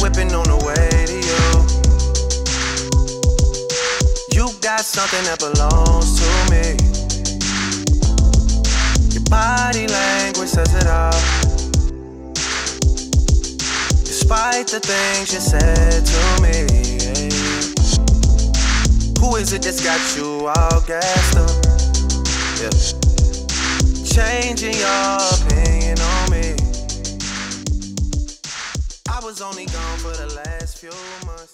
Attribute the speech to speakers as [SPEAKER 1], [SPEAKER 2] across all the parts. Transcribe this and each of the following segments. [SPEAKER 1] whipping on the way to you. You got something that belongs to me. Your body language says it all. Despite the things you said to me, who is it that's got you all gassed up? Yeah. Changing your opinion on me. I was only gone for the last few months.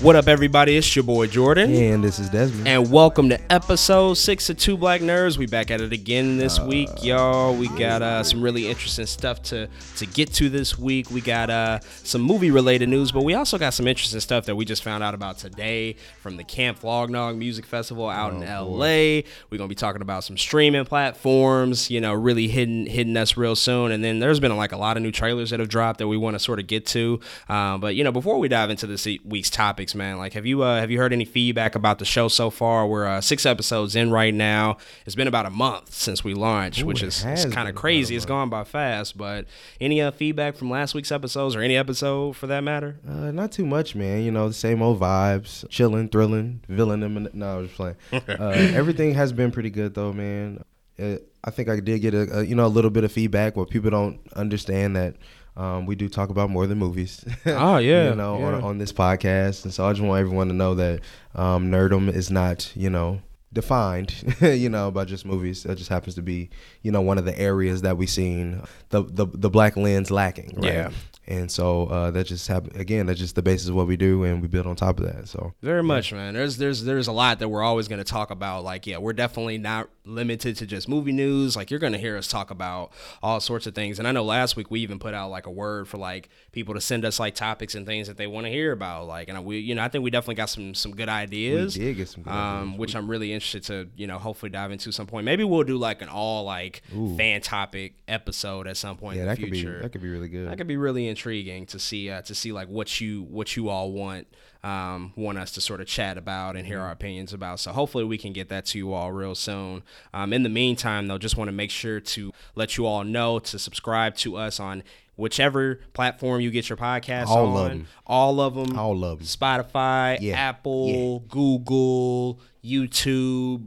[SPEAKER 2] What up, everybody? It's your boy Jordan.
[SPEAKER 3] And this is Desmond.
[SPEAKER 2] And welcome to episode six of Two Black Nerds. We back at it again this
[SPEAKER 3] Uh,
[SPEAKER 2] week, y'all. We got uh, some really interesting stuff to to get to this week. We got uh, some movie related news, but we also got some interesting stuff that we just found out about today from the Camp Flognog Music Festival
[SPEAKER 3] Oh,
[SPEAKER 2] out in L.A. We're gonna be talking about some streaming platforms, you know, really hitting hitting us real soon. And then there's been like a lot of new trailers that have dropped that we want to sort of get to. Um, but you know, before we dive into this e- week's topics, man, like have you uh, have you heard any feedback about the show so far? We're uh, six episodes in right now. It's been about a month since we launched, which
[SPEAKER 3] it
[SPEAKER 2] is
[SPEAKER 3] has been
[SPEAKER 2] kind
[SPEAKER 3] about a
[SPEAKER 2] of crazy. It's gone by fast. But any uh, feedback from last week's episodes or any episode for that matter?
[SPEAKER 3] Uh, not too much, man. You know, the same old vibes, chilling, thrilling, villain. and- No, I was just playing. Uh, everything has been pretty good though, man. Uh, I think I did get a, a you know a little bit of feedback where people don't understand that um, we do talk about more than movies.
[SPEAKER 2] Oh, yeah,
[SPEAKER 3] you know,
[SPEAKER 2] yeah.
[SPEAKER 3] On, on this podcast, and so I just want everyone to know that um, nerdom is not you know defined you know by just movies that just happens to be you know one of the areas that we've seen the the, the black lens lacking right?
[SPEAKER 2] Yeah.
[SPEAKER 3] And so uh, that just happened again. That's just the basis of what we do, and we build on top of that. So
[SPEAKER 2] Very much, man. There's there's there's a lot that we're always going to talk about. Like, yeah, we're definitely not limited to just movie news. Like, you're going to hear us talk about all sorts of things. And I know last week we even put out like a word for like people to send us like topics and things that they want to hear about. Like, and we, you know, I think we definitely got some some good ideas.
[SPEAKER 3] did get some good
[SPEAKER 2] um, which I'm really interested to, you know, hopefully dive into some point. Maybe we'll do like an all like fan topic episode at some point
[SPEAKER 3] yeah,
[SPEAKER 2] in the
[SPEAKER 3] that could be
[SPEAKER 2] future.
[SPEAKER 3] that could be really good.
[SPEAKER 2] That could be really intriguing to see uh, to see like what you what you all want um, want us to sort of chat about and
[SPEAKER 3] Mm-hmm.
[SPEAKER 2] hear our opinions about. So hopefully we can get that to you all real soon. Um, in the meantime, though, just want to make sure to let you all know to subscribe to us on whichever platform you get your podcast
[SPEAKER 3] All
[SPEAKER 2] on.
[SPEAKER 3] of 'em.
[SPEAKER 2] All of them.
[SPEAKER 3] All of 'em.
[SPEAKER 2] Spotify,
[SPEAKER 3] Yeah.
[SPEAKER 2] Apple, Google, YouTube,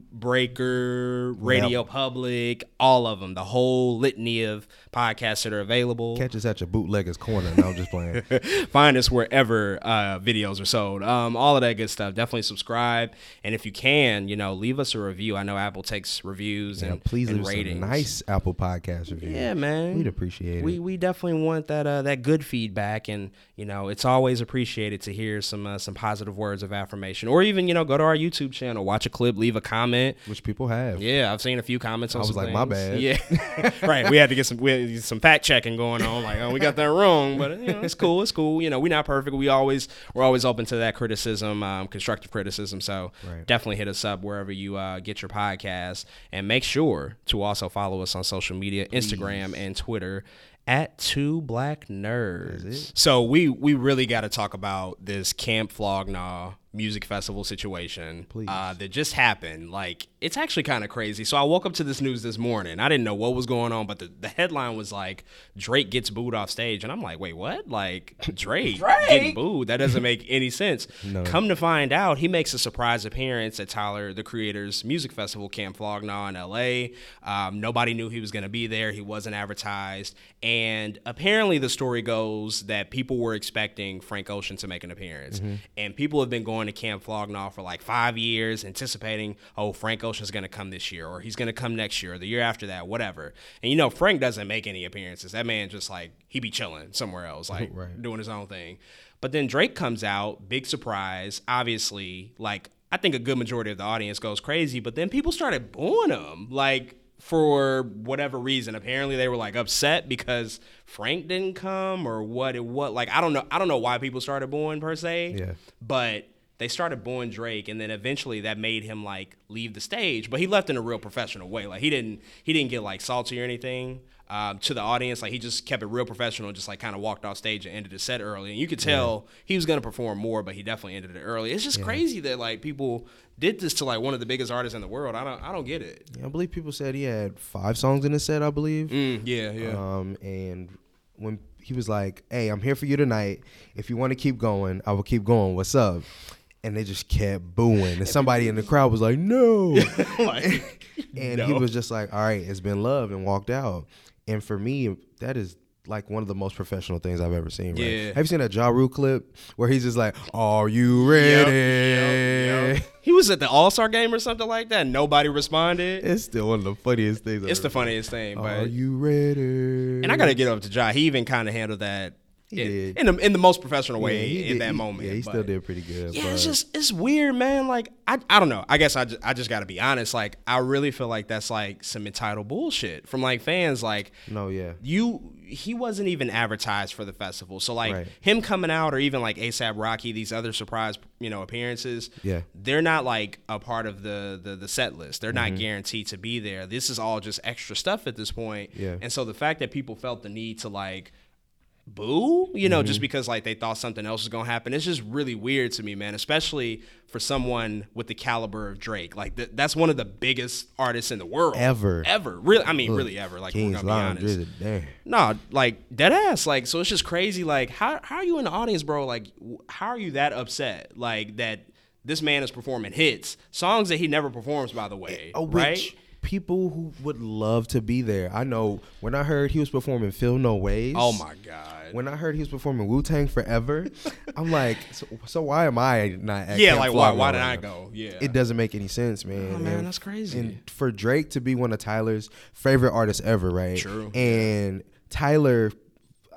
[SPEAKER 2] Breaker, Radio Public, all of them. The whole litany of podcasts that are available
[SPEAKER 3] Catch us at your bootlegger's corner. No, I'm just playing.
[SPEAKER 2] find us wherever uh, videos are sold. Um, all of that good stuff. Definitely subscribe, and if you can, you know, leave us a review. I know Apple takes reviews
[SPEAKER 3] Yeah,
[SPEAKER 2] and
[SPEAKER 3] please
[SPEAKER 2] and
[SPEAKER 3] leave us a
[SPEAKER 2] ratings.
[SPEAKER 3] nice Apple Podcast review.
[SPEAKER 2] Yeah, man.
[SPEAKER 3] We'd appreciate
[SPEAKER 2] We
[SPEAKER 3] it.
[SPEAKER 2] we definitely want that uh, that good feedback, and you know, it's always appreciated to hear some uh, some positive words of affirmation, or even you know, go to our YouTube channel, watch a clip, leave a comment.
[SPEAKER 3] Which people have.
[SPEAKER 2] Yeah, I've seen a few comments on.
[SPEAKER 3] was
[SPEAKER 2] some
[SPEAKER 3] like, my
[SPEAKER 2] things.
[SPEAKER 3] bad.
[SPEAKER 2] Yeah, right. We had to get some we had to get some fact checking going on. Like, oh, we got that wrong, but you know, it's cool. It's cool. You know, we're not perfect. We always we're always open to that criticism, um, constructive criticism. So
[SPEAKER 3] Right.
[SPEAKER 2] definitely hit us up wherever you uh, get your podcast, and make sure to also follow us on social media, Instagram and Twitter. At two black nerds, so we we really got to talk about this Camp Flognaw music festival situation. Please, uh, that just happened. Like it's actually kind of crazy. So I woke up to this news this morning. I didn't know what was going on, but the, the headline was like Drake gets booed off stage, and I'm like, wait, what? Like Drake, getting booed? That doesn't make any sense. Come to find out, he makes a surprise appearance at Tyler the Creator's music festival, Camp Flognaw in L.A. Um, nobody knew he was going to be there. He wasn't advertised, and apparently the story goes that people were expecting Frank Ocean to make an appearance, and people have been going to Camp Flognaw for like five years, anticipating, oh, Frank Ocean's going to come this year, or he's going to come next year, or the year after that, whatever. And you know, Frank doesn't make any appearances. That man just like he be chilling somewhere else, like doing his own thing. But then Drake comes out, big surprise. Obviously, like I think a good majority of the audience goes crazy, but then people started booing him, like for whatever reason. Apparently, they were like upset because Frank didn't come or what it what. Like I don't know. I don't know why people started booing per se.
[SPEAKER 3] Yeah.
[SPEAKER 2] But they started booing Drake, and then eventually that made him like leave the stage. But he left in a real professional way. Like he didn't he didn't get like salty or anything um, to the audience. Like he just kept it real professional. Just like kind of walked off stage and ended the set early. And you could tell he was gonna perform more, but he definitely ended it early. It's just crazy that like people did this to like one of the biggest artists in the world. I don't I don't get it.
[SPEAKER 3] I believe people said he had five songs in his set. I believe.
[SPEAKER 2] Mm, yeah, yeah.
[SPEAKER 3] Um, and when he was like, "Hey, I'm here for you tonight. If you want to keep going, I will keep going. What's up?" And they just kept booing, and somebody in the crowd was like, "No,"
[SPEAKER 2] like,
[SPEAKER 3] Uh, and he
[SPEAKER 2] No.
[SPEAKER 3] was just like, "All right, it's been love," and walked out. And for me, that is. Like one of the most professional things I've ever seen. Right?
[SPEAKER 2] Yeah.
[SPEAKER 3] Have you seen that Ja Rule clip where he's just like, "Are you ready?"
[SPEAKER 2] he was at the All Star game or something like that. Nobody responded.
[SPEAKER 3] It's still one of the funniest things.
[SPEAKER 2] It's
[SPEAKER 3] I've
[SPEAKER 2] the
[SPEAKER 3] ever-
[SPEAKER 2] funniest thing.
[SPEAKER 3] Are
[SPEAKER 2] But
[SPEAKER 3] you ready?
[SPEAKER 2] and I gotta get up to Jai. He even kind of handled that
[SPEAKER 3] He
[SPEAKER 2] in,
[SPEAKER 3] did.
[SPEAKER 2] in the in the most professional
[SPEAKER 3] Yeah,
[SPEAKER 2] way
[SPEAKER 3] he
[SPEAKER 2] in
[SPEAKER 3] did-
[SPEAKER 2] that
[SPEAKER 3] he-
[SPEAKER 2] moment.
[SPEAKER 3] Yeah, he
[SPEAKER 2] but-
[SPEAKER 3] still did pretty good.
[SPEAKER 2] Yeah,
[SPEAKER 3] but-
[SPEAKER 2] it's just it's weird, man. Like I I don't know. I guess I just, I just got to be honest. Like I really feel like that's like some entitled bullshit from like fans. Like
[SPEAKER 3] no, yeah.
[SPEAKER 2] you he wasn't even advertised for the festival. So like
[SPEAKER 3] Right.
[SPEAKER 2] him coming out or even like ASAP Rocky, these other surprise, you know, appearances,
[SPEAKER 3] Yeah.
[SPEAKER 2] they're not like a part of the the, the set list. They're
[SPEAKER 3] Mm-hmm.
[SPEAKER 2] not guaranteed to be there. This is all just extra stuff at this point.
[SPEAKER 3] Yeah.
[SPEAKER 2] And so the fact that people felt the need to like boo, you know,
[SPEAKER 3] Mm-hmm.
[SPEAKER 2] just because like they thought something else was gonna happen. It's just really weird to me, man. Especially for someone with the caliber of Drake. Like th- that's one of the biggest artists in the world.
[SPEAKER 3] Ever.
[SPEAKER 2] Ever. Really I mean really ever. Like we're
[SPEAKER 3] King's
[SPEAKER 2] gonna be
[SPEAKER 3] Lion,
[SPEAKER 2] honest.
[SPEAKER 3] Drizzy, damn.
[SPEAKER 2] Nah, like dead ass. Like so, it's just crazy. Like how how are you in the audience, bro? Like w- how are you that upset? Like that this man is performing hits, songs that he never performs, by the way.
[SPEAKER 3] Oh,
[SPEAKER 2] right?
[SPEAKER 3] which people who would love to be there. I know when I heard he was performing Feel No Ways.
[SPEAKER 2] Oh my god.
[SPEAKER 3] When I heard he was performing Wu Tang Forever, I'm like, so, so why am I not? At
[SPEAKER 2] yeah,
[SPEAKER 3] Camp
[SPEAKER 2] like why
[SPEAKER 3] Flower
[SPEAKER 2] why did I
[SPEAKER 3] right now?
[SPEAKER 2] go? Yeah.
[SPEAKER 3] It doesn't make any sense, man.
[SPEAKER 2] Oh, man,
[SPEAKER 3] And-
[SPEAKER 2] that's crazy.
[SPEAKER 3] And for Drake to be one of Tyler's favorite artists ever, right?
[SPEAKER 2] True.
[SPEAKER 3] And Tyler,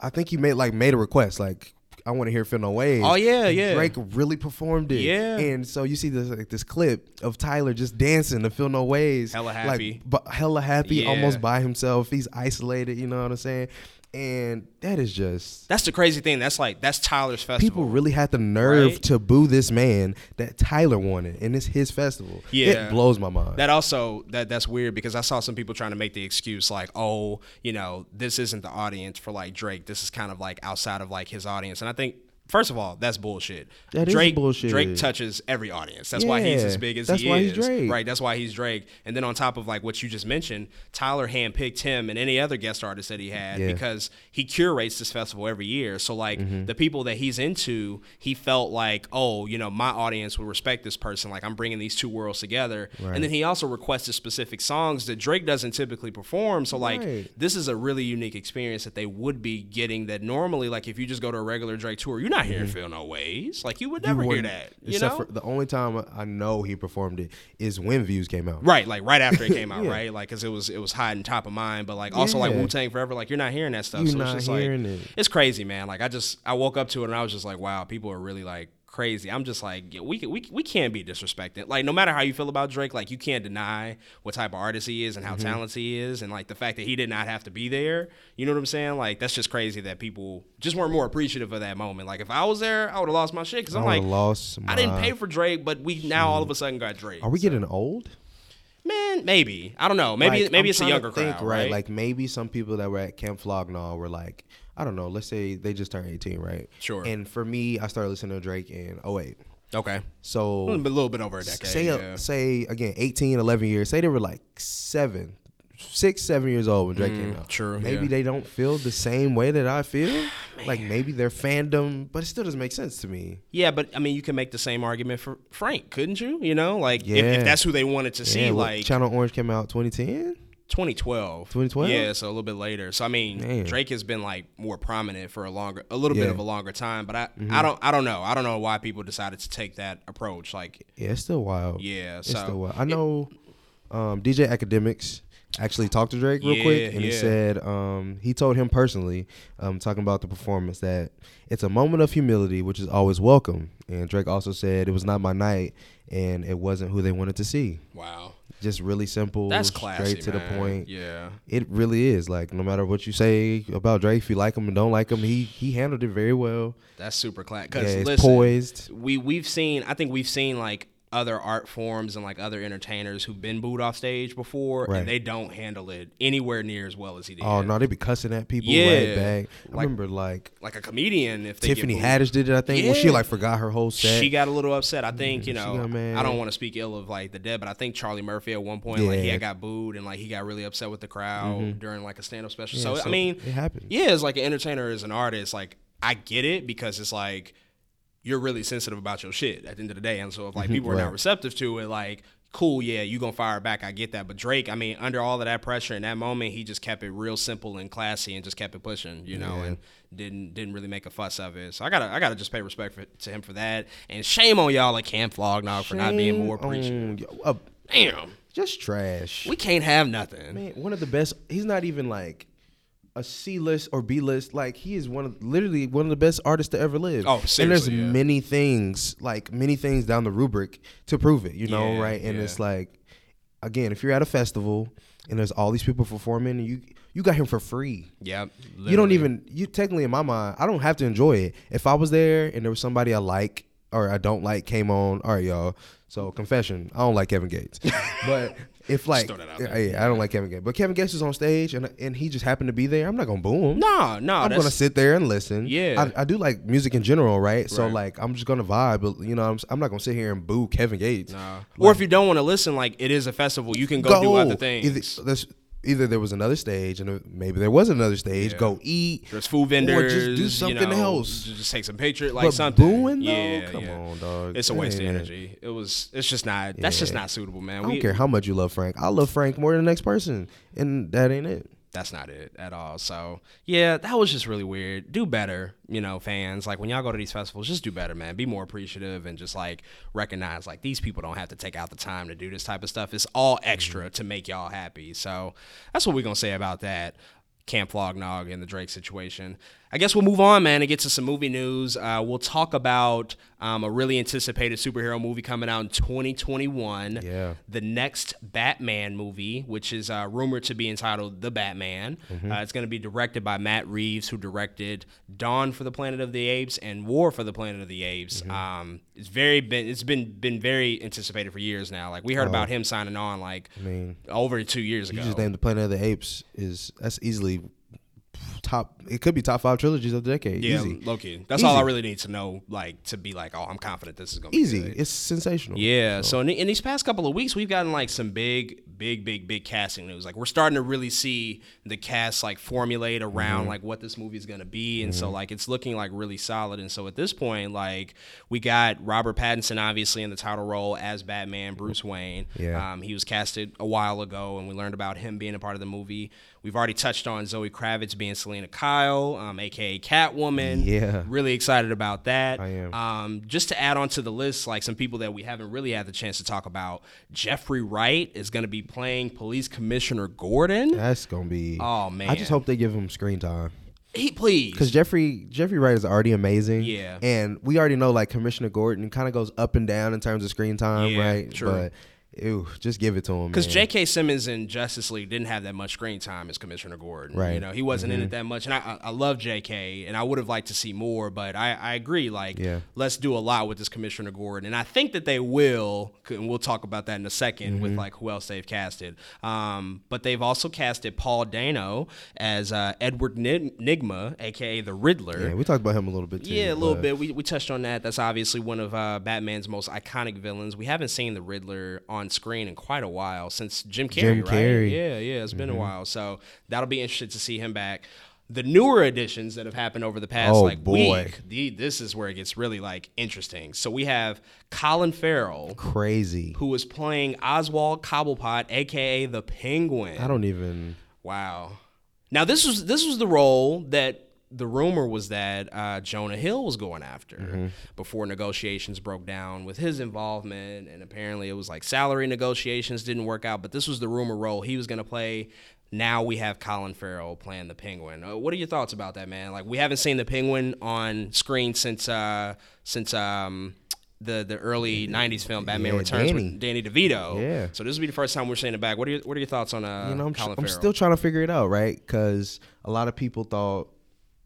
[SPEAKER 3] I think he made like made a request, like I want to hear "Feel No Ways."
[SPEAKER 2] Oh, yeah,
[SPEAKER 3] And
[SPEAKER 2] yeah.
[SPEAKER 3] Drake really performed it.
[SPEAKER 2] Yeah.
[SPEAKER 3] And so you see this like this clip of Tyler just dancing to "Feel No Ways,"
[SPEAKER 2] Hella happy.
[SPEAKER 3] like, bu- hella happy,
[SPEAKER 2] Yeah.
[SPEAKER 3] almost by himself. He's isolated. You know what I'm saying? And that is just.
[SPEAKER 2] that's the crazy thing. That's like that's Tyler's festival.
[SPEAKER 3] People really had the nerve
[SPEAKER 2] Right.
[SPEAKER 3] to boo this man that Tyler wanted, and it's his festival.
[SPEAKER 2] Yeah.
[SPEAKER 3] It blows my mind.
[SPEAKER 2] That also that that's weird because I saw some people trying to make the excuse like, oh, you know, this isn't the audience for like Drake. This is kind of like outside of like his audience. And I think first of all, that's bullshit.
[SPEAKER 3] That is
[SPEAKER 2] Drake,
[SPEAKER 3] bullshit.
[SPEAKER 2] Drake touches every audience. That's why he's
[SPEAKER 3] Yeah.
[SPEAKER 2] as big as
[SPEAKER 3] That's
[SPEAKER 2] he
[SPEAKER 3] why
[SPEAKER 2] is.
[SPEAKER 3] he's Drake.
[SPEAKER 2] Right. That's why he's Drake. And then on top of like what you just mentioned, Tyler handpicked him and any other guest artist that he had
[SPEAKER 3] Yeah. Mm-hmm.
[SPEAKER 2] because he curates this festival every year. So like the people that he's into, he felt like, oh, you know, my audience will respect this person. Like I'm bringing these two worlds together.
[SPEAKER 3] Right.
[SPEAKER 2] And then he also requested specific songs that Drake doesn't typically perform. So like
[SPEAKER 3] Right.
[SPEAKER 2] this is a really unique experience that they would be getting that normally like if you just go to a regular Drake tour, you're not hearing Feel No Ways. Like you would never hear
[SPEAKER 3] Mm-hmm. wouldn't-
[SPEAKER 2] that. You
[SPEAKER 3] except
[SPEAKER 2] know?
[SPEAKER 3] for the only time I know he performed it is when Views came out.
[SPEAKER 2] Right, like right after it came out,
[SPEAKER 3] Yeah.
[SPEAKER 2] right? Like, cause it was it was hot and top of mind, but like also like
[SPEAKER 3] Yeah.
[SPEAKER 2] Wu Tang Forever, like you're not hearing that stuff.
[SPEAKER 3] You're
[SPEAKER 2] so
[SPEAKER 3] not
[SPEAKER 2] it's just
[SPEAKER 3] hearing
[SPEAKER 2] like
[SPEAKER 3] it.
[SPEAKER 2] it's crazy, man. Like I just I woke up to it and I was just like, wow, people are really like crazy. I'm just like yeah, we can- we we can't be disrespected. Like no matter how you feel about Drake, like you can't deny what type of artist he is and how
[SPEAKER 3] Mm-hmm.
[SPEAKER 2] talented he is, and like the fact that he did not have to be there. You know what I'm saying? Like that's just crazy that people just weren't more appreciative of that moment. Like if I was there, I would have lost my shit because
[SPEAKER 3] I
[SPEAKER 2] I'm
[SPEAKER 3] would've
[SPEAKER 2] like
[SPEAKER 3] lost
[SPEAKER 2] I didn't
[SPEAKER 3] my-
[SPEAKER 2] pay for Drake, but we now all of a sudden got Drake.
[SPEAKER 3] Are we getting old?
[SPEAKER 2] Man, maybe I don't know. Maybe
[SPEAKER 3] Like,
[SPEAKER 2] maybe
[SPEAKER 3] I'm
[SPEAKER 2] it's a
[SPEAKER 3] trying to
[SPEAKER 2] younger
[SPEAKER 3] think,
[SPEAKER 2] crowd, right?
[SPEAKER 3] Like maybe some people that were at Camp Flognaw were like, I don't know. Let's say they just turned 18, right?
[SPEAKER 2] Sure.
[SPEAKER 3] And for me, I started listening to Drake in 08.
[SPEAKER 2] okay, a little
[SPEAKER 3] So
[SPEAKER 2] bit, little bit over a decade.
[SPEAKER 3] say
[SPEAKER 2] yeah.
[SPEAKER 3] say again 18, 11 years. Say they were like seven. Six, seven years old when Drake came out.
[SPEAKER 2] Mm, true,
[SPEAKER 3] Maybe
[SPEAKER 2] yeah.
[SPEAKER 3] they don't feel the same way that I feel. like maybe their fandom, but it still doesn't make sense to me.
[SPEAKER 2] Yeah, but I mean, you can make the same argument for Frank, couldn't you? You know, like if,
[SPEAKER 3] Yeah.
[SPEAKER 2] if that's who they wanted to see,
[SPEAKER 3] Yeah, well,
[SPEAKER 2] like
[SPEAKER 3] Channel Orange came out 2010.
[SPEAKER 2] 2012.
[SPEAKER 3] 2012?
[SPEAKER 2] Yeah, so a little bit later. So I mean,
[SPEAKER 3] Man.
[SPEAKER 2] Drake has been like more prominent for a longer, a little bit
[SPEAKER 3] Yeah. Mm-hmm.
[SPEAKER 2] of a longer time. But I, I don't, I don't know. I don't know why people decided to take that approach. Like,
[SPEAKER 3] Yeah, it's still wild.
[SPEAKER 2] yeah,
[SPEAKER 3] it's
[SPEAKER 2] so
[SPEAKER 3] still wild. I know um, DJ Academics actually talked to Drake real
[SPEAKER 2] Yeah,
[SPEAKER 3] quick, and he
[SPEAKER 2] yeah.
[SPEAKER 3] said um, he told him personally, um, talking about the performance, that it's a moment of humility, which is always welcome. And Drake also said it was not my night, and it wasn't who they wanted to see.
[SPEAKER 2] wow,
[SPEAKER 3] Just really simple,
[SPEAKER 2] that's classy.
[SPEAKER 3] straight to the
[SPEAKER 2] man.
[SPEAKER 3] point.
[SPEAKER 2] Yeah,
[SPEAKER 3] It really is like no matter what you say about Drake, if you like him and don't like him, he he handled it very well.
[SPEAKER 2] that's super classy.
[SPEAKER 3] Yeah,
[SPEAKER 2] Because
[SPEAKER 3] it's
[SPEAKER 2] listen,
[SPEAKER 3] poised.
[SPEAKER 2] we we've seen I think we've seen like other art forms and like other entertainers who've been booed off stage before,
[SPEAKER 3] Right.
[SPEAKER 2] and they don't handle it anywhere near as well as he did.
[SPEAKER 3] Oh no, they be cussing at people
[SPEAKER 2] Yeah.
[SPEAKER 3] right back. I
[SPEAKER 2] Like-
[SPEAKER 3] remember like
[SPEAKER 2] Like a comedian, if they get
[SPEAKER 3] Tiffany
[SPEAKER 2] booed.
[SPEAKER 3] Haddish did it. I think when she
[SPEAKER 2] Yeah.
[SPEAKER 3] like forgot her whole set.
[SPEAKER 2] She got a little upset. I think, you
[SPEAKER 3] she
[SPEAKER 2] know,
[SPEAKER 3] got mad.
[SPEAKER 2] I don't want to speak ill of like the dead, but I think Charlie Murphy at one point, like he
[SPEAKER 3] Yeah. Mm-hmm.
[SPEAKER 2] had got booed and like he got really upset with the crowd during like a stand up special. so,
[SPEAKER 3] so
[SPEAKER 2] I mean,
[SPEAKER 3] it happens.
[SPEAKER 2] Yeah, as like an entertainer, as an artist, like I get it because it's like you're really sensitive about your shit at the end of the day. And so if like people are not
[SPEAKER 3] Mm-hmm. right.
[SPEAKER 2] receptive to it, like cool, yeah, you gonna fire back. I get that. But Drake, I mean, under all of that pressure in that moment, he just kept it real simple and classy and just kept it pushing, you know, and didn't didn't really make a fuss of it. So I gotta I gotta just pay respect for, to him for that. And shame on y'all at Camp Flognog for not being more appreciative.
[SPEAKER 3] appreciated. Uh,
[SPEAKER 2] Damn.
[SPEAKER 3] just trash.
[SPEAKER 2] We can't have nothing.
[SPEAKER 3] Man, one of the best. He's not even like a C list or B list. Like he is one of literally one of the best artists to ever live.
[SPEAKER 2] Oh,
[SPEAKER 3] And there's
[SPEAKER 2] seriously, yeah.
[SPEAKER 3] many things like many things down the rubric to prove it. You know,
[SPEAKER 2] Yeah,
[SPEAKER 3] right? And it's
[SPEAKER 2] yeah.
[SPEAKER 3] like, again, if you're at a festival and there's all these people performing, and you you got him for free.
[SPEAKER 2] Yep.
[SPEAKER 3] You don't
[SPEAKER 2] literally.
[SPEAKER 3] even you technically in my mind, I don't have to enjoy it. If I was there and there was somebody I like or I don't like came on, all right, y'all. So confession, I don't like Kevin Gates. but if like
[SPEAKER 2] throw that out
[SPEAKER 3] yeah,
[SPEAKER 2] there.
[SPEAKER 3] I don't like Kevin Gates. But Kevin Gates was on stage and and he just happened to be there, I'm not gonna boo him.
[SPEAKER 2] No, no,
[SPEAKER 3] I'm gonna
[SPEAKER 2] that's-
[SPEAKER 3] sit there and listen.
[SPEAKER 2] Yeah.
[SPEAKER 3] I, I do like music in general, right? So
[SPEAKER 2] Right.
[SPEAKER 3] like I'm just gonna vibe, but you know, I'm, s- I'm not gonna sit here and boo Kevin Gates.
[SPEAKER 2] Nah. or if you don't want to listen, like it is a festival, you can go, do other things.
[SPEAKER 3] Either, there's- either there was another stage, and uh, maybe there was another stage. Go eat.
[SPEAKER 2] There's food vendors.
[SPEAKER 3] Or just do something
[SPEAKER 2] you know,
[SPEAKER 3] else.
[SPEAKER 2] j- Just take some pictures, like
[SPEAKER 3] But
[SPEAKER 2] something.
[SPEAKER 3] booing, though?
[SPEAKER 2] yeah,
[SPEAKER 3] Come
[SPEAKER 2] yeah.
[SPEAKER 3] on, dog.
[SPEAKER 2] It's a waste of
[SPEAKER 3] Man.
[SPEAKER 2] energy. It was. It's just not. That's just not suitable, man.
[SPEAKER 3] I
[SPEAKER 2] We,
[SPEAKER 3] don't care how much you love Frank. I love Frank more than the next person, and that ain't it.
[SPEAKER 2] That's not it at all. So yeah, that was just really weird. Do better, you know, fans. Like when y'all go to these festivals, just do better, man. Be more appreciative and just like recognize like these people don't have to take out the time to do this type of stuff. It's all extra to make y'all happy. So that's what we're gonna say about that. Camp Flognog and the Drake situation. I guess we'll move on, man, and get to some movie news. Uh, we'll talk about um, a really anticipated superhero movie coming out in 2021.
[SPEAKER 3] Yeah.
[SPEAKER 2] The next Batman movie, which is uh, rumored to be entitled The Batman.
[SPEAKER 3] Mm-hmm.
[SPEAKER 2] Uh, it's going to be directed by Matt Reeves, who directed Dawn for the Planet of the Apes and War for the Planet of the Apes.
[SPEAKER 3] Mm-hmm.
[SPEAKER 2] Um, it's very been it's been been very anticipated for years now. Like we heard about him signing on like
[SPEAKER 3] Oh. mean,
[SPEAKER 2] over two years ago.
[SPEAKER 3] You just named the Planet of the Apes is that's easily top. It could be top five trilogies of the decade.
[SPEAKER 2] Yeah,
[SPEAKER 3] easy,
[SPEAKER 2] Loki. That's all I
[SPEAKER 3] Easy.
[SPEAKER 2] really need to know, like to be like, oh, I'm confident this is gonna
[SPEAKER 3] easy.
[SPEAKER 2] be good.
[SPEAKER 3] It's sensational.
[SPEAKER 2] Yeah. So, in, the- in these past couple of weeks, we've gotten like some big, big, big, big casting news. Like we're starting to really see the cast like formulate around
[SPEAKER 3] Mm-hmm.
[SPEAKER 2] like what this movie is gonna be, and so like it's looking like really solid. And so at this point, like we got Robert Pattinson obviously in the title role as Batman, Bruce Wayne.
[SPEAKER 3] Yeah.
[SPEAKER 2] Um, he was casted a while ago, and we learned about him being a part of the movie. We've already touched on Zoe Kravitz being Selena Kyle, um, aka Catwoman.
[SPEAKER 3] Yeah.
[SPEAKER 2] Really excited about that.
[SPEAKER 3] I am.
[SPEAKER 2] Um, just to add on to the list, like some people that we haven't really had the chance to talk about, Jeffrey Wright is going to be playing Police Commissioner Gordon.
[SPEAKER 3] that's gonna be.
[SPEAKER 2] Oh,
[SPEAKER 3] I just
[SPEAKER 2] man.
[SPEAKER 3] hope they give him screen time
[SPEAKER 2] He please.
[SPEAKER 3] because Jeffrey Jeffrey Wright is already amazing.
[SPEAKER 2] Yeah.
[SPEAKER 3] and we already know like Commissioner Gordon kind of goes up and down in terms of screen time,
[SPEAKER 2] Yeah,
[SPEAKER 3] right?
[SPEAKER 2] true.
[SPEAKER 3] But ew, just give it to him.
[SPEAKER 2] Because
[SPEAKER 3] man.
[SPEAKER 2] J.K. Simmons in Justice League didn't have that much screen time as Commissioner Gordon. You
[SPEAKER 3] Right. Mm-hmm.
[SPEAKER 2] know, he wasn't in it that much. And I, I- I love J.K. and I would have liked to see more, but I, I agree. Like,
[SPEAKER 3] Yeah.
[SPEAKER 2] let's do a lot with this Commissioner Gordon, and I think that they will. c- And we'll talk about that in a 2nd with
[SPEAKER 3] Mm-hmm.
[SPEAKER 2] like who else they've casted. Um, but they've also casted Paul Dano as uh, Edward Ni- Nigma, aka the Riddler.
[SPEAKER 3] yeah, we talked about him a little bit. Too,
[SPEAKER 2] Yeah, a little
[SPEAKER 3] but-
[SPEAKER 2] bit. We, we touched on that. That's obviously one of uh, Batman's most iconic villains. We haven't seen the Riddler on screen in quite a while since Jim Carrey,
[SPEAKER 3] Jim
[SPEAKER 2] right?
[SPEAKER 3] Carrey. Mm-hmm.
[SPEAKER 2] Yeah, yeah, it's been a while. So that'll be interesting to see him back. The newer additions that have happened over the past
[SPEAKER 3] Oh,
[SPEAKER 2] like
[SPEAKER 3] boy.
[SPEAKER 2] week, the, this is where it gets really like interesting. So we have Colin Farrell,
[SPEAKER 3] Crazy.
[SPEAKER 2] who is playing Oswald Cobblepot, aka the Penguin.
[SPEAKER 3] I don't even.
[SPEAKER 2] Wow. Now this was this was the role that the rumor was that uh, Jonah Hill was going after
[SPEAKER 3] Mm-hmm.
[SPEAKER 2] before negotiations broke down with his involvement, and apparently it was like salary negotiations didn't work out. But this was the rumor role he was going to play. Now we have Colin Farrell playing the Penguin. Uh, what are your thoughts about that, man? Like we haven't seen the Penguin on screen since uh, since um, the the early '90s film Batman
[SPEAKER 3] Yeah,
[SPEAKER 2] Returns with Danny DeVito.
[SPEAKER 3] Yeah.
[SPEAKER 2] So this will be the first time we're seeing it back. What are your What are your thoughts on uh,
[SPEAKER 3] you know, I'm,
[SPEAKER 2] Colin
[SPEAKER 3] I'm
[SPEAKER 2] Farrell?
[SPEAKER 3] still trying to figure it out, right? Because a lot of people thought,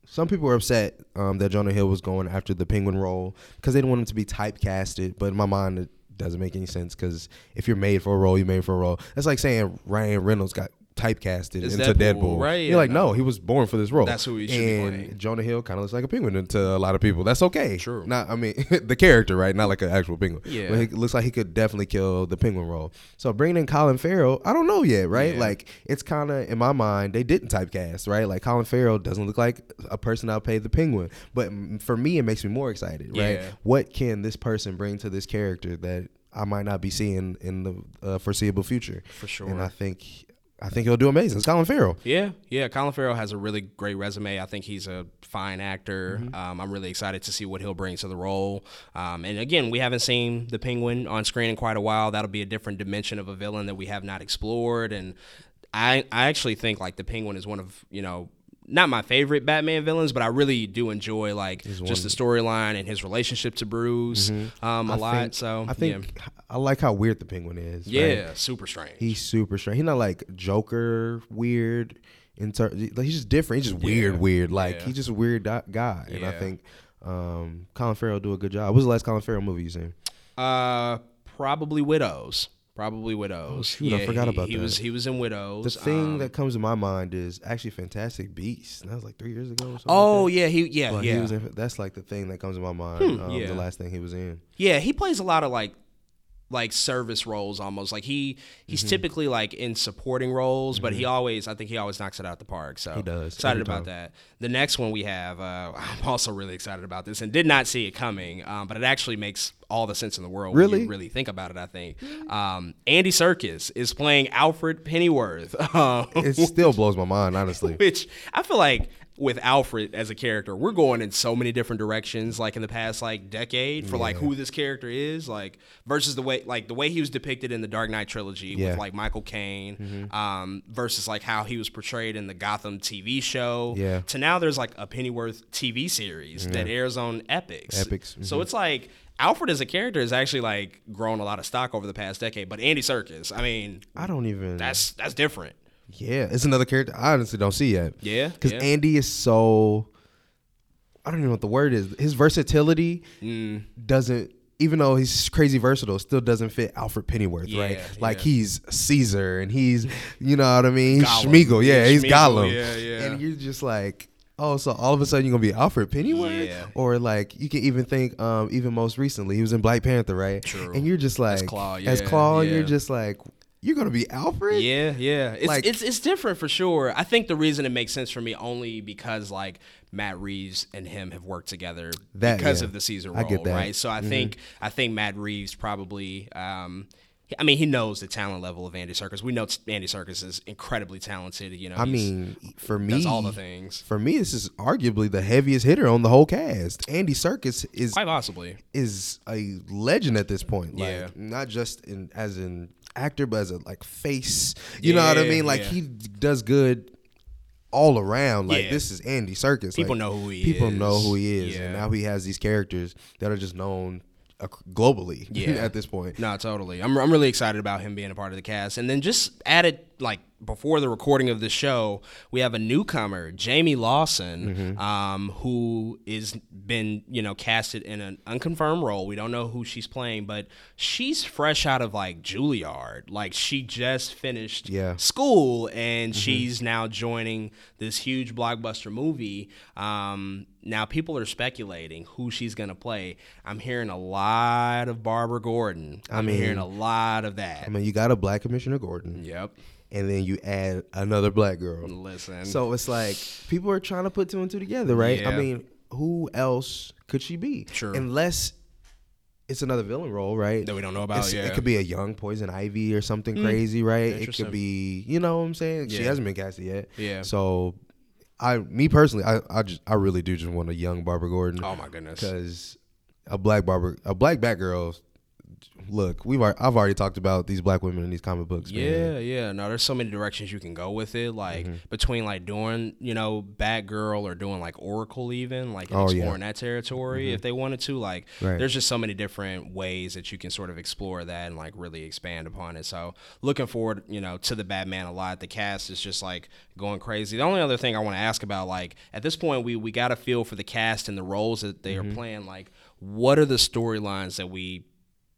[SPEAKER 3] some people were upset um, that Jonah Hill was going after the Penguin role because they didn't want him to be typecasted. But in my mind, it doesn't make any sense because if you're made for a role, you're made for a role. That's like saying Ryan Reynolds got typecasted
[SPEAKER 2] It's Deadpool,
[SPEAKER 3] into Deadpool.
[SPEAKER 2] right? Yeah,
[SPEAKER 3] You're like,
[SPEAKER 2] no.
[SPEAKER 3] no. he was born for this role.
[SPEAKER 2] That's who he should be
[SPEAKER 3] And
[SPEAKER 2] playing.
[SPEAKER 3] Jonah Hill kind of looks like a penguin to a lot of people. That's okay.
[SPEAKER 2] True.
[SPEAKER 3] Not, I mean, the character, right? Not like an actual penguin.
[SPEAKER 2] Yeah.
[SPEAKER 3] But he looks like he could definitely kill the penguin role. So bringing in Colin Farrell, I don't know yet, right?
[SPEAKER 2] Yeah.
[SPEAKER 3] Like, it's kind of in my mind they didn't typecast, right? Like Colin Farrell doesn't look like a person I'll pay the penguin, but mm, for me it makes me more excited, right?
[SPEAKER 2] Yeah.
[SPEAKER 3] What can this person bring to this character that I might not be seeing in the uh, foreseeable future?
[SPEAKER 2] For sure.
[SPEAKER 3] And I think I think he'll do amazing. It's Colin Farrell.
[SPEAKER 2] Yeah, yeah. Colin Farrell has a really great resume. I think he's a fine actor.
[SPEAKER 3] Mm-hmm.
[SPEAKER 2] Um, I'm really excited to see what he'll bring to the role. Um, and again, we haven't seen the Penguin on screen in quite a while. That'll be a different dimension of a villain that we have not explored. And I, I actually think like the Penguin is one of you know not my favorite Batman villains, but I really do enjoy like just the storyline and his relationship to Bruce um, a lot.
[SPEAKER 3] think-
[SPEAKER 2] so
[SPEAKER 3] Mm-hmm. I think I like how weird the penguin is.
[SPEAKER 2] yeah,
[SPEAKER 3] right?
[SPEAKER 2] yeah, super strange.
[SPEAKER 3] He's super strange. He's not like Joker weird. In ter- like he's just different. He's just weird, weird. Like he's just a weird do- guy. And I
[SPEAKER 2] Yeah.
[SPEAKER 3] think um, Colin Farrell do a good job. What's the last Colin Farrell movie you seen?
[SPEAKER 2] Uh, probably widows. Probably widows.
[SPEAKER 3] Oh, shoot, I forgot
[SPEAKER 2] he,
[SPEAKER 3] about
[SPEAKER 2] he
[SPEAKER 3] that.
[SPEAKER 2] was he was in widows.
[SPEAKER 3] The thing
[SPEAKER 2] Um,
[SPEAKER 3] that comes to my mind is actually Fantastic Beasts. And that was like three years ago. Or something
[SPEAKER 2] oh
[SPEAKER 3] like
[SPEAKER 2] yeah, he yeah
[SPEAKER 3] that. But
[SPEAKER 2] yeah Hmm,
[SPEAKER 3] he was in, that's like the thing that comes to my mind. um,
[SPEAKER 2] yeah.
[SPEAKER 3] The last thing he was in.
[SPEAKER 2] yeah he plays a lot of like like service roles almost like he he's
[SPEAKER 3] Mm-hmm.
[SPEAKER 2] typically like in supporting roles but he always i think he always knocks it out the park so he
[SPEAKER 3] does,
[SPEAKER 2] excited
[SPEAKER 3] every
[SPEAKER 2] about
[SPEAKER 3] time.
[SPEAKER 2] that the next one we have uh, i'm also really excited about this and did not see it coming um, but it actually makes all the sense in the world when
[SPEAKER 3] Really?
[SPEAKER 2] you really think about it i think um, andy circus is playing alfred pennyworth um,
[SPEAKER 3] It still blows my mind, honestly.
[SPEAKER 2] which I feel like with Alfred as a character, we're going in so many different directions. Like in the past like decade for like who this character is, like versus the way like the way he was depicted in the Dark Knight trilogy
[SPEAKER 3] Yeah. Mm-hmm.
[SPEAKER 2] with like Michael Caine, um, versus like how he was portrayed in the Gotham TV show.
[SPEAKER 3] Yeah.
[SPEAKER 2] To now there's like a Pennyworth TV series that airs on Epics.
[SPEAKER 3] Epics, mm-hmm.
[SPEAKER 2] So it's like. Alfred as a character has actually like grown a lot of stock over the past decade, but Andy Serkis, I mean,
[SPEAKER 3] I don't even.
[SPEAKER 2] that's that's different.
[SPEAKER 3] Yeah, it's another character I honestly don't see yet.
[SPEAKER 2] Yeah,
[SPEAKER 3] because
[SPEAKER 2] yeah.
[SPEAKER 3] Andy is so. I don't even know what the word is. His versatility
[SPEAKER 2] Mm.
[SPEAKER 3] doesn't, even though he's crazy versatile, still doesn't fit Alfred Pennyworth, right?
[SPEAKER 2] Yeah,
[SPEAKER 3] Like
[SPEAKER 2] yeah.
[SPEAKER 3] he's Caesar and he's, you know what I mean? He's
[SPEAKER 2] Gollum.
[SPEAKER 3] Schmeagle. Yeah,
[SPEAKER 2] He's
[SPEAKER 3] he's
[SPEAKER 2] Schmeagle,
[SPEAKER 3] Gollum.
[SPEAKER 2] yeah, yeah.
[SPEAKER 3] And you're just like, oh, so all of a sudden you're going to be Alfred Pennyworth?
[SPEAKER 2] Yeah.
[SPEAKER 3] Or like, you can even think, um, even most recently, he was in Black Panther, right?
[SPEAKER 2] True.
[SPEAKER 3] And you're just like,
[SPEAKER 2] Claw,
[SPEAKER 3] as
[SPEAKER 2] yeah,
[SPEAKER 3] Claw,
[SPEAKER 2] yeah.
[SPEAKER 3] you're just like, you're going to be Alfred?
[SPEAKER 2] Yeah, yeah. It's,
[SPEAKER 3] Like-
[SPEAKER 2] it's it's different for sure. I think the reason it makes sense for me only because like Matt Reeves and him have worked together
[SPEAKER 3] That,
[SPEAKER 2] because
[SPEAKER 3] yeah.
[SPEAKER 2] of the Caesar role,
[SPEAKER 3] I get that. Mm-hmm.
[SPEAKER 2] right? So I think I think Matt Reeves probably. Um, I mean, he knows the talent level of Andy Serkis. We know t- Andy Serkis is incredibly talented. You know,
[SPEAKER 3] I
[SPEAKER 2] he's-
[SPEAKER 3] mean, for me,
[SPEAKER 2] does all the things.
[SPEAKER 3] For me, this is arguably the heaviest hitter on the whole cast. Andy Circus is
[SPEAKER 2] quite possibly.
[SPEAKER 3] is a legend at this point. Like
[SPEAKER 2] Yeah.
[SPEAKER 3] not just in as an actor, but as a like face. You know what I
[SPEAKER 2] Yeah,
[SPEAKER 3] mean? Like
[SPEAKER 2] yeah.
[SPEAKER 3] he does good all around. Like
[SPEAKER 2] Yeah.
[SPEAKER 3] this is Andy Circus.
[SPEAKER 2] People know who he
[SPEAKER 3] people
[SPEAKER 2] is.
[SPEAKER 3] know who he is,
[SPEAKER 2] Yeah.
[SPEAKER 3] and now he has these characters that are just known ac- globally
[SPEAKER 2] Yeah.
[SPEAKER 3] at this point.
[SPEAKER 2] No, totally. I'm, I'm really excited about him being a part of the cast. And then just added, like, before the recording of the show, we have a newcomer, Jamie Lawson, um, who is been, you know, casted in an unconfirmed role. We don't know who she's playing, but she's fresh out of, like, Juilliard. Like, she just finished
[SPEAKER 3] Yeah.
[SPEAKER 2] school and
[SPEAKER 3] Mm-hmm.
[SPEAKER 2] she's now joining this huge blockbuster movie. Um, now people are speculating who she's gonna play. I'm hearing a lot of Barbara Gordon. I'm hearing a lot of that.
[SPEAKER 3] I mean, you got a black Commissioner Gordon,
[SPEAKER 2] yep.
[SPEAKER 3] and then you add another black girl.
[SPEAKER 2] Listen.
[SPEAKER 3] So it's like people are trying to put two and two together, right?
[SPEAKER 2] Yeah.
[SPEAKER 3] I mean, who else could she be?
[SPEAKER 2] Sure.
[SPEAKER 3] Unless it's another villain role, right?
[SPEAKER 2] That we don't know about,
[SPEAKER 3] It's-
[SPEAKER 2] yeah. Mm.
[SPEAKER 3] It could be a young poison ivy or something crazy, right? It
[SPEAKER 2] Interesting.
[SPEAKER 3] could be, you know what I'm saying? She
[SPEAKER 2] Yeah.
[SPEAKER 3] hasn't been casted yet.
[SPEAKER 2] Yeah.
[SPEAKER 3] So I me personally, I, I just I really do just want a young Barbara Gordon.
[SPEAKER 2] oh my goodness.
[SPEAKER 3] Because a black barber, a black Batgirl. Look, we've al- I've already talked about these black women in these comic books. man.
[SPEAKER 2] Yeah, yeah. No, there's so many directions you can go with it. Like
[SPEAKER 3] Mm-hmm.
[SPEAKER 2] between like doing, you know, Batgirl or doing like Oracle even, like and
[SPEAKER 3] Oh, yeah. Mm-hmm.
[SPEAKER 2] exploring that territory if they wanted to. Like
[SPEAKER 3] Right.
[SPEAKER 2] there's just so many different ways that you can sort of explore that and like really expand upon it. So looking forward, you know, to the Batman a lot. The cast is just like going crazy. The only other thing I want to ask about, like at this point we we got a
[SPEAKER 3] Mm-hmm.
[SPEAKER 2] feel for the cast and the roles that they are playing. Like what are the storylines that we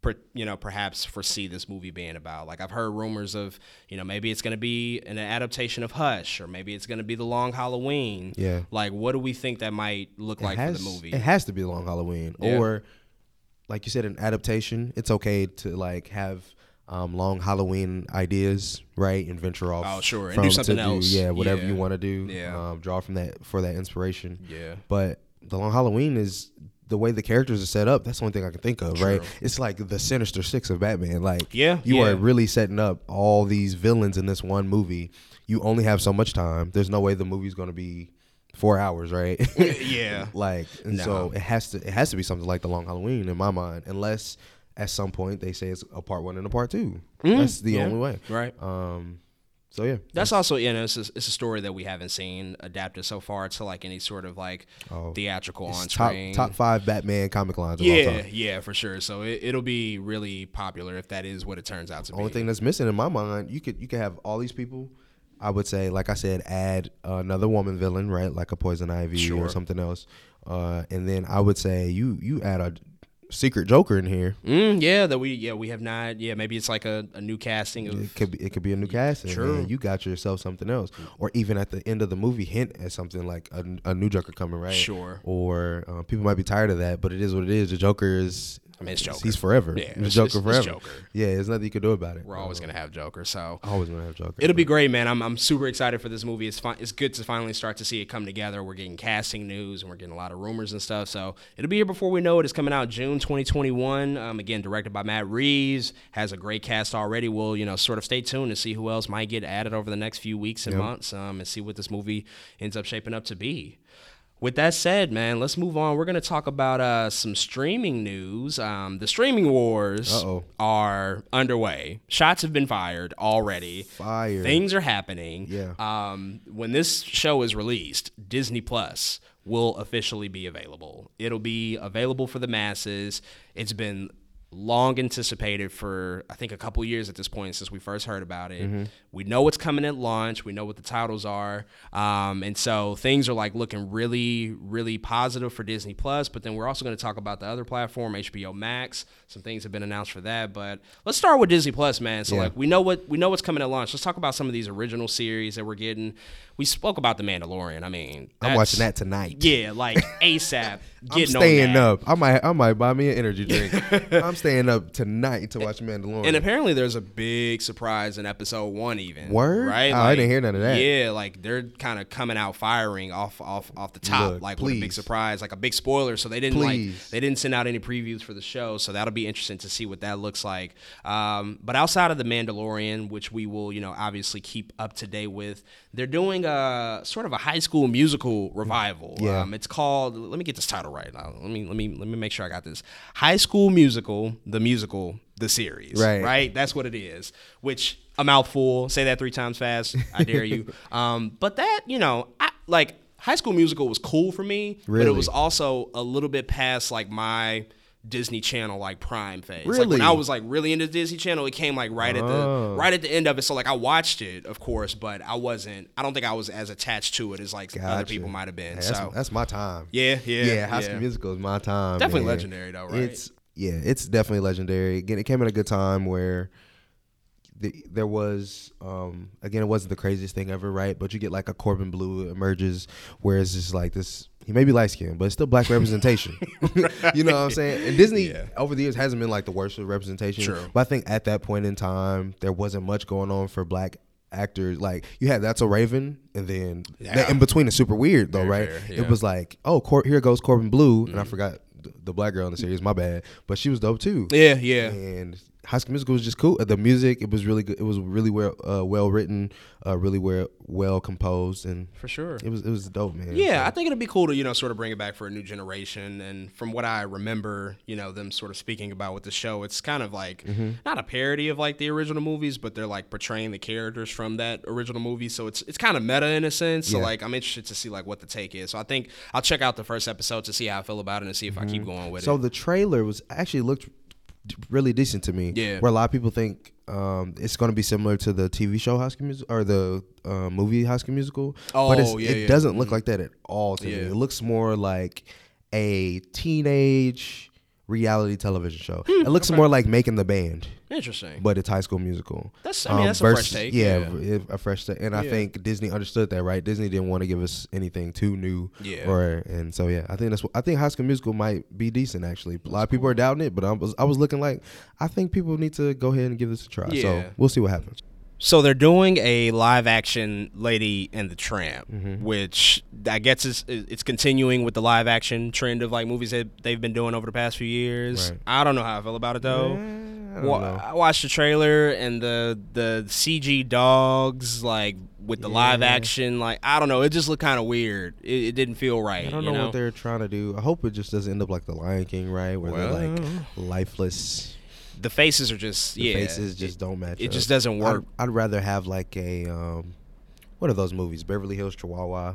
[SPEAKER 2] per, you know perhaps foresee this movie being about. Like I've heard rumors of you know maybe it's going to be an adaptation of Hush or maybe it's going to be The Long Halloween.
[SPEAKER 3] Yeah.
[SPEAKER 2] Like what do we think that might look like
[SPEAKER 3] has,
[SPEAKER 2] for the movie?
[SPEAKER 3] It has to be Long Halloween
[SPEAKER 2] Yeah.
[SPEAKER 3] or, like you said, an adaptation. It's okay to like have um, Long Halloween ideas, right, and venture off.
[SPEAKER 2] Oh, sure, and
[SPEAKER 3] from
[SPEAKER 2] do
[SPEAKER 3] to
[SPEAKER 2] something else.
[SPEAKER 3] Yeah, whatever
[SPEAKER 2] Yeah.
[SPEAKER 3] you want to do.
[SPEAKER 2] Yeah.
[SPEAKER 3] um, draw from that for that inspiration.
[SPEAKER 2] Yeah.
[SPEAKER 3] but the Long Halloween is. The way the characters are set up, that's the only thing I can think of, right? It's like the Sinister Six of Batman. Like,
[SPEAKER 2] Yeah,
[SPEAKER 3] you
[SPEAKER 2] yeah.
[SPEAKER 3] are really setting up all these villains in this one movie. You only have so much time. There's no way the movie's going to be four hours, right?
[SPEAKER 2] yeah.
[SPEAKER 3] like and so it has to it has to be something like the long halloween in my mind unless at some point they say it's a part one and a part two that's the
[SPEAKER 2] Mm-hmm. yeah.
[SPEAKER 3] only way
[SPEAKER 2] Right.
[SPEAKER 3] um so yeah
[SPEAKER 2] That's also you know it's a, it's a story that we haven't seen adapted so far to like any sort of like theatrical on
[SPEAKER 3] Oh, top
[SPEAKER 2] screen.
[SPEAKER 3] top five batman comic lines of all
[SPEAKER 2] yeah,
[SPEAKER 3] time
[SPEAKER 2] yeah, for sure. So it, it'll be really popular if that is what it turns out to
[SPEAKER 3] only
[SPEAKER 2] be.
[SPEAKER 3] thing that's missing in my mind you could you could have all these people i would say like i said add another woman villain right like a poison ivy or
[SPEAKER 2] Sure.
[SPEAKER 3] something else uh and then i would say you you add a secret joker in here
[SPEAKER 2] Mm, yeah, that we yeah we have not. Yeah, maybe it's like a, a new casting of
[SPEAKER 3] It could be it could be a new cast. and
[SPEAKER 2] True.
[SPEAKER 3] man, you got yourself something else, or even at the end of the movie, hint at something like a, a new Joker coming, right?
[SPEAKER 2] Sure.
[SPEAKER 3] Or uh, people might be tired of that, but it is what it is. The Joker is.
[SPEAKER 2] I mean, it's Joker.
[SPEAKER 3] He's forever.
[SPEAKER 2] Yeah,
[SPEAKER 3] he's
[SPEAKER 2] it's-
[SPEAKER 3] Joker
[SPEAKER 2] it's- it's
[SPEAKER 3] forever.
[SPEAKER 2] Joker.
[SPEAKER 3] Yeah, there's nothing you can do about it.
[SPEAKER 2] we're always gonna have Joker. So
[SPEAKER 3] always gonna have Joker.
[SPEAKER 2] It'll be great, man. I'm, I'm super excited for this movie. It's fine. It's good to finally start to see it come together. We're getting casting news and we're getting a lot of rumors and stuff. So it'll be here before we know it. It's coming out June 2021. Um, again, directed by Matt Reeves. Has a great cast already. We'll you know sort of stay tuned to see who else might get added over the next few weeks and months. Um, and see what this movie ends up shaping up to be. With that said, man, let's move on. We're gonna talk about uh, some streaming news. Um, the streaming wars
[SPEAKER 3] Uh-oh.
[SPEAKER 2] are underway. Shots have been fired already.
[SPEAKER 3] Fire.
[SPEAKER 2] Things are happening.
[SPEAKER 3] Yeah.
[SPEAKER 2] Um, when this show is released, Disney Plus will officially be available. It'll be available for the masses. It's been long anticipated for I think a couple years at this point since we first heard about it. We know what's coming at launch. We know what the titles are, um, and so things are like looking really, really positive for Disney Plus. But then we're also going to talk about the other platform, HBO Max. Some things have been announced for that, but let's start with Disney Plus, man. So like we know what we know what's coming at launch. Let's talk about some of these original series that we're getting. We spoke about The Mandalorian. I mean,
[SPEAKER 3] I'm
[SPEAKER 2] that's-
[SPEAKER 3] watching that tonight.
[SPEAKER 2] Yeah, like ASAP.
[SPEAKER 3] I'm
[SPEAKER 2] Getting on
[SPEAKER 3] staying
[SPEAKER 2] that.
[SPEAKER 3] up. I might I might buy me an energy drink. I'm staying up tonight to watch Mandalorian.
[SPEAKER 2] And apparently, there's a big surprise in episode one, even.
[SPEAKER 3] Word?
[SPEAKER 2] Right?
[SPEAKER 3] Oh, I didn't hear none of that.
[SPEAKER 2] Yeah, like they're kind of coming out firing off off off the top,
[SPEAKER 3] Look,
[SPEAKER 2] like with a big
[SPEAKER 3] please.
[SPEAKER 2] surprise, like a big spoiler. So they didn't
[SPEAKER 3] Please.
[SPEAKER 2] like they didn't send out any previews for the show, so that'll be interesting to see what that looks like. Um, but outside of the Mandalorian, which we will, you know, obviously keep up to date with, they're doing a sort of a High School Musical revival.
[SPEAKER 3] Yeah.
[SPEAKER 2] Um, it's called. Let me get this title right now. Let me let me let me make sure I got this. High School Musical, the musical, the series.
[SPEAKER 3] Right.
[SPEAKER 2] Right. That's what it is. Which a mouthful. Say that three times fast. I dare you. Um, but that you know, I, like High School Musical was cool for me, but
[SPEAKER 3] Really?
[SPEAKER 2] it was also a little bit past like my. Disney Channel like prime phase. Like
[SPEAKER 3] Really? Oh.
[SPEAKER 2] when I was like really into Disney Channel, it came like right at the right at the end of it. So like I watched it, of course, but I wasn't. I don't think I was as attached to it as like other
[SPEAKER 3] Gotcha.
[SPEAKER 2] people might have been.
[SPEAKER 3] Hey,
[SPEAKER 2] so
[SPEAKER 3] that's, that's my time.
[SPEAKER 2] yeah, yeah,
[SPEAKER 3] yeah, High School
[SPEAKER 2] yeah.
[SPEAKER 3] Musical is my time.
[SPEAKER 2] Definitely
[SPEAKER 3] man.
[SPEAKER 2] legendary though, right?
[SPEAKER 3] It's yeah, it's definitely legendary. Again, it came at a good time where the, there was um, again, it wasn't the craziest thing ever, right? But you get like a Corbin Blue emerges, where it's just like this. He may be light skinned, but it's still black representation. you know what I'm saying? And Disney over the years hasn't been like the worst of representation.
[SPEAKER 2] True.
[SPEAKER 3] But I think at that point in time, there wasn't much going on for black actors. Like you had That's a Raven, and then that in between is super weird though, right?
[SPEAKER 2] fair,
[SPEAKER 3] It
[SPEAKER 2] yeah. Mm-hmm.
[SPEAKER 3] was was like, oh, Cor- here goes Corbin Blue, and I forgot the, the black girl in the series. My bad, but she was dope too.
[SPEAKER 2] yeah, yeah.
[SPEAKER 3] And High School Musical was just cool. Uh, The music, it was really good. It was really well, uh, well written, uh, really well, well composed, and
[SPEAKER 2] For sure.
[SPEAKER 3] it was it was dope, man.
[SPEAKER 2] Yeah, I think it'd be cool to you know sort of bring it back for a new generation. And from what I remember, you know them sort of speaking about with the show, it's kind of like
[SPEAKER 3] Mm-hmm.
[SPEAKER 2] not a parody of like the original movies, but they're like portraying the characters from that original movie. So it's it's kind of meta in a sense. So
[SPEAKER 3] Yeah.
[SPEAKER 2] like I'm interested to see like what the take is. So I think I'll check out the first episode to see how I feel about it and see if I keep going with
[SPEAKER 3] Mm-hmm. So
[SPEAKER 2] it.
[SPEAKER 3] the trailer was actually looked d- really decent to me.
[SPEAKER 2] Yeah.
[SPEAKER 3] Where a lot of people think um, it's going to be similar to the TV show High School Musical or the uh, movie High School Musical. but it's,
[SPEAKER 2] Oh, yeah,
[SPEAKER 3] it
[SPEAKER 2] yeah.
[SPEAKER 3] doesn't look like that at all to me.
[SPEAKER 2] Yeah.
[SPEAKER 3] It looks more like a teenage reality television show.
[SPEAKER 2] Hmm.
[SPEAKER 3] it looks more like Making the Band,
[SPEAKER 2] Interesting.
[SPEAKER 3] but it's High School Musical. Um,
[SPEAKER 2] That's- I mean, that's a fresh take,
[SPEAKER 3] Yeah,
[SPEAKER 2] yeah.
[SPEAKER 3] v- a fresh take. And I think Disney understood that, right? Disney didn't want to give us anything too new.
[SPEAKER 2] Yeah.
[SPEAKER 3] Or and so yeah, I think that's. what I think High School Musical might be decent actually. A lot of people are doubting it, but I was I was looking like I think people need to go ahead and give this a try.
[SPEAKER 2] Yeah.
[SPEAKER 3] So we'll see what happens.
[SPEAKER 2] So they're doing a live action Lady and the Tramp,
[SPEAKER 3] Mm-hmm.
[SPEAKER 2] which I guess is it's continuing with the live action trend of like movies that they've been doing over the past few years.
[SPEAKER 3] Right.
[SPEAKER 2] I don't know how I feel about it though.
[SPEAKER 3] I don't
[SPEAKER 2] Wa-
[SPEAKER 3] know.
[SPEAKER 2] I watched the trailer and the the CG dogs like with the live
[SPEAKER 3] Yeah.
[SPEAKER 2] action like I don't know it just looked kind of weird. It, it didn't feel right.
[SPEAKER 3] I don't
[SPEAKER 2] you
[SPEAKER 3] know, what they're trying to do. I hope it just doesn't end up like the Lion King, right? Where they're like lifeless.
[SPEAKER 2] the faces are just
[SPEAKER 3] The
[SPEAKER 2] yeah
[SPEAKER 3] faces just uh, don't match.
[SPEAKER 2] it
[SPEAKER 3] up.
[SPEAKER 2] just doesn't
[SPEAKER 3] I'd-
[SPEAKER 2] work.
[SPEAKER 3] I'd, rather have like a um, what are those movies? Beverly Hills Chihuahua.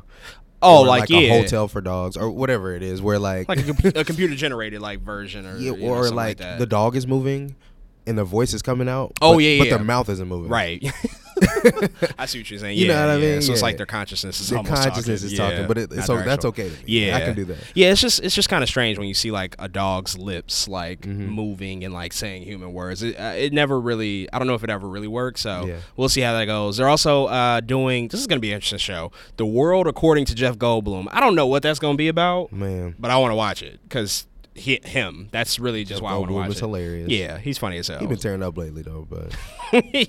[SPEAKER 2] Oh,
[SPEAKER 3] Or,
[SPEAKER 2] like,
[SPEAKER 3] a
[SPEAKER 2] yeah.
[SPEAKER 3] hotel for dogs or whatever it is, where like,
[SPEAKER 2] like a, compu- a computer generated like version or
[SPEAKER 3] yeah,
[SPEAKER 2] you know,
[SPEAKER 3] or
[SPEAKER 2] something
[SPEAKER 3] like
[SPEAKER 2] that.
[SPEAKER 3] the dog is moving and the voice is coming out.
[SPEAKER 2] Oh,
[SPEAKER 3] but-
[SPEAKER 2] yeah,
[SPEAKER 3] but
[SPEAKER 2] yeah.
[SPEAKER 3] their mouth isn't moving.
[SPEAKER 2] Right. I see what you're saying. Yeah,
[SPEAKER 3] You know what I
[SPEAKER 2] yeah.
[SPEAKER 3] mean?
[SPEAKER 2] So it's
[SPEAKER 3] Yeah.
[SPEAKER 2] like their consciousness is
[SPEAKER 3] Their
[SPEAKER 2] almost
[SPEAKER 3] consciousness
[SPEAKER 2] talking.
[SPEAKER 3] is
[SPEAKER 2] yeah.
[SPEAKER 3] talking, but it-
[SPEAKER 2] Not
[SPEAKER 3] so
[SPEAKER 2] their
[SPEAKER 3] that's
[SPEAKER 2] actual-
[SPEAKER 3] okay to me.
[SPEAKER 2] Yeah,
[SPEAKER 3] I can do that.
[SPEAKER 2] Yeah, it's just it's just kind of strange when you see like a dog's lips like
[SPEAKER 3] Mm-hmm.
[SPEAKER 2] moving and like saying human words. It, uh, it never really. I don't know if it ever really works. So
[SPEAKER 3] Yeah.
[SPEAKER 2] we'll see how that goes. They're also uh, doing. This is gonna be an interesting show. The world according to Jeff Goldblum. I don't know what that's gonna be about,
[SPEAKER 3] Man.
[SPEAKER 2] but I want to watch it because him. That's really just
[SPEAKER 3] Jeff
[SPEAKER 2] why I want to
[SPEAKER 3] Goldblum
[SPEAKER 2] watch
[SPEAKER 3] is
[SPEAKER 2] it.
[SPEAKER 3] hilarious.
[SPEAKER 2] Yeah, he's funny as hell.
[SPEAKER 3] He's been tearing up lately though, but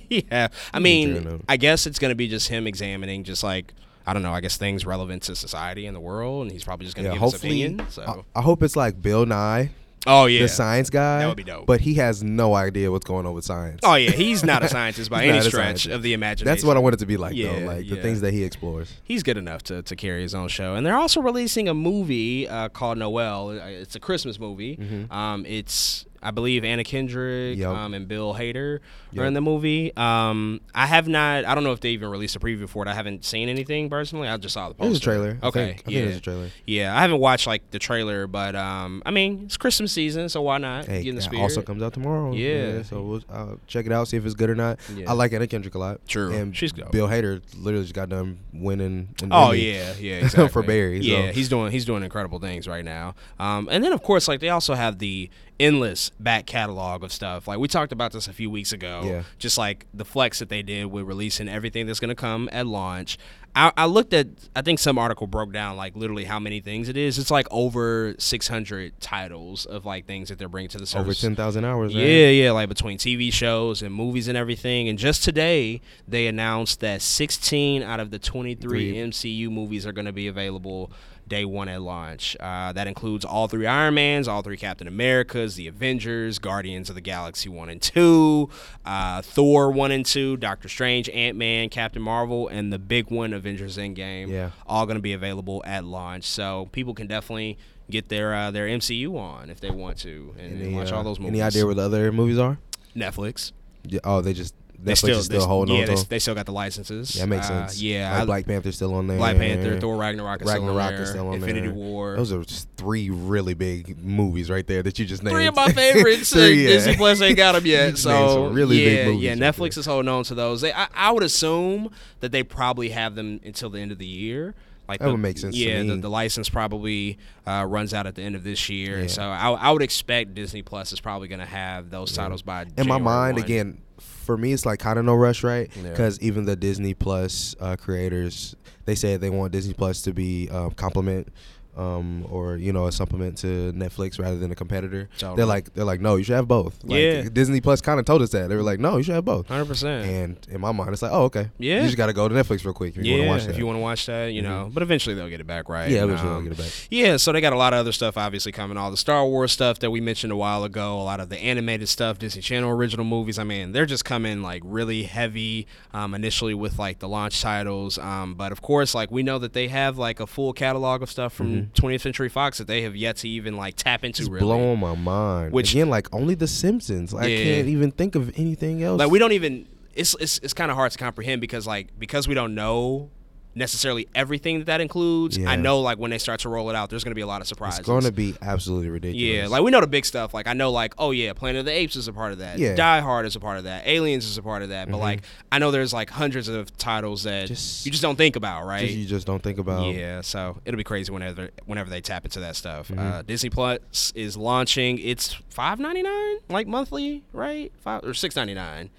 [SPEAKER 2] yeah. I
[SPEAKER 3] fair
[SPEAKER 2] mean,
[SPEAKER 3] enough.
[SPEAKER 2] I guess it's going to be just him examining, just like, I don't know, I guess things relevant to society and the world. And he's probably just going to
[SPEAKER 3] yeah,
[SPEAKER 2] give
[SPEAKER 3] hopefully,
[SPEAKER 2] his opinion. So.
[SPEAKER 3] I, I hope it's like Bill Nye,
[SPEAKER 2] oh, yeah.
[SPEAKER 3] the science guy.
[SPEAKER 2] That would be dope.
[SPEAKER 3] But he has no idea what's going on with science.
[SPEAKER 2] Oh, yeah. He's not a scientist by
[SPEAKER 3] He's
[SPEAKER 2] any
[SPEAKER 3] not a
[SPEAKER 2] stretch
[SPEAKER 3] scientist.
[SPEAKER 2] of the imagination.
[SPEAKER 3] That's what I want it to be like,
[SPEAKER 2] Yeah,
[SPEAKER 3] though. Like
[SPEAKER 2] yeah.
[SPEAKER 3] the things that he explores.
[SPEAKER 2] He's good enough to, to carry his own show. And they're also releasing a movie uh, called Noel. It's a Christmas movie. Um, it's, I believe, Anna Kendrick
[SPEAKER 3] Mm-hmm. Yup.
[SPEAKER 2] um, and Bill Hader are
[SPEAKER 3] Yup.
[SPEAKER 2] in the movie. Um, I have not, I don't know if they even released a preview for it. I haven't seen anything personally. I just saw the poster.
[SPEAKER 3] There's a trailer. I
[SPEAKER 2] Okay.
[SPEAKER 3] think. I
[SPEAKER 2] yeah.
[SPEAKER 3] think there's a trailer.
[SPEAKER 2] Yeah, I haven't watched like the trailer, but um, I mean it's Christmas season, so why not
[SPEAKER 3] Hey,
[SPEAKER 2] get in the
[SPEAKER 3] that
[SPEAKER 2] spirit?
[SPEAKER 3] also comes out tomorrow.
[SPEAKER 2] Yeah.
[SPEAKER 3] so we'll uh, check it out, see if it's good or not.
[SPEAKER 2] Yeah.
[SPEAKER 3] I like Anna Kendrick a lot.
[SPEAKER 2] True.
[SPEAKER 3] And
[SPEAKER 2] She's dope.
[SPEAKER 3] Bill Hader literally just got done winning. an
[SPEAKER 2] Oh
[SPEAKER 3] Emmy.
[SPEAKER 2] yeah, yeah, exactly.
[SPEAKER 3] For Barry, so-
[SPEAKER 2] yeah, he's doing he's doing incredible things right now. Um, and then of course, like they also have the endless back catalog of stuff. Like we talked about this a few weeks ago.
[SPEAKER 3] Yeah.
[SPEAKER 2] Just like the flex that they did with releasing everything that's going to come at launch. I, I looked at I think some article broke down like literally how many things it is. It's like over 600 titles of like things that they're bringing to the service.
[SPEAKER 3] Over ten thousand hours. right?
[SPEAKER 2] Yeah, yeah, like between TV shows and movies and everything. And just today, they announced that 16 out of the 23
[SPEAKER 3] Three.
[SPEAKER 2] MCU movies are going to be available day one at launch. Uh, that includes all three Iron Mans, all three Captain Americas, the Avengers, Guardians of the Galaxy 1 and 2, uh, Thor 1 and 2, Doctor Strange, Ant Man, Captain Marvel, and the big one, Avengers Endgame.
[SPEAKER 3] Yeah.
[SPEAKER 2] All going to be available at launch. So people can definitely. Get their uh, their MCU on if they want to, and, and
[SPEAKER 3] Any,
[SPEAKER 2] watch
[SPEAKER 3] uh,
[SPEAKER 2] all those movies.
[SPEAKER 3] Any idea where the other movies are?
[SPEAKER 2] Netflix.
[SPEAKER 3] Yeah, oh, they just
[SPEAKER 2] They
[SPEAKER 3] Netflix
[SPEAKER 2] still,
[SPEAKER 3] is still
[SPEAKER 2] they,
[SPEAKER 3] holding
[SPEAKER 2] yeah,
[SPEAKER 3] on
[SPEAKER 2] they,
[SPEAKER 3] to. 'em.
[SPEAKER 2] they still got the licenses.
[SPEAKER 3] that makes
[SPEAKER 2] Uh,
[SPEAKER 3] sense.
[SPEAKER 2] yeah,
[SPEAKER 3] like
[SPEAKER 2] I-
[SPEAKER 3] Black Panther's still on there.
[SPEAKER 2] Black Panther, Thor Ragnarok, is still on
[SPEAKER 3] Ragnarok
[SPEAKER 2] there,
[SPEAKER 3] is still on there.
[SPEAKER 2] Infinity War.
[SPEAKER 3] Those are just three really big movies right there that you just named.
[SPEAKER 2] Three of my favorites. and
[SPEAKER 3] Three, yeah.
[SPEAKER 2] Disney Plus ain't got them yet,
[SPEAKER 3] Named some
[SPEAKER 2] so
[SPEAKER 3] really
[SPEAKER 2] yeah,
[SPEAKER 3] big movies
[SPEAKER 2] yeah.
[SPEAKER 3] right
[SPEAKER 2] Netflix
[SPEAKER 3] there.
[SPEAKER 2] is holding on to those. They, I, I would assume that they probably have them until the end of the year. Like
[SPEAKER 3] That
[SPEAKER 2] the-
[SPEAKER 3] would make sense to
[SPEAKER 2] Yeah, The,
[SPEAKER 3] me.
[SPEAKER 2] the license probably uh, runs out at the end of this year,
[SPEAKER 3] Yeah.
[SPEAKER 2] so I, I would expect Disney Plus is probably going to have those titles by.
[SPEAKER 3] in my
[SPEAKER 2] January
[SPEAKER 3] mind
[SPEAKER 2] 1.
[SPEAKER 3] again for me it's like kind of no rush right
[SPEAKER 2] Yeah.
[SPEAKER 3] because even the disney plus uh, creators they said they want disney plus to be um, complement um, or you know a supplement to netflix rather than a competitor
[SPEAKER 2] Totally.
[SPEAKER 3] they're like they're like no you should have both like,
[SPEAKER 2] Yeah.
[SPEAKER 3] disney plus kind of told us that they were like no you should have both
[SPEAKER 2] 100%.
[SPEAKER 3] and in my mind it's like oh okay
[SPEAKER 2] Yeah.
[SPEAKER 3] you just gotta go to netflix real quick if you want to watch that Mm-hmm.
[SPEAKER 2] if you want to watch that, you know. But eventually they'll get it back, right?
[SPEAKER 3] Yeah,
[SPEAKER 2] And, um,
[SPEAKER 3] eventually they'll get it back.
[SPEAKER 2] Yeah, so they got a lot of other stuff obviously coming. All the Star Wars stuff that we mentioned a while ago, a lot of the animated stuff, Disney Channel original movies. I mean, they're just coming like really heavy um, initially with like the launch titles. Um, but of course, like we know that they have like a full catalog of stuff from 20th Century Fox that they have yet to even like tap into.
[SPEAKER 3] Mm-hmm. it's
[SPEAKER 2] really.
[SPEAKER 3] blowing my mind
[SPEAKER 2] Which-
[SPEAKER 3] again like only the simpsons Like,
[SPEAKER 2] Yeah.
[SPEAKER 3] i can't even think of anything else
[SPEAKER 2] like we don't even it's it's, it's kind of hard to comprehend because like because we don't know necessarily everything that that includes.
[SPEAKER 3] Yeah.
[SPEAKER 2] I know like when they start to roll it out, there's going to be a lot of surprises.
[SPEAKER 3] It's going to be absolutely ridiculous.
[SPEAKER 2] yeah, like we know the big stuff. Like I know, like oh yeah, Planet of the Apes is a part of that.
[SPEAKER 3] Yeah. Mm-hmm.
[SPEAKER 2] Die Hard is a part of that. Aliens is a part of that. But like I know there's like hundreds of titles that
[SPEAKER 3] Just-
[SPEAKER 2] you just don't think about, right?
[SPEAKER 3] Just- you just don't think about.
[SPEAKER 2] yeah, so it'll be crazy whenever whenever they tap into that stuff.
[SPEAKER 3] Mm-hmm.
[SPEAKER 2] Uh, Disney Plus is launching. It's five ninety nine, like monthly, right? Five or six ninety nine.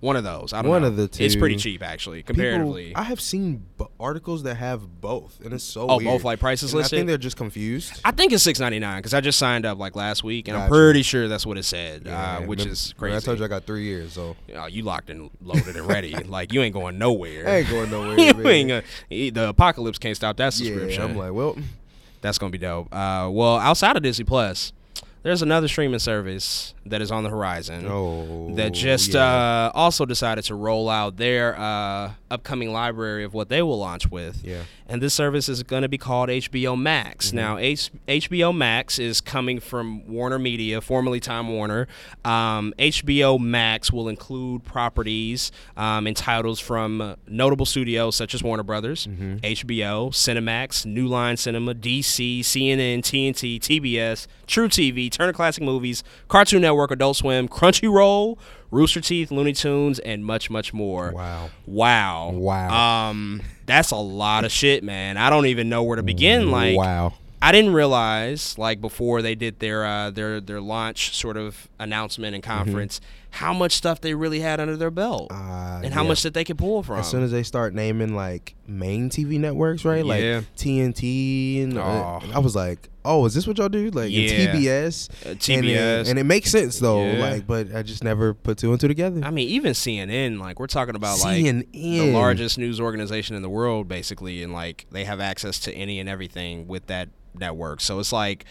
[SPEAKER 2] One of those. I don't
[SPEAKER 3] One
[SPEAKER 2] know.
[SPEAKER 3] of the
[SPEAKER 2] It's pretty
[SPEAKER 3] two.
[SPEAKER 2] cheap actually,
[SPEAKER 3] People-
[SPEAKER 2] comparatively.
[SPEAKER 3] I have seen b- articles that have both, and it's so
[SPEAKER 2] Oh,
[SPEAKER 3] weird.
[SPEAKER 2] both, like, prices
[SPEAKER 3] And I
[SPEAKER 2] listed?
[SPEAKER 3] think they're just confused.
[SPEAKER 2] I think it's six ninety nine because I just signed up like last week, and I'm
[SPEAKER 3] Gotcha.
[SPEAKER 2] pretty sure that's what it said,
[SPEAKER 3] Yeah,
[SPEAKER 2] uh, which
[SPEAKER 3] remember-
[SPEAKER 2] is
[SPEAKER 3] remember
[SPEAKER 2] crazy.
[SPEAKER 3] I told you I got three years, so
[SPEAKER 2] Oh, you locked and loaded and ready. like you ain't going nowhere.
[SPEAKER 3] I ain't going nowhere.
[SPEAKER 2] you
[SPEAKER 3] man.
[SPEAKER 2] ain't gonna, e, the apocalypse can't stop that subscription.
[SPEAKER 3] yeah, I'm like, well,
[SPEAKER 2] That's gonna be dope. Uh, well, outside of Disney Plus, there's another streaming service that is on the horizon
[SPEAKER 3] oh,
[SPEAKER 2] that just
[SPEAKER 3] yeah.
[SPEAKER 2] uh, also decided to roll out their uh, upcoming library of what they will launch with.
[SPEAKER 3] Yeah.
[SPEAKER 2] And this service is going to be called HBO Max. Now, H- HBO Max is coming from Warner Media, formerly Time Warner. Um, HBO Max will include properties um, and titles from uh, notable studios such as Warner Brothers, HBO, Cinemax, New Line Cinema, DC, CNN, TNT, TBS, True TV, Turner Classic Movies, Cartoon Network, Adult Swim, Crunchyroll, Rooster Teeth, Looney Tunes, and much, much more.
[SPEAKER 3] Wow.
[SPEAKER 2] Wow.
[SPEAKER 3] Wow.
[SPEAKER 2] Um, that's a lot of shit, man. I don't even know where to begin. Like,
[SPEAKER 3] wow,
[SPEAKER 2] I didn't realize, like, before they did their uh, their their launch sort of announcement and
[SPEAKER 3] Mm-hmm.
[SPEAKER 2] conference, how much stuff they really had under their belt,
[SPEAKER 3] Uh,
[SPEAKER 2] and how
[SPEAKER 3] yeah.
[SPEAKER 2] much that they could pull from.
[SPEAKER 3] As soon as they start naming like main TV networks, right? Like
[SPEAKER 2] Yeah.
[SPEAKER 3] TNT, and uh,
[SPEAKER 2] Oh.
[SPEAKER 3] I was like, "Oh, is this what y'all do?" Like and
[SPEAKER 2] Yeah.
[SPEAKER 3] TBS,
[SPEAKER 2] Uh,
[SPEAKER 3] and it- and
[SPEAKER 2] TBS.
[SPEAKER 3] it, makes sense though.
[SPEAKER 2] Yeah.
[SPEAKER 3] Like, but I just never put two and two together.
[SPEAKER 2] I mean, even CNN, like, we're talking about like the
[SPEAKER 3] CNN.
[SPEAKER 2] largest news organization in the world, basically, and like they have access to any and everything with that network. So it's like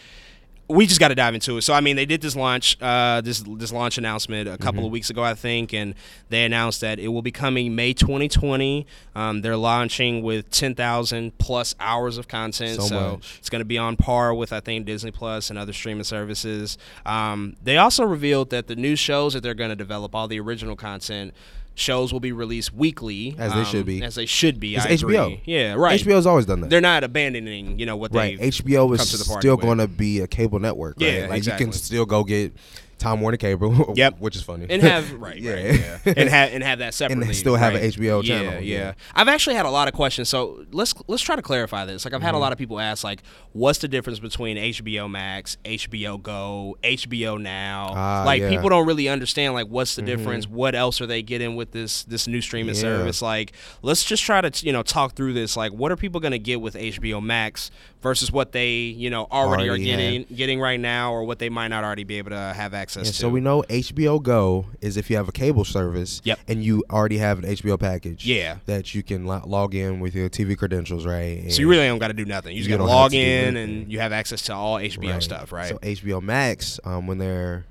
[SPEAKER 2] we just got to dive into it. So I mean, they did this launch, uh, this this launch announcement a couple of
[SPEAKER 3] Mm-hmm.
[SPEAKER 2] weeks ago, I think, and they announced that it will be coming May 2020. Um, they're launching with 10,000 plus hours of content, so,
[SPEAKER 3] So much.
[SPEAKER 2] it's going to be on par with I think Disney Plus and other streaming services. Um, they also revealed that the new shows that they're going to develop, all the original content. Shows will be released weekly,
[SPEAKER 3] As they
[SPEAKER 2] um,
[SPEAKER 3] should be.
[SPEAKER 2] As they should be.
[SPEAKER 3] It's
[SPEAKER 2] I
[SPEAKER 3] HBO.
[SPEAKER 2] agree. Yeah, right.
[SPEAKER 3] HBO's always done that.
[SPEAKER 2] They're not abandoning, you know, what
[SPEAKER 3] right.
[SPEAKER 2] they
[SPEAKER 3] HBO
[SPEAKER 2] come to the
[SPEAKER 3] is
[SPEAKER 2] party
[SPEAKER 3] still
[SPEAKER 2] with.
[SPEAKER 3] going to be a cable network. Right?
[SPEAKER 2] Yeah,
[SPEAKER 3] like you
[SPEAKER 2] exactly.
[SPEAKER 3] can still go get Time Warner Cable.
[SPEAKER 2] Yep.
[SPEAKER 3] which is funny.
[SPEAKER 2] and have right,
[SPEAKER 3] Yeah.
[SPEAKER 2] right, yeah, and have and have that separately,
[SPEAKER 3] still have an
[SPEAKER 2] right. Yeah,
[SPEAKER 3] HBO channel,
[SPEAKER 2] Yeah,
[SPEAKER 3] yeah.
[SPEAKER 2] I've actually had a lot of questions, so let's let's try to clarify this. Like I've
[SPEAKER 3] Mm-hmm.
[SPEAKER 2] had a lot of people ask, like, what's the difference between HBO Max, HBO Go, HBO Now?
[SPEAKER 3] Ah,
[SPEAKER 2] like
[SPEAKER 3] yeah. Mm-hmm.
[SPEAKER 2] people don't really understand, like, what's the difference? What else are they getting with this this new streaming
[SPEAKER 3] Yeah.
[SPEAKER 2] service? Like, let's just try to you know talk through this. Like, what are people gonna get with HBO Max versus what they you know already, are
[SPEAKER 3] Already have.
[SPEAKER 2] getting getting right now, or what they might not already be able to have access
[SPEAKER 3] And
[SPEAKER 2] to?
[SPEAKER 3] so we know HBO Go is if you have a cable service
[SPEAKER 2] Yep.
[SPEAKER 3] and you already have an HBO package.
[SPEAKER 2] Yeah.
[SPEAKER 3] That you can lo- log in with your TV credentials, right? And
[SPEAKER 2] So you really don't got to do nothing. You just
[SPEAKER 3] You
[SPEAKER 2] got to
[SPEAKER 3] don't have
[SPEAKER 2] log
[SPEAKER 3] to do
[SPEAKER 2] in
[SPEAKER 3] anything.
[SPEAKER 2] and you have access to all HBO stuff, right?
[SPEAKER 3] So HBO Max, um, when they're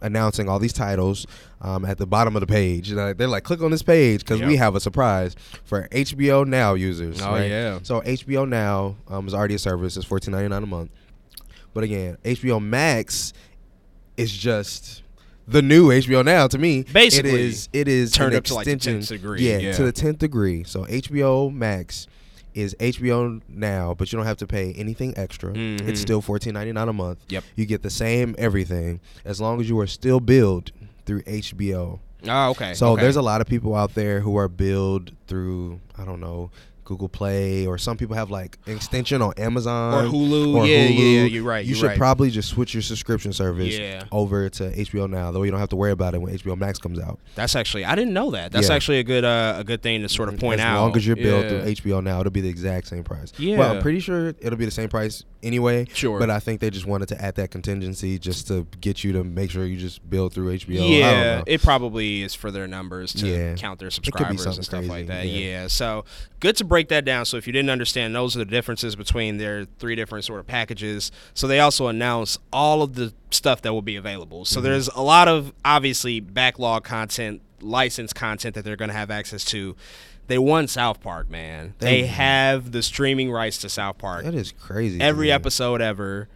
[SPEAKER 3] announcing all these titles um, at the bottom of the page, you know, they're like, click on this page because we
[SPEAKER 2] Yep.
[SPEAKER 3] have a surprise for HBO Now users.
[SPEAKER 2] Oh,
[SPEAKER 3] right?
[SPEAKER 2] yeah.
[SPEAKER 3] So HBO Now um, is already a service. It's fourteen ninety nine a month. But again, HBO Max is just the new HBO Now to me. it
[SPEAKER 2] Basically,
[SPEAKER 3] is it is an
[SPEAKER 2] turned up to, like, the
[SPEAKER 3] extension-
[SPEAKER 2] 10th degree,
[SPEAKER 3] Yeah,
[SPEAKER 2] yeah.
[SPEAKER 3] to the tenth degree. So HBO Max is HBO Now, but you don't have to pay anything extra.
[SPEAKER 2] Mhm.
[SPEAKER 3] It's still fourteen ninety nine a month.
[SPEAKER 2] Yep.
[SPEAKER 3] you get the same everything as long as you are still billed through HBO.
[SPEAKER 2] oh, okay.
[SPEAKER 3] So
[SPEAKER 2] okay.
[SPEAKER 3] there's a lot of people out there who are billed through I don't know Google Play or some people have like an extension on Amazon
[SPEAKER 2] Or Hulu. Yeah, yeah, yeah, you're right,
[SPEAKER 3] You
[SPEAKER 2] you're
[SPEAKER 3] should
[SPEAKER 2] right.
[SPEAKER 3] probably just switch your subscription service
[SPEAKER 2] Yeah.
[SPEAKER 3] over to HBO now. That way you don't have to worry about it when HBO Max comes out.
[SPEAKER 2] that's actually I didn't know that. That's
[SPEAKER 3] Yeah.
[SPEAKER 2] actually a good uh, a good thing to sort of point
[SPEAKER 3] as
[SPEAKER 2] out.
[SPEAKER 3] long as you're billed
[SPEAKER 2] Yeah.
[SPEAKER 3] through HBO now, it'll be the exact same price. Well,
[SPEAKER 2] Yeah.
[SPEAKER 3] I'm pretty sure it'll be the same price anyway.
[SPEAKER 2] Sure.
[SPEAKER 3] But I think they just wanted to add that contingency just to get you to make sure you just bill through HBO. I don't
[SPEAKER 2] Yeah,
[SPEAKER 3] know.
[SPEAKER 2] it probably is for their numbers to
[SPEAKER 3] Yeah.
[SPEAKER 2] count their
[SPEAKER 3] could be
[SPEAKER 2] subscribers
[SPEAKER 3] something
[SPEAKER 2] and stuff like that.
[SPEAKER 3] crazy,
[SPEAKER 2] Yeah.
[SPEAKER 3] yeah.
[SPEAKER 2] so good to break that down. So if you didn't understand, those are the differences between their three different sort of packages. So they also announce all of the stuff that will be available.
[SPEAKER 3] Mm-hmm.
[SPEAKER 2] So there's a lot of obviously backlog content, licensed content that they're going to have access to. They won South Park, man. They,
[SPEAKER 3] They-
[SPEAKER 2] have the streaming rights to South Park
[SPEAKER 3] That is crazy. to
[SPEAKER 2] every
[SPEAKER 3] me.
[SPEAKER 2] episode ever.